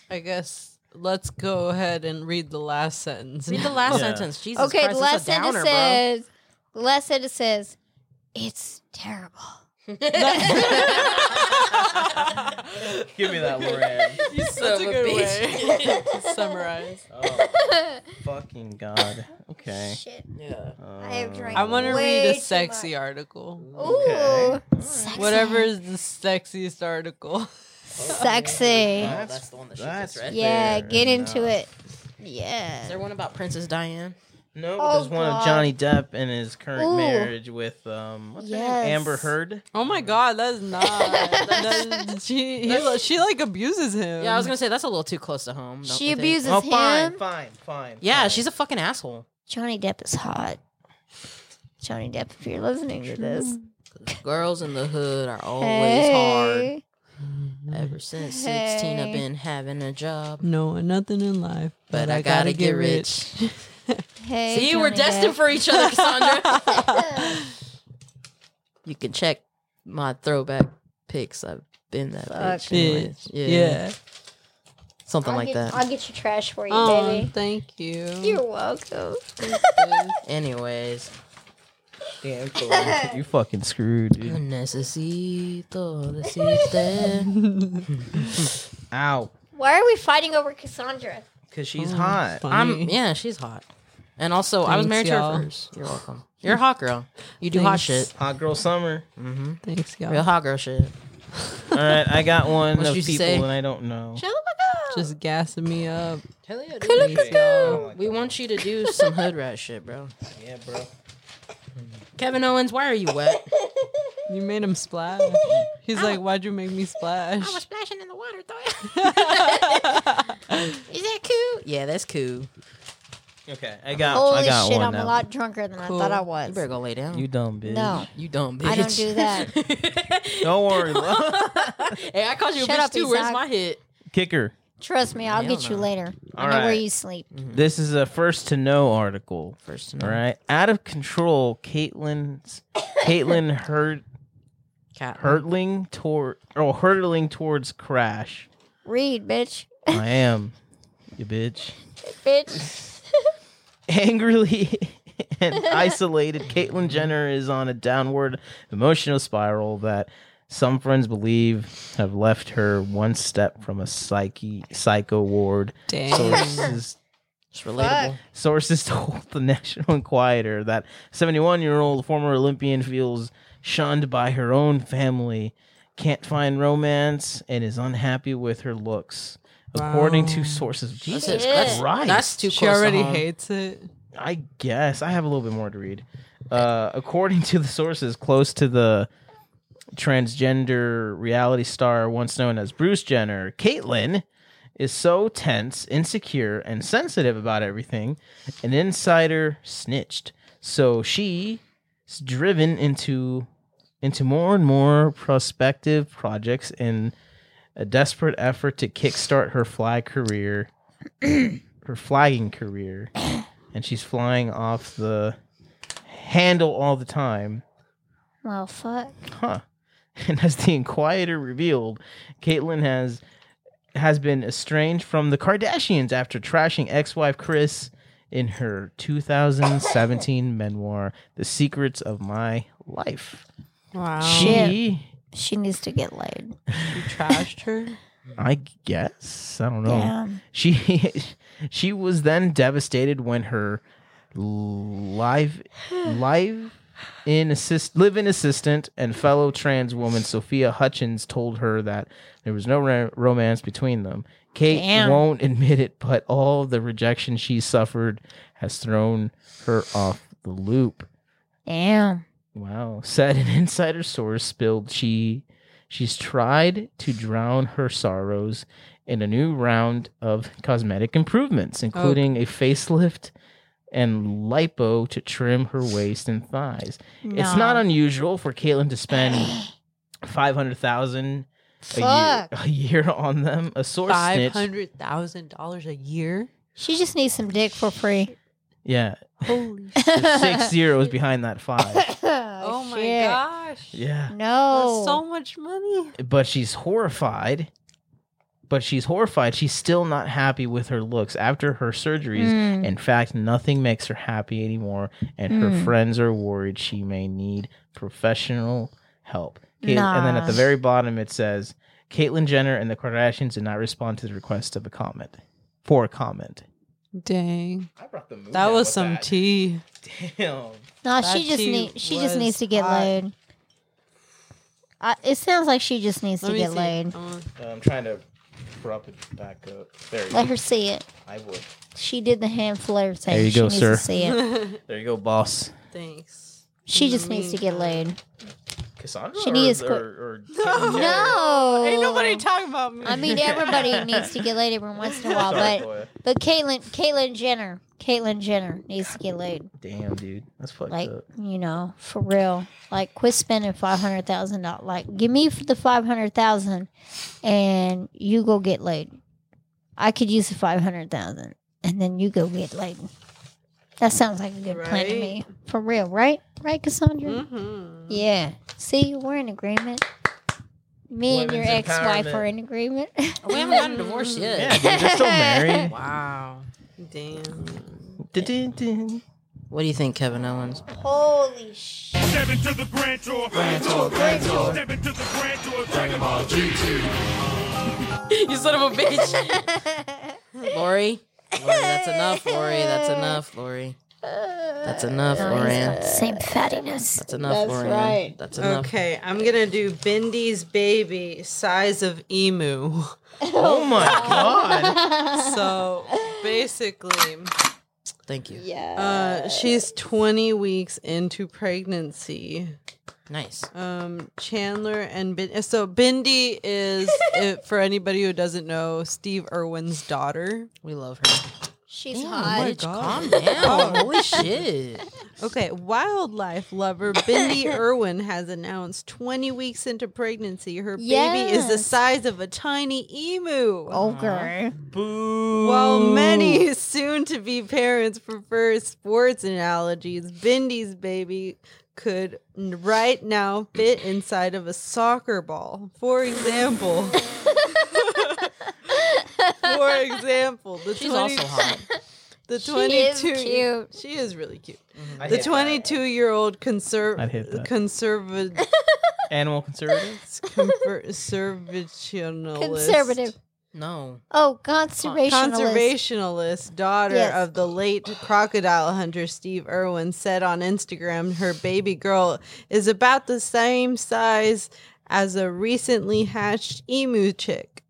I guess let's go ahead and read the last sentence.
Read the last
Yeah.
sentence. Jesus
okay,
Christ, that's
the last
a downer,
sentence says. The last sentence says, "It's terrible."
Give me that, Lorraine.
bro.
That's a good way to summarize.
Oh, fucking god. Okay. Uh,
Shit.
Yeah. Oh,
I have drank
I want to
Way
read a
too
sexy
much.
article.
Ooh,
Okay.
sexy.
Whatever is the sexiest article.
Sexy.
Alright.
That's, the one that she
That's-
gets right.
Yeah,
Fair
get into
enough.
it.
Is
Yeah.
there one about Princess Diane?
No,
Oh,
there's one
God.
of Johnny Depp and his current
Ooh.
marriage with um what's her name?
Yes.
Amber Heard.
Oh my god, that's not. That, she, he, li- she like abuses him.
Yeah, I was gonna say that's a little too close to home. don't
She
you think?
abuses
oh,
him.
fine, fine, fine.
Yeah,
fine.
she's a fucking asshole.
Johnny Depp is hot. Johnny Depp, if you're listening to this,
Girls in the hood are always
hey.
hard. Ever since sixteen,
Hey.
I've been having a job,
No, and nothing in life,
but I gotta, get rich.
Hey,
See, we're
Johnny
destined
Depp.
for each other, Cassandra. you can check my throwback pics. I've been that
Fuck.
bitch.
Bitch.
Yeah.
Yeah.
something
I'll
like
get,
that.
I'll get your trash for you,
Oh,
baby.
thank you.
You're welcome.
Anyways,
Damn, Thor, you fucking screwed,
Mm.
dude.
necesito decirte.
Ow,
Why are we fighting over Cassandra?
because she's
Mm.
hot.
I'm
Mm, Funny.
yeah, she's hot, and also I was
Thanks,
married to
y'all.
her first. You're welcome. You're a hot girl. You do hot
Thanks.
shit.
Hot girl summer.
Thanks, y'all.
Real hot girl shit.
All right, I got one
What'd
of
you
people
say?
and I don't know.
Just gassing me up.
Hell yeah,
Thanks, y'all.
We want you to do some hood rat shit, bro.
Yeah, bro.
Kevin Owens, why are you wet?
You made him splash. He's like, why'd you make me splash?
splashing in the water, though. Is that cool? Yeah, that's cool.
Okay, I got. I
Holy
got
shit,
one
I'm
now.
a lot drunker than I thought I
You
was.
better go lay down.
You
You,
dumb bitch.
No.
dumb bitch.
I don't do that.
Don't worry. love.
hey, I called you
Shut
a bitch
up,
too. Where's
Isaac.
my hit?
Kicker.
Trust me, I'll
Hell
get you
no.
later.
All
I know where
right.
you sleep.
This is a first to know article.
First,
All right, out of control. Caitlyn's Caitlyn hurt
cat.
hurtling toward or hurtling towards crash.
Read, bitch.
I am, you bitch.
Bitch.
Angrily and isolated, Caitlyn Jenner is on a downward emotional spiral that Some friends believe have left her one step from a psyche psycho ward. Sources
It's relatable.
Sources told the National Enquirer that 71 year old former Olympian feels shunned by her own family, can't find romance, and is unhappy with her looks. According to sources, Jesus
that's-
Christ.
That's too
She
close.
already
to
um,
home.
hates it.
I guess I have a little bit more to read. Uh, according to the sources close to the transgender reality star, once known as Bruce Jenner, Caitlyn is so tense, insecure, and sensitive about everything. An insider snitched, so she's driven into into more and more prospective projects in a desperate effort to kickstart her fly career, her flagging career and she's flying off the handle all the time.
Well, fuck.
Huh. And as the Inquirer revealed, Caitlyn has has been estranged from the Kardashians after trashing ex-wife Chris in her 2017 memoir, The Secrets of My Life.
Wow.
She,
She needs to get laid.
You trashed her.
I guess, I don't know.
Yeah.
She she was then devastated when her live live in assist live-in assistant and fellow trans woman Sophia Hutchins told her that there was no ro- romance between them. Kate
Damn.
won't admit it, but all the rejection she suffered has thrown her off the loop.
Damn.
Wow. Said an insider source spilled she she's tried to drown her sorrows in a new round of cosmetic improvements, including a facelift and lipo to trim her waist and thighs. It's not unusual for Caitlyn to spend five hundred thousand a year,
Fuck.
a year on them. A source
Five
snitch.
hundred thousand dollars a year.
She just needs some dick for free.
Yeah.
Holy.
There's six zeros behind that five.
oh my
shit.
gosh.
Yeah.
No.
That's so much money.
but she's horrified. But she's horrified. She's still not happy with her looks after her surgeries.
Mm.
In fact, nothing makes her happy anymore, and her
Mm.
friends are worried she may need professional help. Cait- And then at the
Nah.
very bottom, it says Caitlyn Jenner and the Kardashians did not respond to the request of a comment for a comment.
Dang.
I brought the mood
That was some tea.
Damn.
No,
That
she just
too
need she
was
just needs to get
hot.
laid. I, it sounds like she just needs
Let
to
me
get
see.
laid.
Uh,
I'm trying to prop it back up. There you
Let
go.
her see it.
I would.
She did the hand flare thing.
There you
she
go,
needs
sir.
To see it.
There you go, boss.
Thanks.
She
In the
just needs to get laid.
Cassandra
She needs
or,
qu-
or, or Caitlyn Jenner?
No,
Ain't nobody talking about me.
I mean, everybody needs to get laid every once in a while,
Sorry,
but
Toya.
but Caitlyn Caitlyn Jenner, Caitlyn Jenner needs to get laid.
Damn, dude, that's fucked
Like
up.
you know, for real. Like quit spending five hundred thousand dollars. Like give me the five hundred thousand, and you go get laid. I could use the five hundred thousand, and then you go get laid. That sounds like a good plan to
Right.
me. For real, right? Right, Cassandra?
Mhm.
Yeah. See, we're in agreement. Me and your
Women's
ex-wife are
empowerment.
in agreement.
Oh, We haven't gotten divorced yet.
Yeah, dude, they're still married.
Wow.
Damn.
Dun-dun-dun.
What do you think, Kevin Owens?
Holy shit.
Step into the grand tour. Grand tour, Step into the grand tour. Dragon Ball GT.
you son of a bitch. Lori. Lori, that's enough, Lori. That's enough, Lori. That's enough, Lorianne.
Same fattiness.
That's enough,
That's
Lorianne.
right.
That's enough.
Okay, I'm gonna do Bindy's baby size of emu.
Oh my god!
So basically,
Thank you.
uh, she's 20 weeks into pregnancy.
Nice.
Um, Chandler and Bin- uh, so Bindi is, uh, for anybody who doesn't know, Steve Irwin's daughter.
We love her.
She's
Oh
Damn,
hot.
bitch,
God.
calm down. Holy shit.
Okay, wildlife lover Bindi Irwin has announced 20 weeks into pregnancy, her baby is the
Yes.
size of a tiny emu.
Oh, Ogre.
Boo!
While many soon to be parents prefer sports analogies, Bindy's baby could n- right now fit inside of a soccer ball. For example, for example, the
She's
20
also hot.
The
She
22
is cute.
She is really cute.
I
The
hate that.
22 year old
I'd hit
conserv-
that.
conservative
Animal conservative?
It's conservationalist.
Conservative.
No.
Oh, conservationalist.
Conservationalist, daughter
Yes.
of the late crocodile hunter Steve Irwin, said on Instagram her baby girl is about the same size as a recently hatched emu chick.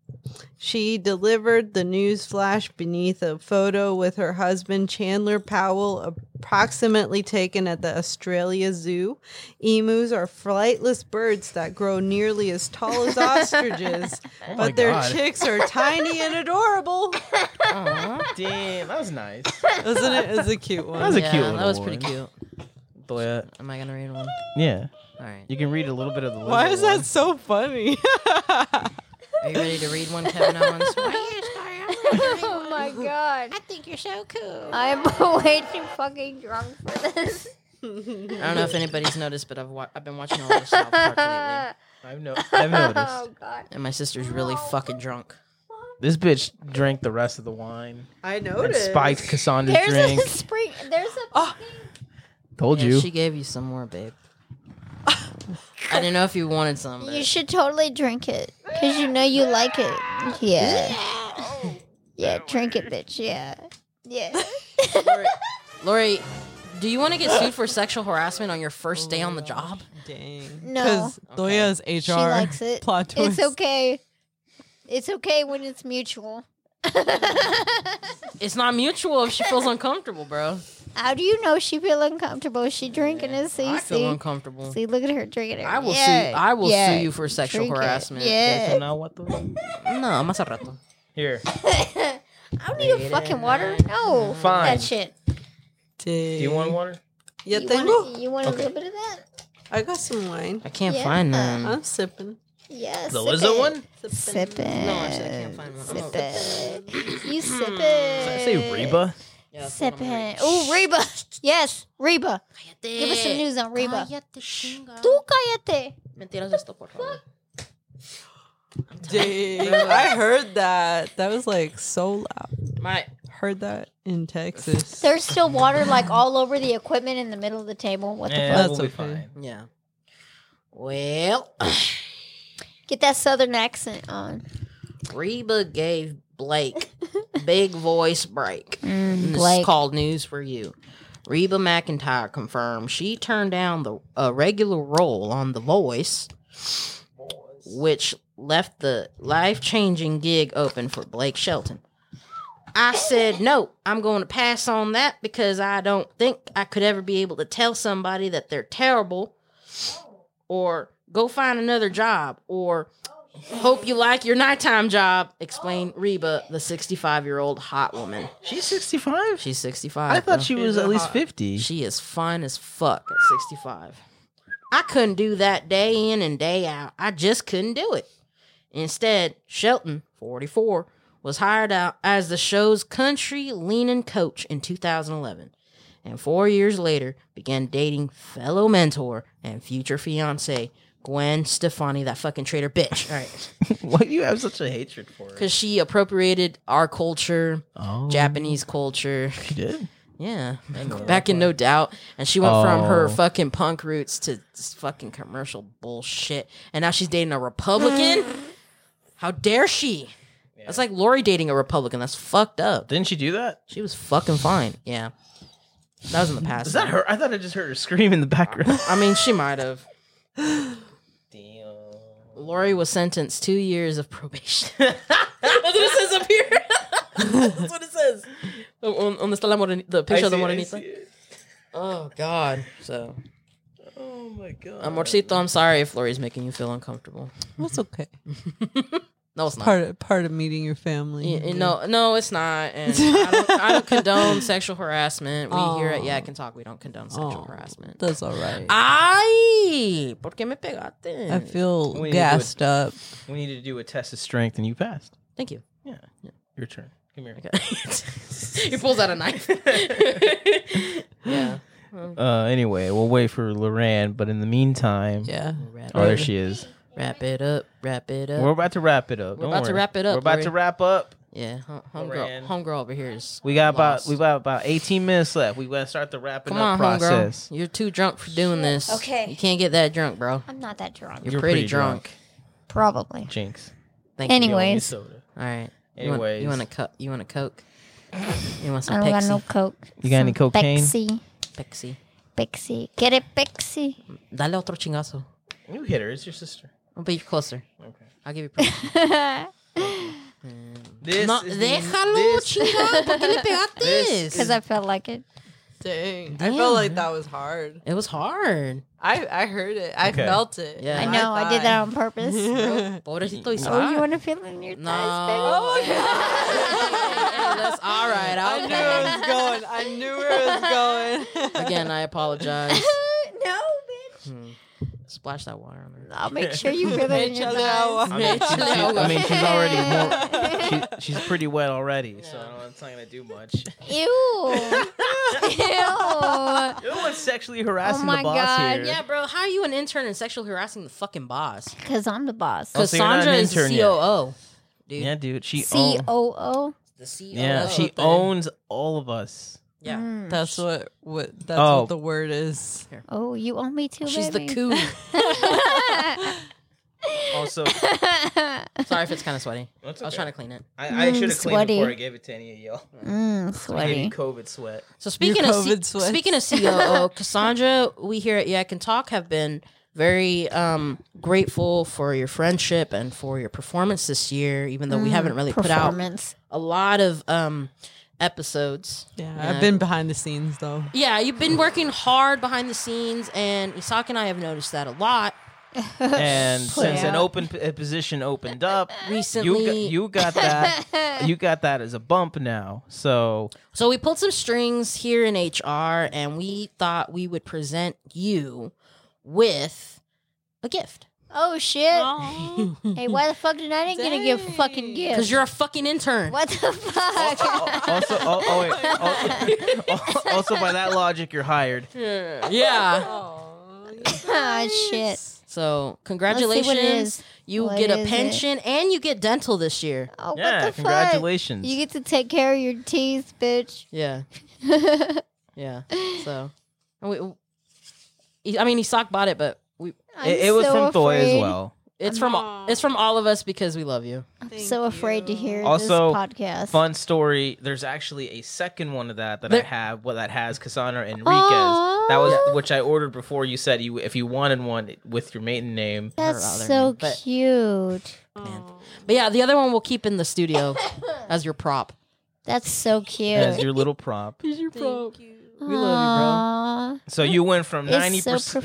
She delivered the news flash beneath a photo with her husband Chandler Powell, approximately taken at the Australia Zoo. Emus are flightless birds that grow nearly as tall as ostriches,
my
but their
God.
chicks are tiny and adorable.
Damn, that was nice.
Isn't it? It's a cute
That was
one.
a
yeah,
cute
that
little
was pretty
one.
cute.
Boy, uh,
Am I gonna read one?
yeah.
All right.
You can read a little bit of the.
Why
lizard
is that
one.
so funny?
Are you ready to read one, Kevin Owens?
oh my god. I think you're so cool. I'm way too fucking drunk for this.
I don't know if anybody's noticed, but I've wa- I've been watching a lot of South Park lately,
I've, no- I've noticed.
Oh god.
and my sister's really fucking drunk.
This bitch drank the rest of the wine.
I
And
noticed.
spiked Cassandra's
There's
drink.
a spring. There's a.
Told
Yeah,
you.
she gave you some more, babe. I didn't know if you wanted some.
You
But
should totally drink it because you know you like it. Yeah. Yeah, drink it, bitch. Yeah. Yeah.
Lori, Lori, do you want to get sued for sexual harassment on your first day on the job?
Dang.
No.
Doya's HR
She likes it.
plot twist.
It's okay. It's okay when it's mutual.
It's not mutual if she feels uncomfortable, bro.
How do you know she feel uncomfortable? She drinking it. See,
I
see,
feel uncomfortable.
see. Look at her drinking it.
I will
yeah.
sue. I will
yeah.
sue you for sexual
Drink it.
harassment.
Yeah.
Now what the?
No, más al rato.
Here.
I don't need a fucking water. No.
Fine.
That shit.
Do you want water?
Yeah,
You
thank
want, you want a little bit of that?
I got some wine.
I can't
Yeah. Uh-huh.
find them.
I'm sipping.
Yes.
The Lizzo one?
Sip it.
No, actually, I can't find one. I'm
Sip
okay.
it. You sip it.
I say Reba.
Yeah, that's the
Sip
one I'm reading.
it. Oh, Reba. Yes, Reba. Give us some news on Reba.
Cállate, chinga.
Tú cállate.
Me tiras esto, por favor.
Dang. I heard that. That was like so loud.
My
Heard that in Texas.
There's still water like all over the equipment in the middle of the table. What the
Eh,
fuck?
That's
we'll be
okay.
fine.
yeah. Well,
Get that southern accent on.
Reba gave Blake big voice break. And This
Blake.
is Mm, called news for you. Reba McIntyre confirmed she turned down the a regular role on The Voice, which left the life changing gig open for Blake Shelton. I said no. I'm going to pass on that because I don't think I could ever be able to tell somebody that they're terrible, or go find another job, or hope you like your nighttime job. Explained Reba, the 65 year old hot woman.
She's 65?
She's 65.
I thought
bro.
she was at least 50.
She is fine as fuck at 65. I couldn't do that day in and day out. I just couldn't do it. Instead, Shelton, 44, was hired out as the show's country leaning coach in 2011. And four years later, began dating fellow mentor and future fiance Gwen Stefani, that fucking traitor bitch. All right.
Why do you have such a hatred for her?
Because she appropriated our culture,
Oh,
Japanese culture.
she did.
Yeah, back in No Doubt, and she went from her
Oh.
fucking punk roots to this fucking commercial bullshit, and now she's dating a Republican. How dare she? That's like Lori dating a Republican. That's fucked up.
Didn't she do that?
She was fucking fine. Yeah, that was in the past.
Is that her? I thought I just heard her scream in the background.
I mean, she might have.
Damn.
Lori was sentenced two years of probation. That's what it says up here. That's what it says. On, on the, Stella Moreni- the picture of the Morenita. Oh God. So
Oh my god.
Amorcito, Uh, I'm sorry if Lori's making you feel uncomfortable.
That's okay.
No, it's not.
Part of, part of meeting your family.
Y- y- No, no, it's not. And I don't, I don't condone sexual harassment. We here at
Aw.
Yak and Talk, we don't condone sexual
Aw.
harassment.
That's all right.
Ay, ¿por qué me pegaste?
I feel
We need to do
gassed up.
We need to do a test of strength, and you passed.
Thank you.
Your turn. Come here.
Okay. he pulls out a knife. yeah.
Uh, anyway, we'll wait for Loran, but in the meantime,
Yeah.
Wrap,
oh, there she is.
wrap it up. Wrap it up.
We're about to wrap it up.
We're
Don't
about to
worry.
wrap it up,
We're about to
Lori.
wrap up.
Yeah, home
Loran.
homegirl, homegirl over here is.
We got
lost.
about we got about 18 minutes left. We gotta start the wrapping
Come
up
on,
process.
homegirl. You're too drunk for doing this.
Okay.
you can't get that drunk, bro.
I'm not that drunk.
You're,
You're
pretty,
pretty
drunk.
Probably.
Jinx.
Thank
Anyway.
you.
Anyways.
You don't need soda.
All right.
Anyways.
you want, you want a cup? You want a coke? You want
I
some
don't got
Pepsi?
no coke.
You got any
Some
cocaine?
Pepsi.
Pepsi.
Pepsi. Get it, Pepsi.
Dale otro chingazo.
You hit her. It's your sister.
Oh, But you're closer.
Okay.
I'll give you. Permission.
This
no,
is the-
déjalo,
this-
chingado. ¿Por qué le pegaste?
This
Because I felt like it.
Dang. I
Damn.
felt like that was hard.
It was hard.
I, I heard it. I
Okay.
felt it.
Yeah.
I
I
know. I did that on purpose.
Pobrecito y
oh, you
sad.
want to feel it in your
No. Oh,
thighs, baby?
That's all right.
I
I'll
knew it was going. I knew where it was going.
Again, I apologize.
no, bitch.
Splash that water on her.
I'll make sure you feel it in your
Échale
thighs.
agua.
I mean, she's, I mean, she's already more, she, she's pretty wet already, so I don't- it's not gonna do much.
Ew. Ew.
You're the one sexually harassing
Oh my
the boss
God,
here.
Yeah, bro. How are you an intern and sexual harassing the fucking boss?
Because I'm the boss.
Oh,
Because
so you're not an
Sandra is the
intern yet.
COO. Dude,
Yeah, dude. She
C
owns.
O O.
the COO.
Yeah, she
thing.
owns all of us.
Yeah.
Hmm.
That's what, what that's
Oh.
what the word is.
Oh, you owe me too,
She's the
baby.
coup.
Also,
Sorry if it's kind of sweaty.
That's
I was
okay.
trying to clean it.
I, I
Mm,
should have cleaned
sweaty.
before I gave it to any of y'all.
Mm,
I gave you
sweaty.
COVID sweat.
So speaking of C-
COVID sweats.
speaking of COO, Cassandra, we here at Yeah I Can Talk have been very um, grateful for your friendship and for your performance this year, even though we haven't really put out
Performance.
a lot of um, episodes.
Yeah, I've been behind the scenes though.
Yeah, you've been working hard behind the scenes, and Isak and I have noticed that a lot.
And since an
out.
open p- a position opened up, you got,
Recently-
you got that you got that as a bump now. So
So we pulled some strings here in HR, and we thought we would present you with a gift
Oh shit. Hey, why the fuck did I didn't get a gift fucking gift?
because you're a fucking intern.
what the fuck?
also, oh, oh, wait, oh, oh, also by that logic, you're hired.
Yeah.
Ah shit.
So
Let's see
congratulations.
what it is.
You
What
get a
is it?
pension and you get dental this year.
Oh,
yeah,
what the
congratulations.
fuck? You get to take care of your teeth, bitch.
Yeah. yeah. So and we I mean Isak bought it, but we
I'm
it, it was
so
from Thoy as
afraid-
well.
it's from it's from all of us because we love you.
I'm so afraid to hear
Also,
this podcast.
Fun story. There's actually a second one of that that I
There-
have. Well, that has Cassandra Enriquez.
Aw.
That was which I ordered before you said you if you wanted one with your maiden name.
That's
other
so
name, but-
cute.
But yeah, the other one we'll keep in the studio as your prop.
That's so cute.
as your little prop.
We love
Aw.
So you went from
It's
90
so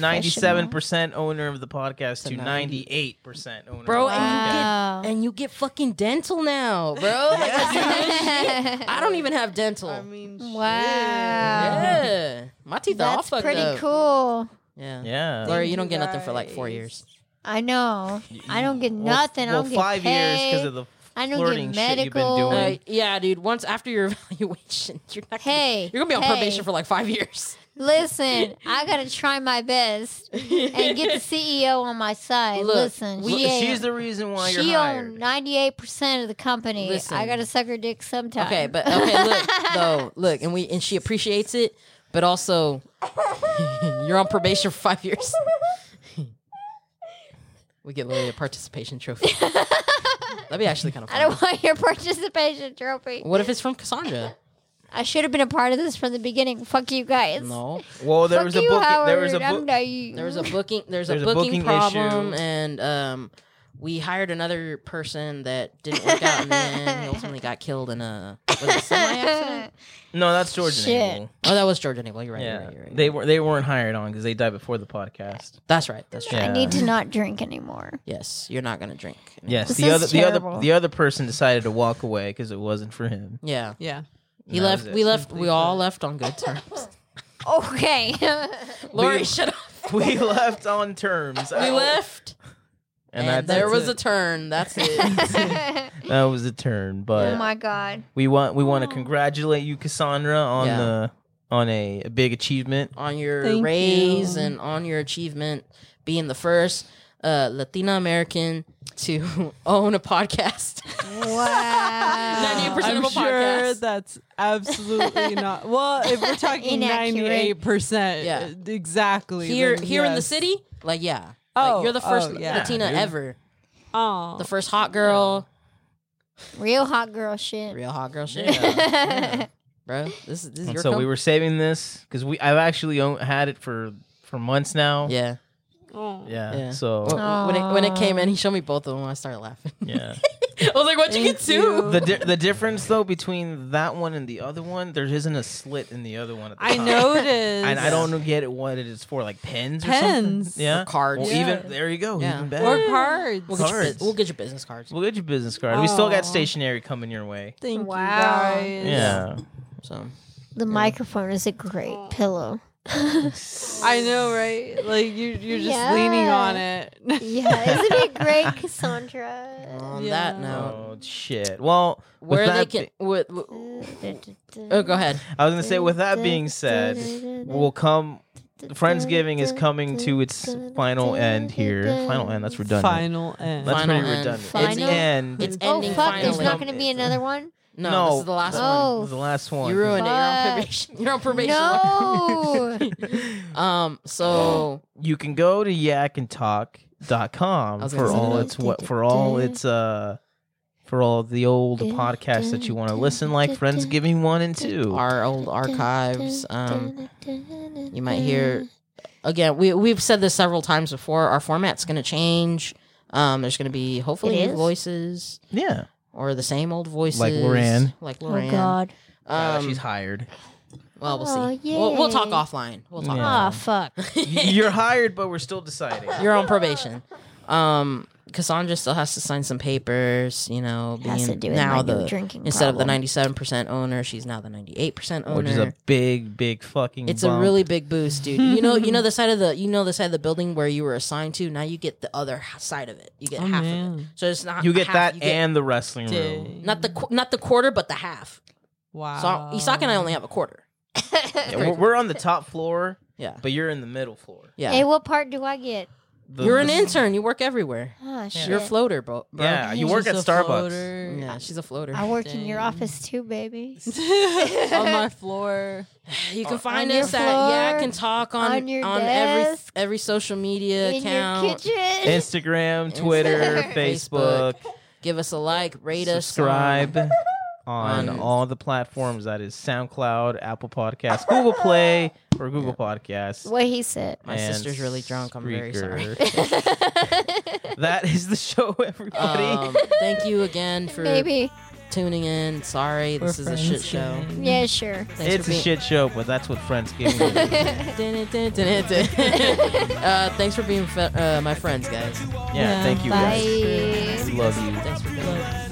97% owner of the podcast to
To 90.
98% owner. of
Bro,
the podcast.
and you get-
Wow.
you, bro. And you get fucking dental now, bro. Like, that's- I don't even have dental.
I mean, shit.
Wow.
yeah. My teeth are all
That's
fucked
pretty
up.
cool.
Yeah.
Yeah.
Lori,
Thank
you don't
you
get nothing for like four
guys.
years.
I know. I don't get
Well,
nothing.
Well,
I don't
five
get paid.
years because of the
I don't get
flirting shit you've been
medical.
doing.
Uh, yeah, dude. Once after your evaluation, you're not. Gonna,
Hey,
you're gonna be on
hey.
probation for like five years.
Listen, I gotta try my best and get the CEO on my side.
Look,
Listen,
Look,
she ain't-
She's the reason why you're
she owned
hired.
ninety eight percent of the company.
Listen.
I gotta suck her dick sometime.
Okay, but okay, look though, look, and we and she appreciates it, but also you're on probation for five years. we get Lily a participation trophy. That'd be actually kind of
I
fun.
don't want your participation trophy.
What if it's from Cassandra?
I should have been a part of this from the beginning. Fuck you guys.
No,
Well, there
Fuck
was a
you,
book.
Howard.
There was a
I'm
book.
not you.
there's a booking. There's,
There's
a, booking problem, and um, we hired another person that didn't work out, and then he ultimately got killed in a was it a semi accident.
No, that's George
Shit.
and Abel.
Oh, that was George Enable. You're right.
Yeah,
You're right, you're right.
they were they weren't hired on because they died before the podcast.
That's right. That's right.
Yeah.
I need to not drink anymore.
Yes, you're not gonna drink.
Yes,
This
the
is
other the
terrible.
other the other person decided to walk away because it wasn't for him.
Yeah,
Yeah.
he
That
left.
was it.
We left. We all left on good terms.
Okay.
Lori,
We-
shut up.
We left on terms.
We left, and,
that's-
there
that's
was a
it.
turn. That's it.
that was a turn, but
oh my god.
we want we want to congratulate you, Cassandra, on
Oh. Yeah.
the on a, a big achievement.
on your
Thank
raise
you.
and on your achievement, being the first uh, Latina American to own a podcast.
Wow.
98%
I'm
of a
sure
podcast.
that's absolutely not. Well, if we're talking
Inaccurate.
ninety-eight percent,
Yeah.
exactly.
here,
then
here in the
yes.
city, like yeah,
Oh,
like, you're the first
oh, yeah.
Latina
Dude.
ever,
Oh,
the first hot girl,
Real hot girl shit.
real hot girl shit,
Yeah.
bro. This is this is
And
your
so we
com-
were saving this because we I've actually own, had it for for months now.
yeah.
oh.
yeah.
Yeah.
So
When- When it, when it came in, he showed me both of them. I started laughing.
yeah.
I was like, "What'd you get two?
The di- the difference though between that one and the other one, there isn't a slit in the other one. At the
I
top.
noticed.
and I don't get it what it is for, like pens. Or
Pens.
something? Yeah.
cards.
Well,
Yeah.
even there you go.
Yeah.
Even better.
Or cards.
We'll get, your,
Cards.
bu- we'll get your business cards."
We'll get your business card. We still
Aw.
got stationery coming your way.
Thank
Wow.
wow. you guys.
Yeah.
So
The microphone is a great pillow.
I know, right? Like you, you're just leaning on it.
Yeah, isn't it great, Cassandra?
on
Yeah.
that note,
Oh shit. Well, with
where they
that
can?
be-
what- what- oh, go ahead.
I was gonna say, with that being said, we'll come. Friendsgiving is coming to its final end here. Final end. That's redundant.
Final end.
That's
Final
pretty
end.
redundant. It's
Final-
end.
It's
Oh
ending
fuck!
finally.
There's not going to
uh,
be another one.
no,
No.
this is the last one.
Oh,
It's the last one.
You ruined it. You're on
fuck.
probation. You're on probation.
No.
Um. So
you can go to
I
yakandtalk.com
was gonna
for
say
all
that.
its what for all its uh for all the old podcasts that you want to listen like Friendsgiving 1 and 2.
our old archives. Um. You might hear again. We we've said this several times before. Our format's going to change. Um. There's going to be hopefully
It
new
is?
voices
Yeah.
or the same old voices.
Loran.
Like Loran.
Oh God.
Uh,
Um,
she's hired.
well, we'll see.
Oh,
We'll, we'll talk
yay.
offline. We'll talk.
Yeah.
Oh fuck.
You're hired but we're still deciding.
You're on probation. Um. Cassandra still has to sign some papers. You know. Being
Has to do with
now
my
the
new drinking.
instead of the
problem.
97% owner she's now the 98% owner
Which is a big big fucking
it's a
bump.
really big boost dude you know you know the side of the you know the side of the building where you were assigned to now you get the other h- side of it you get
Oh,
half of it
man.
so it's not
You get
half,
that
you get
and Ah. the wrestling room.
Dang.
not the qu- not the quarter but the half so
wow.
I- Isak and I only have a quarter
Yeah, we're, we're on the top floor,
yeah
but you're in the middle floor.
yeah
Hey, what part do I get?
The-
you're an intern you work everywhere
Ah, shit.
you're a floater bro, bro.
Yeah, you
She's
work at
a
Starbucks.
floater.
yeah she's a floater
I work in your office too, baby.
on my floor.
you can find
on your
us at yeah i
floor,
can talk on
on your
on
desk,
every every social media
In
account
your kitchen.
Instagram, Twitter,
Facebook.
Facebook,
give us a like rate us um, on-
subscribe on
on-
all the platforms that is SoundCloud, Apple Podcasts, Google Play, or Google Podcasts.
what he said.
My
and
sister's really drunk. I'm very sorry.
Spreaker. that is the show, everybody.
Um, thank you again for
Baby.
tuning in. Sorry, this is a shit show.
Yeah, sure.
Thanks
it's
for
a shit show, but that's what friends give me.
being- uh, thanks for being fe- uh, my friends, guys.
Yeah, thank you guys.
Bye.
We love you.
Thanks for being.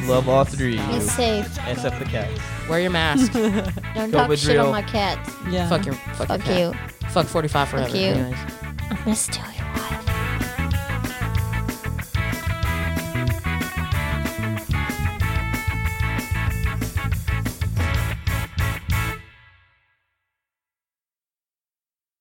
Love all three of
Be
you,
safe.
except the cat.
Wear your mask.
Don't talk
COVID
shit
drill.
on my cats.
Yeah.
fuck your fuck, your
Fuck
cat.
you.
Fuck 45 forever.
you.
Anyways.
I'm gonna steal your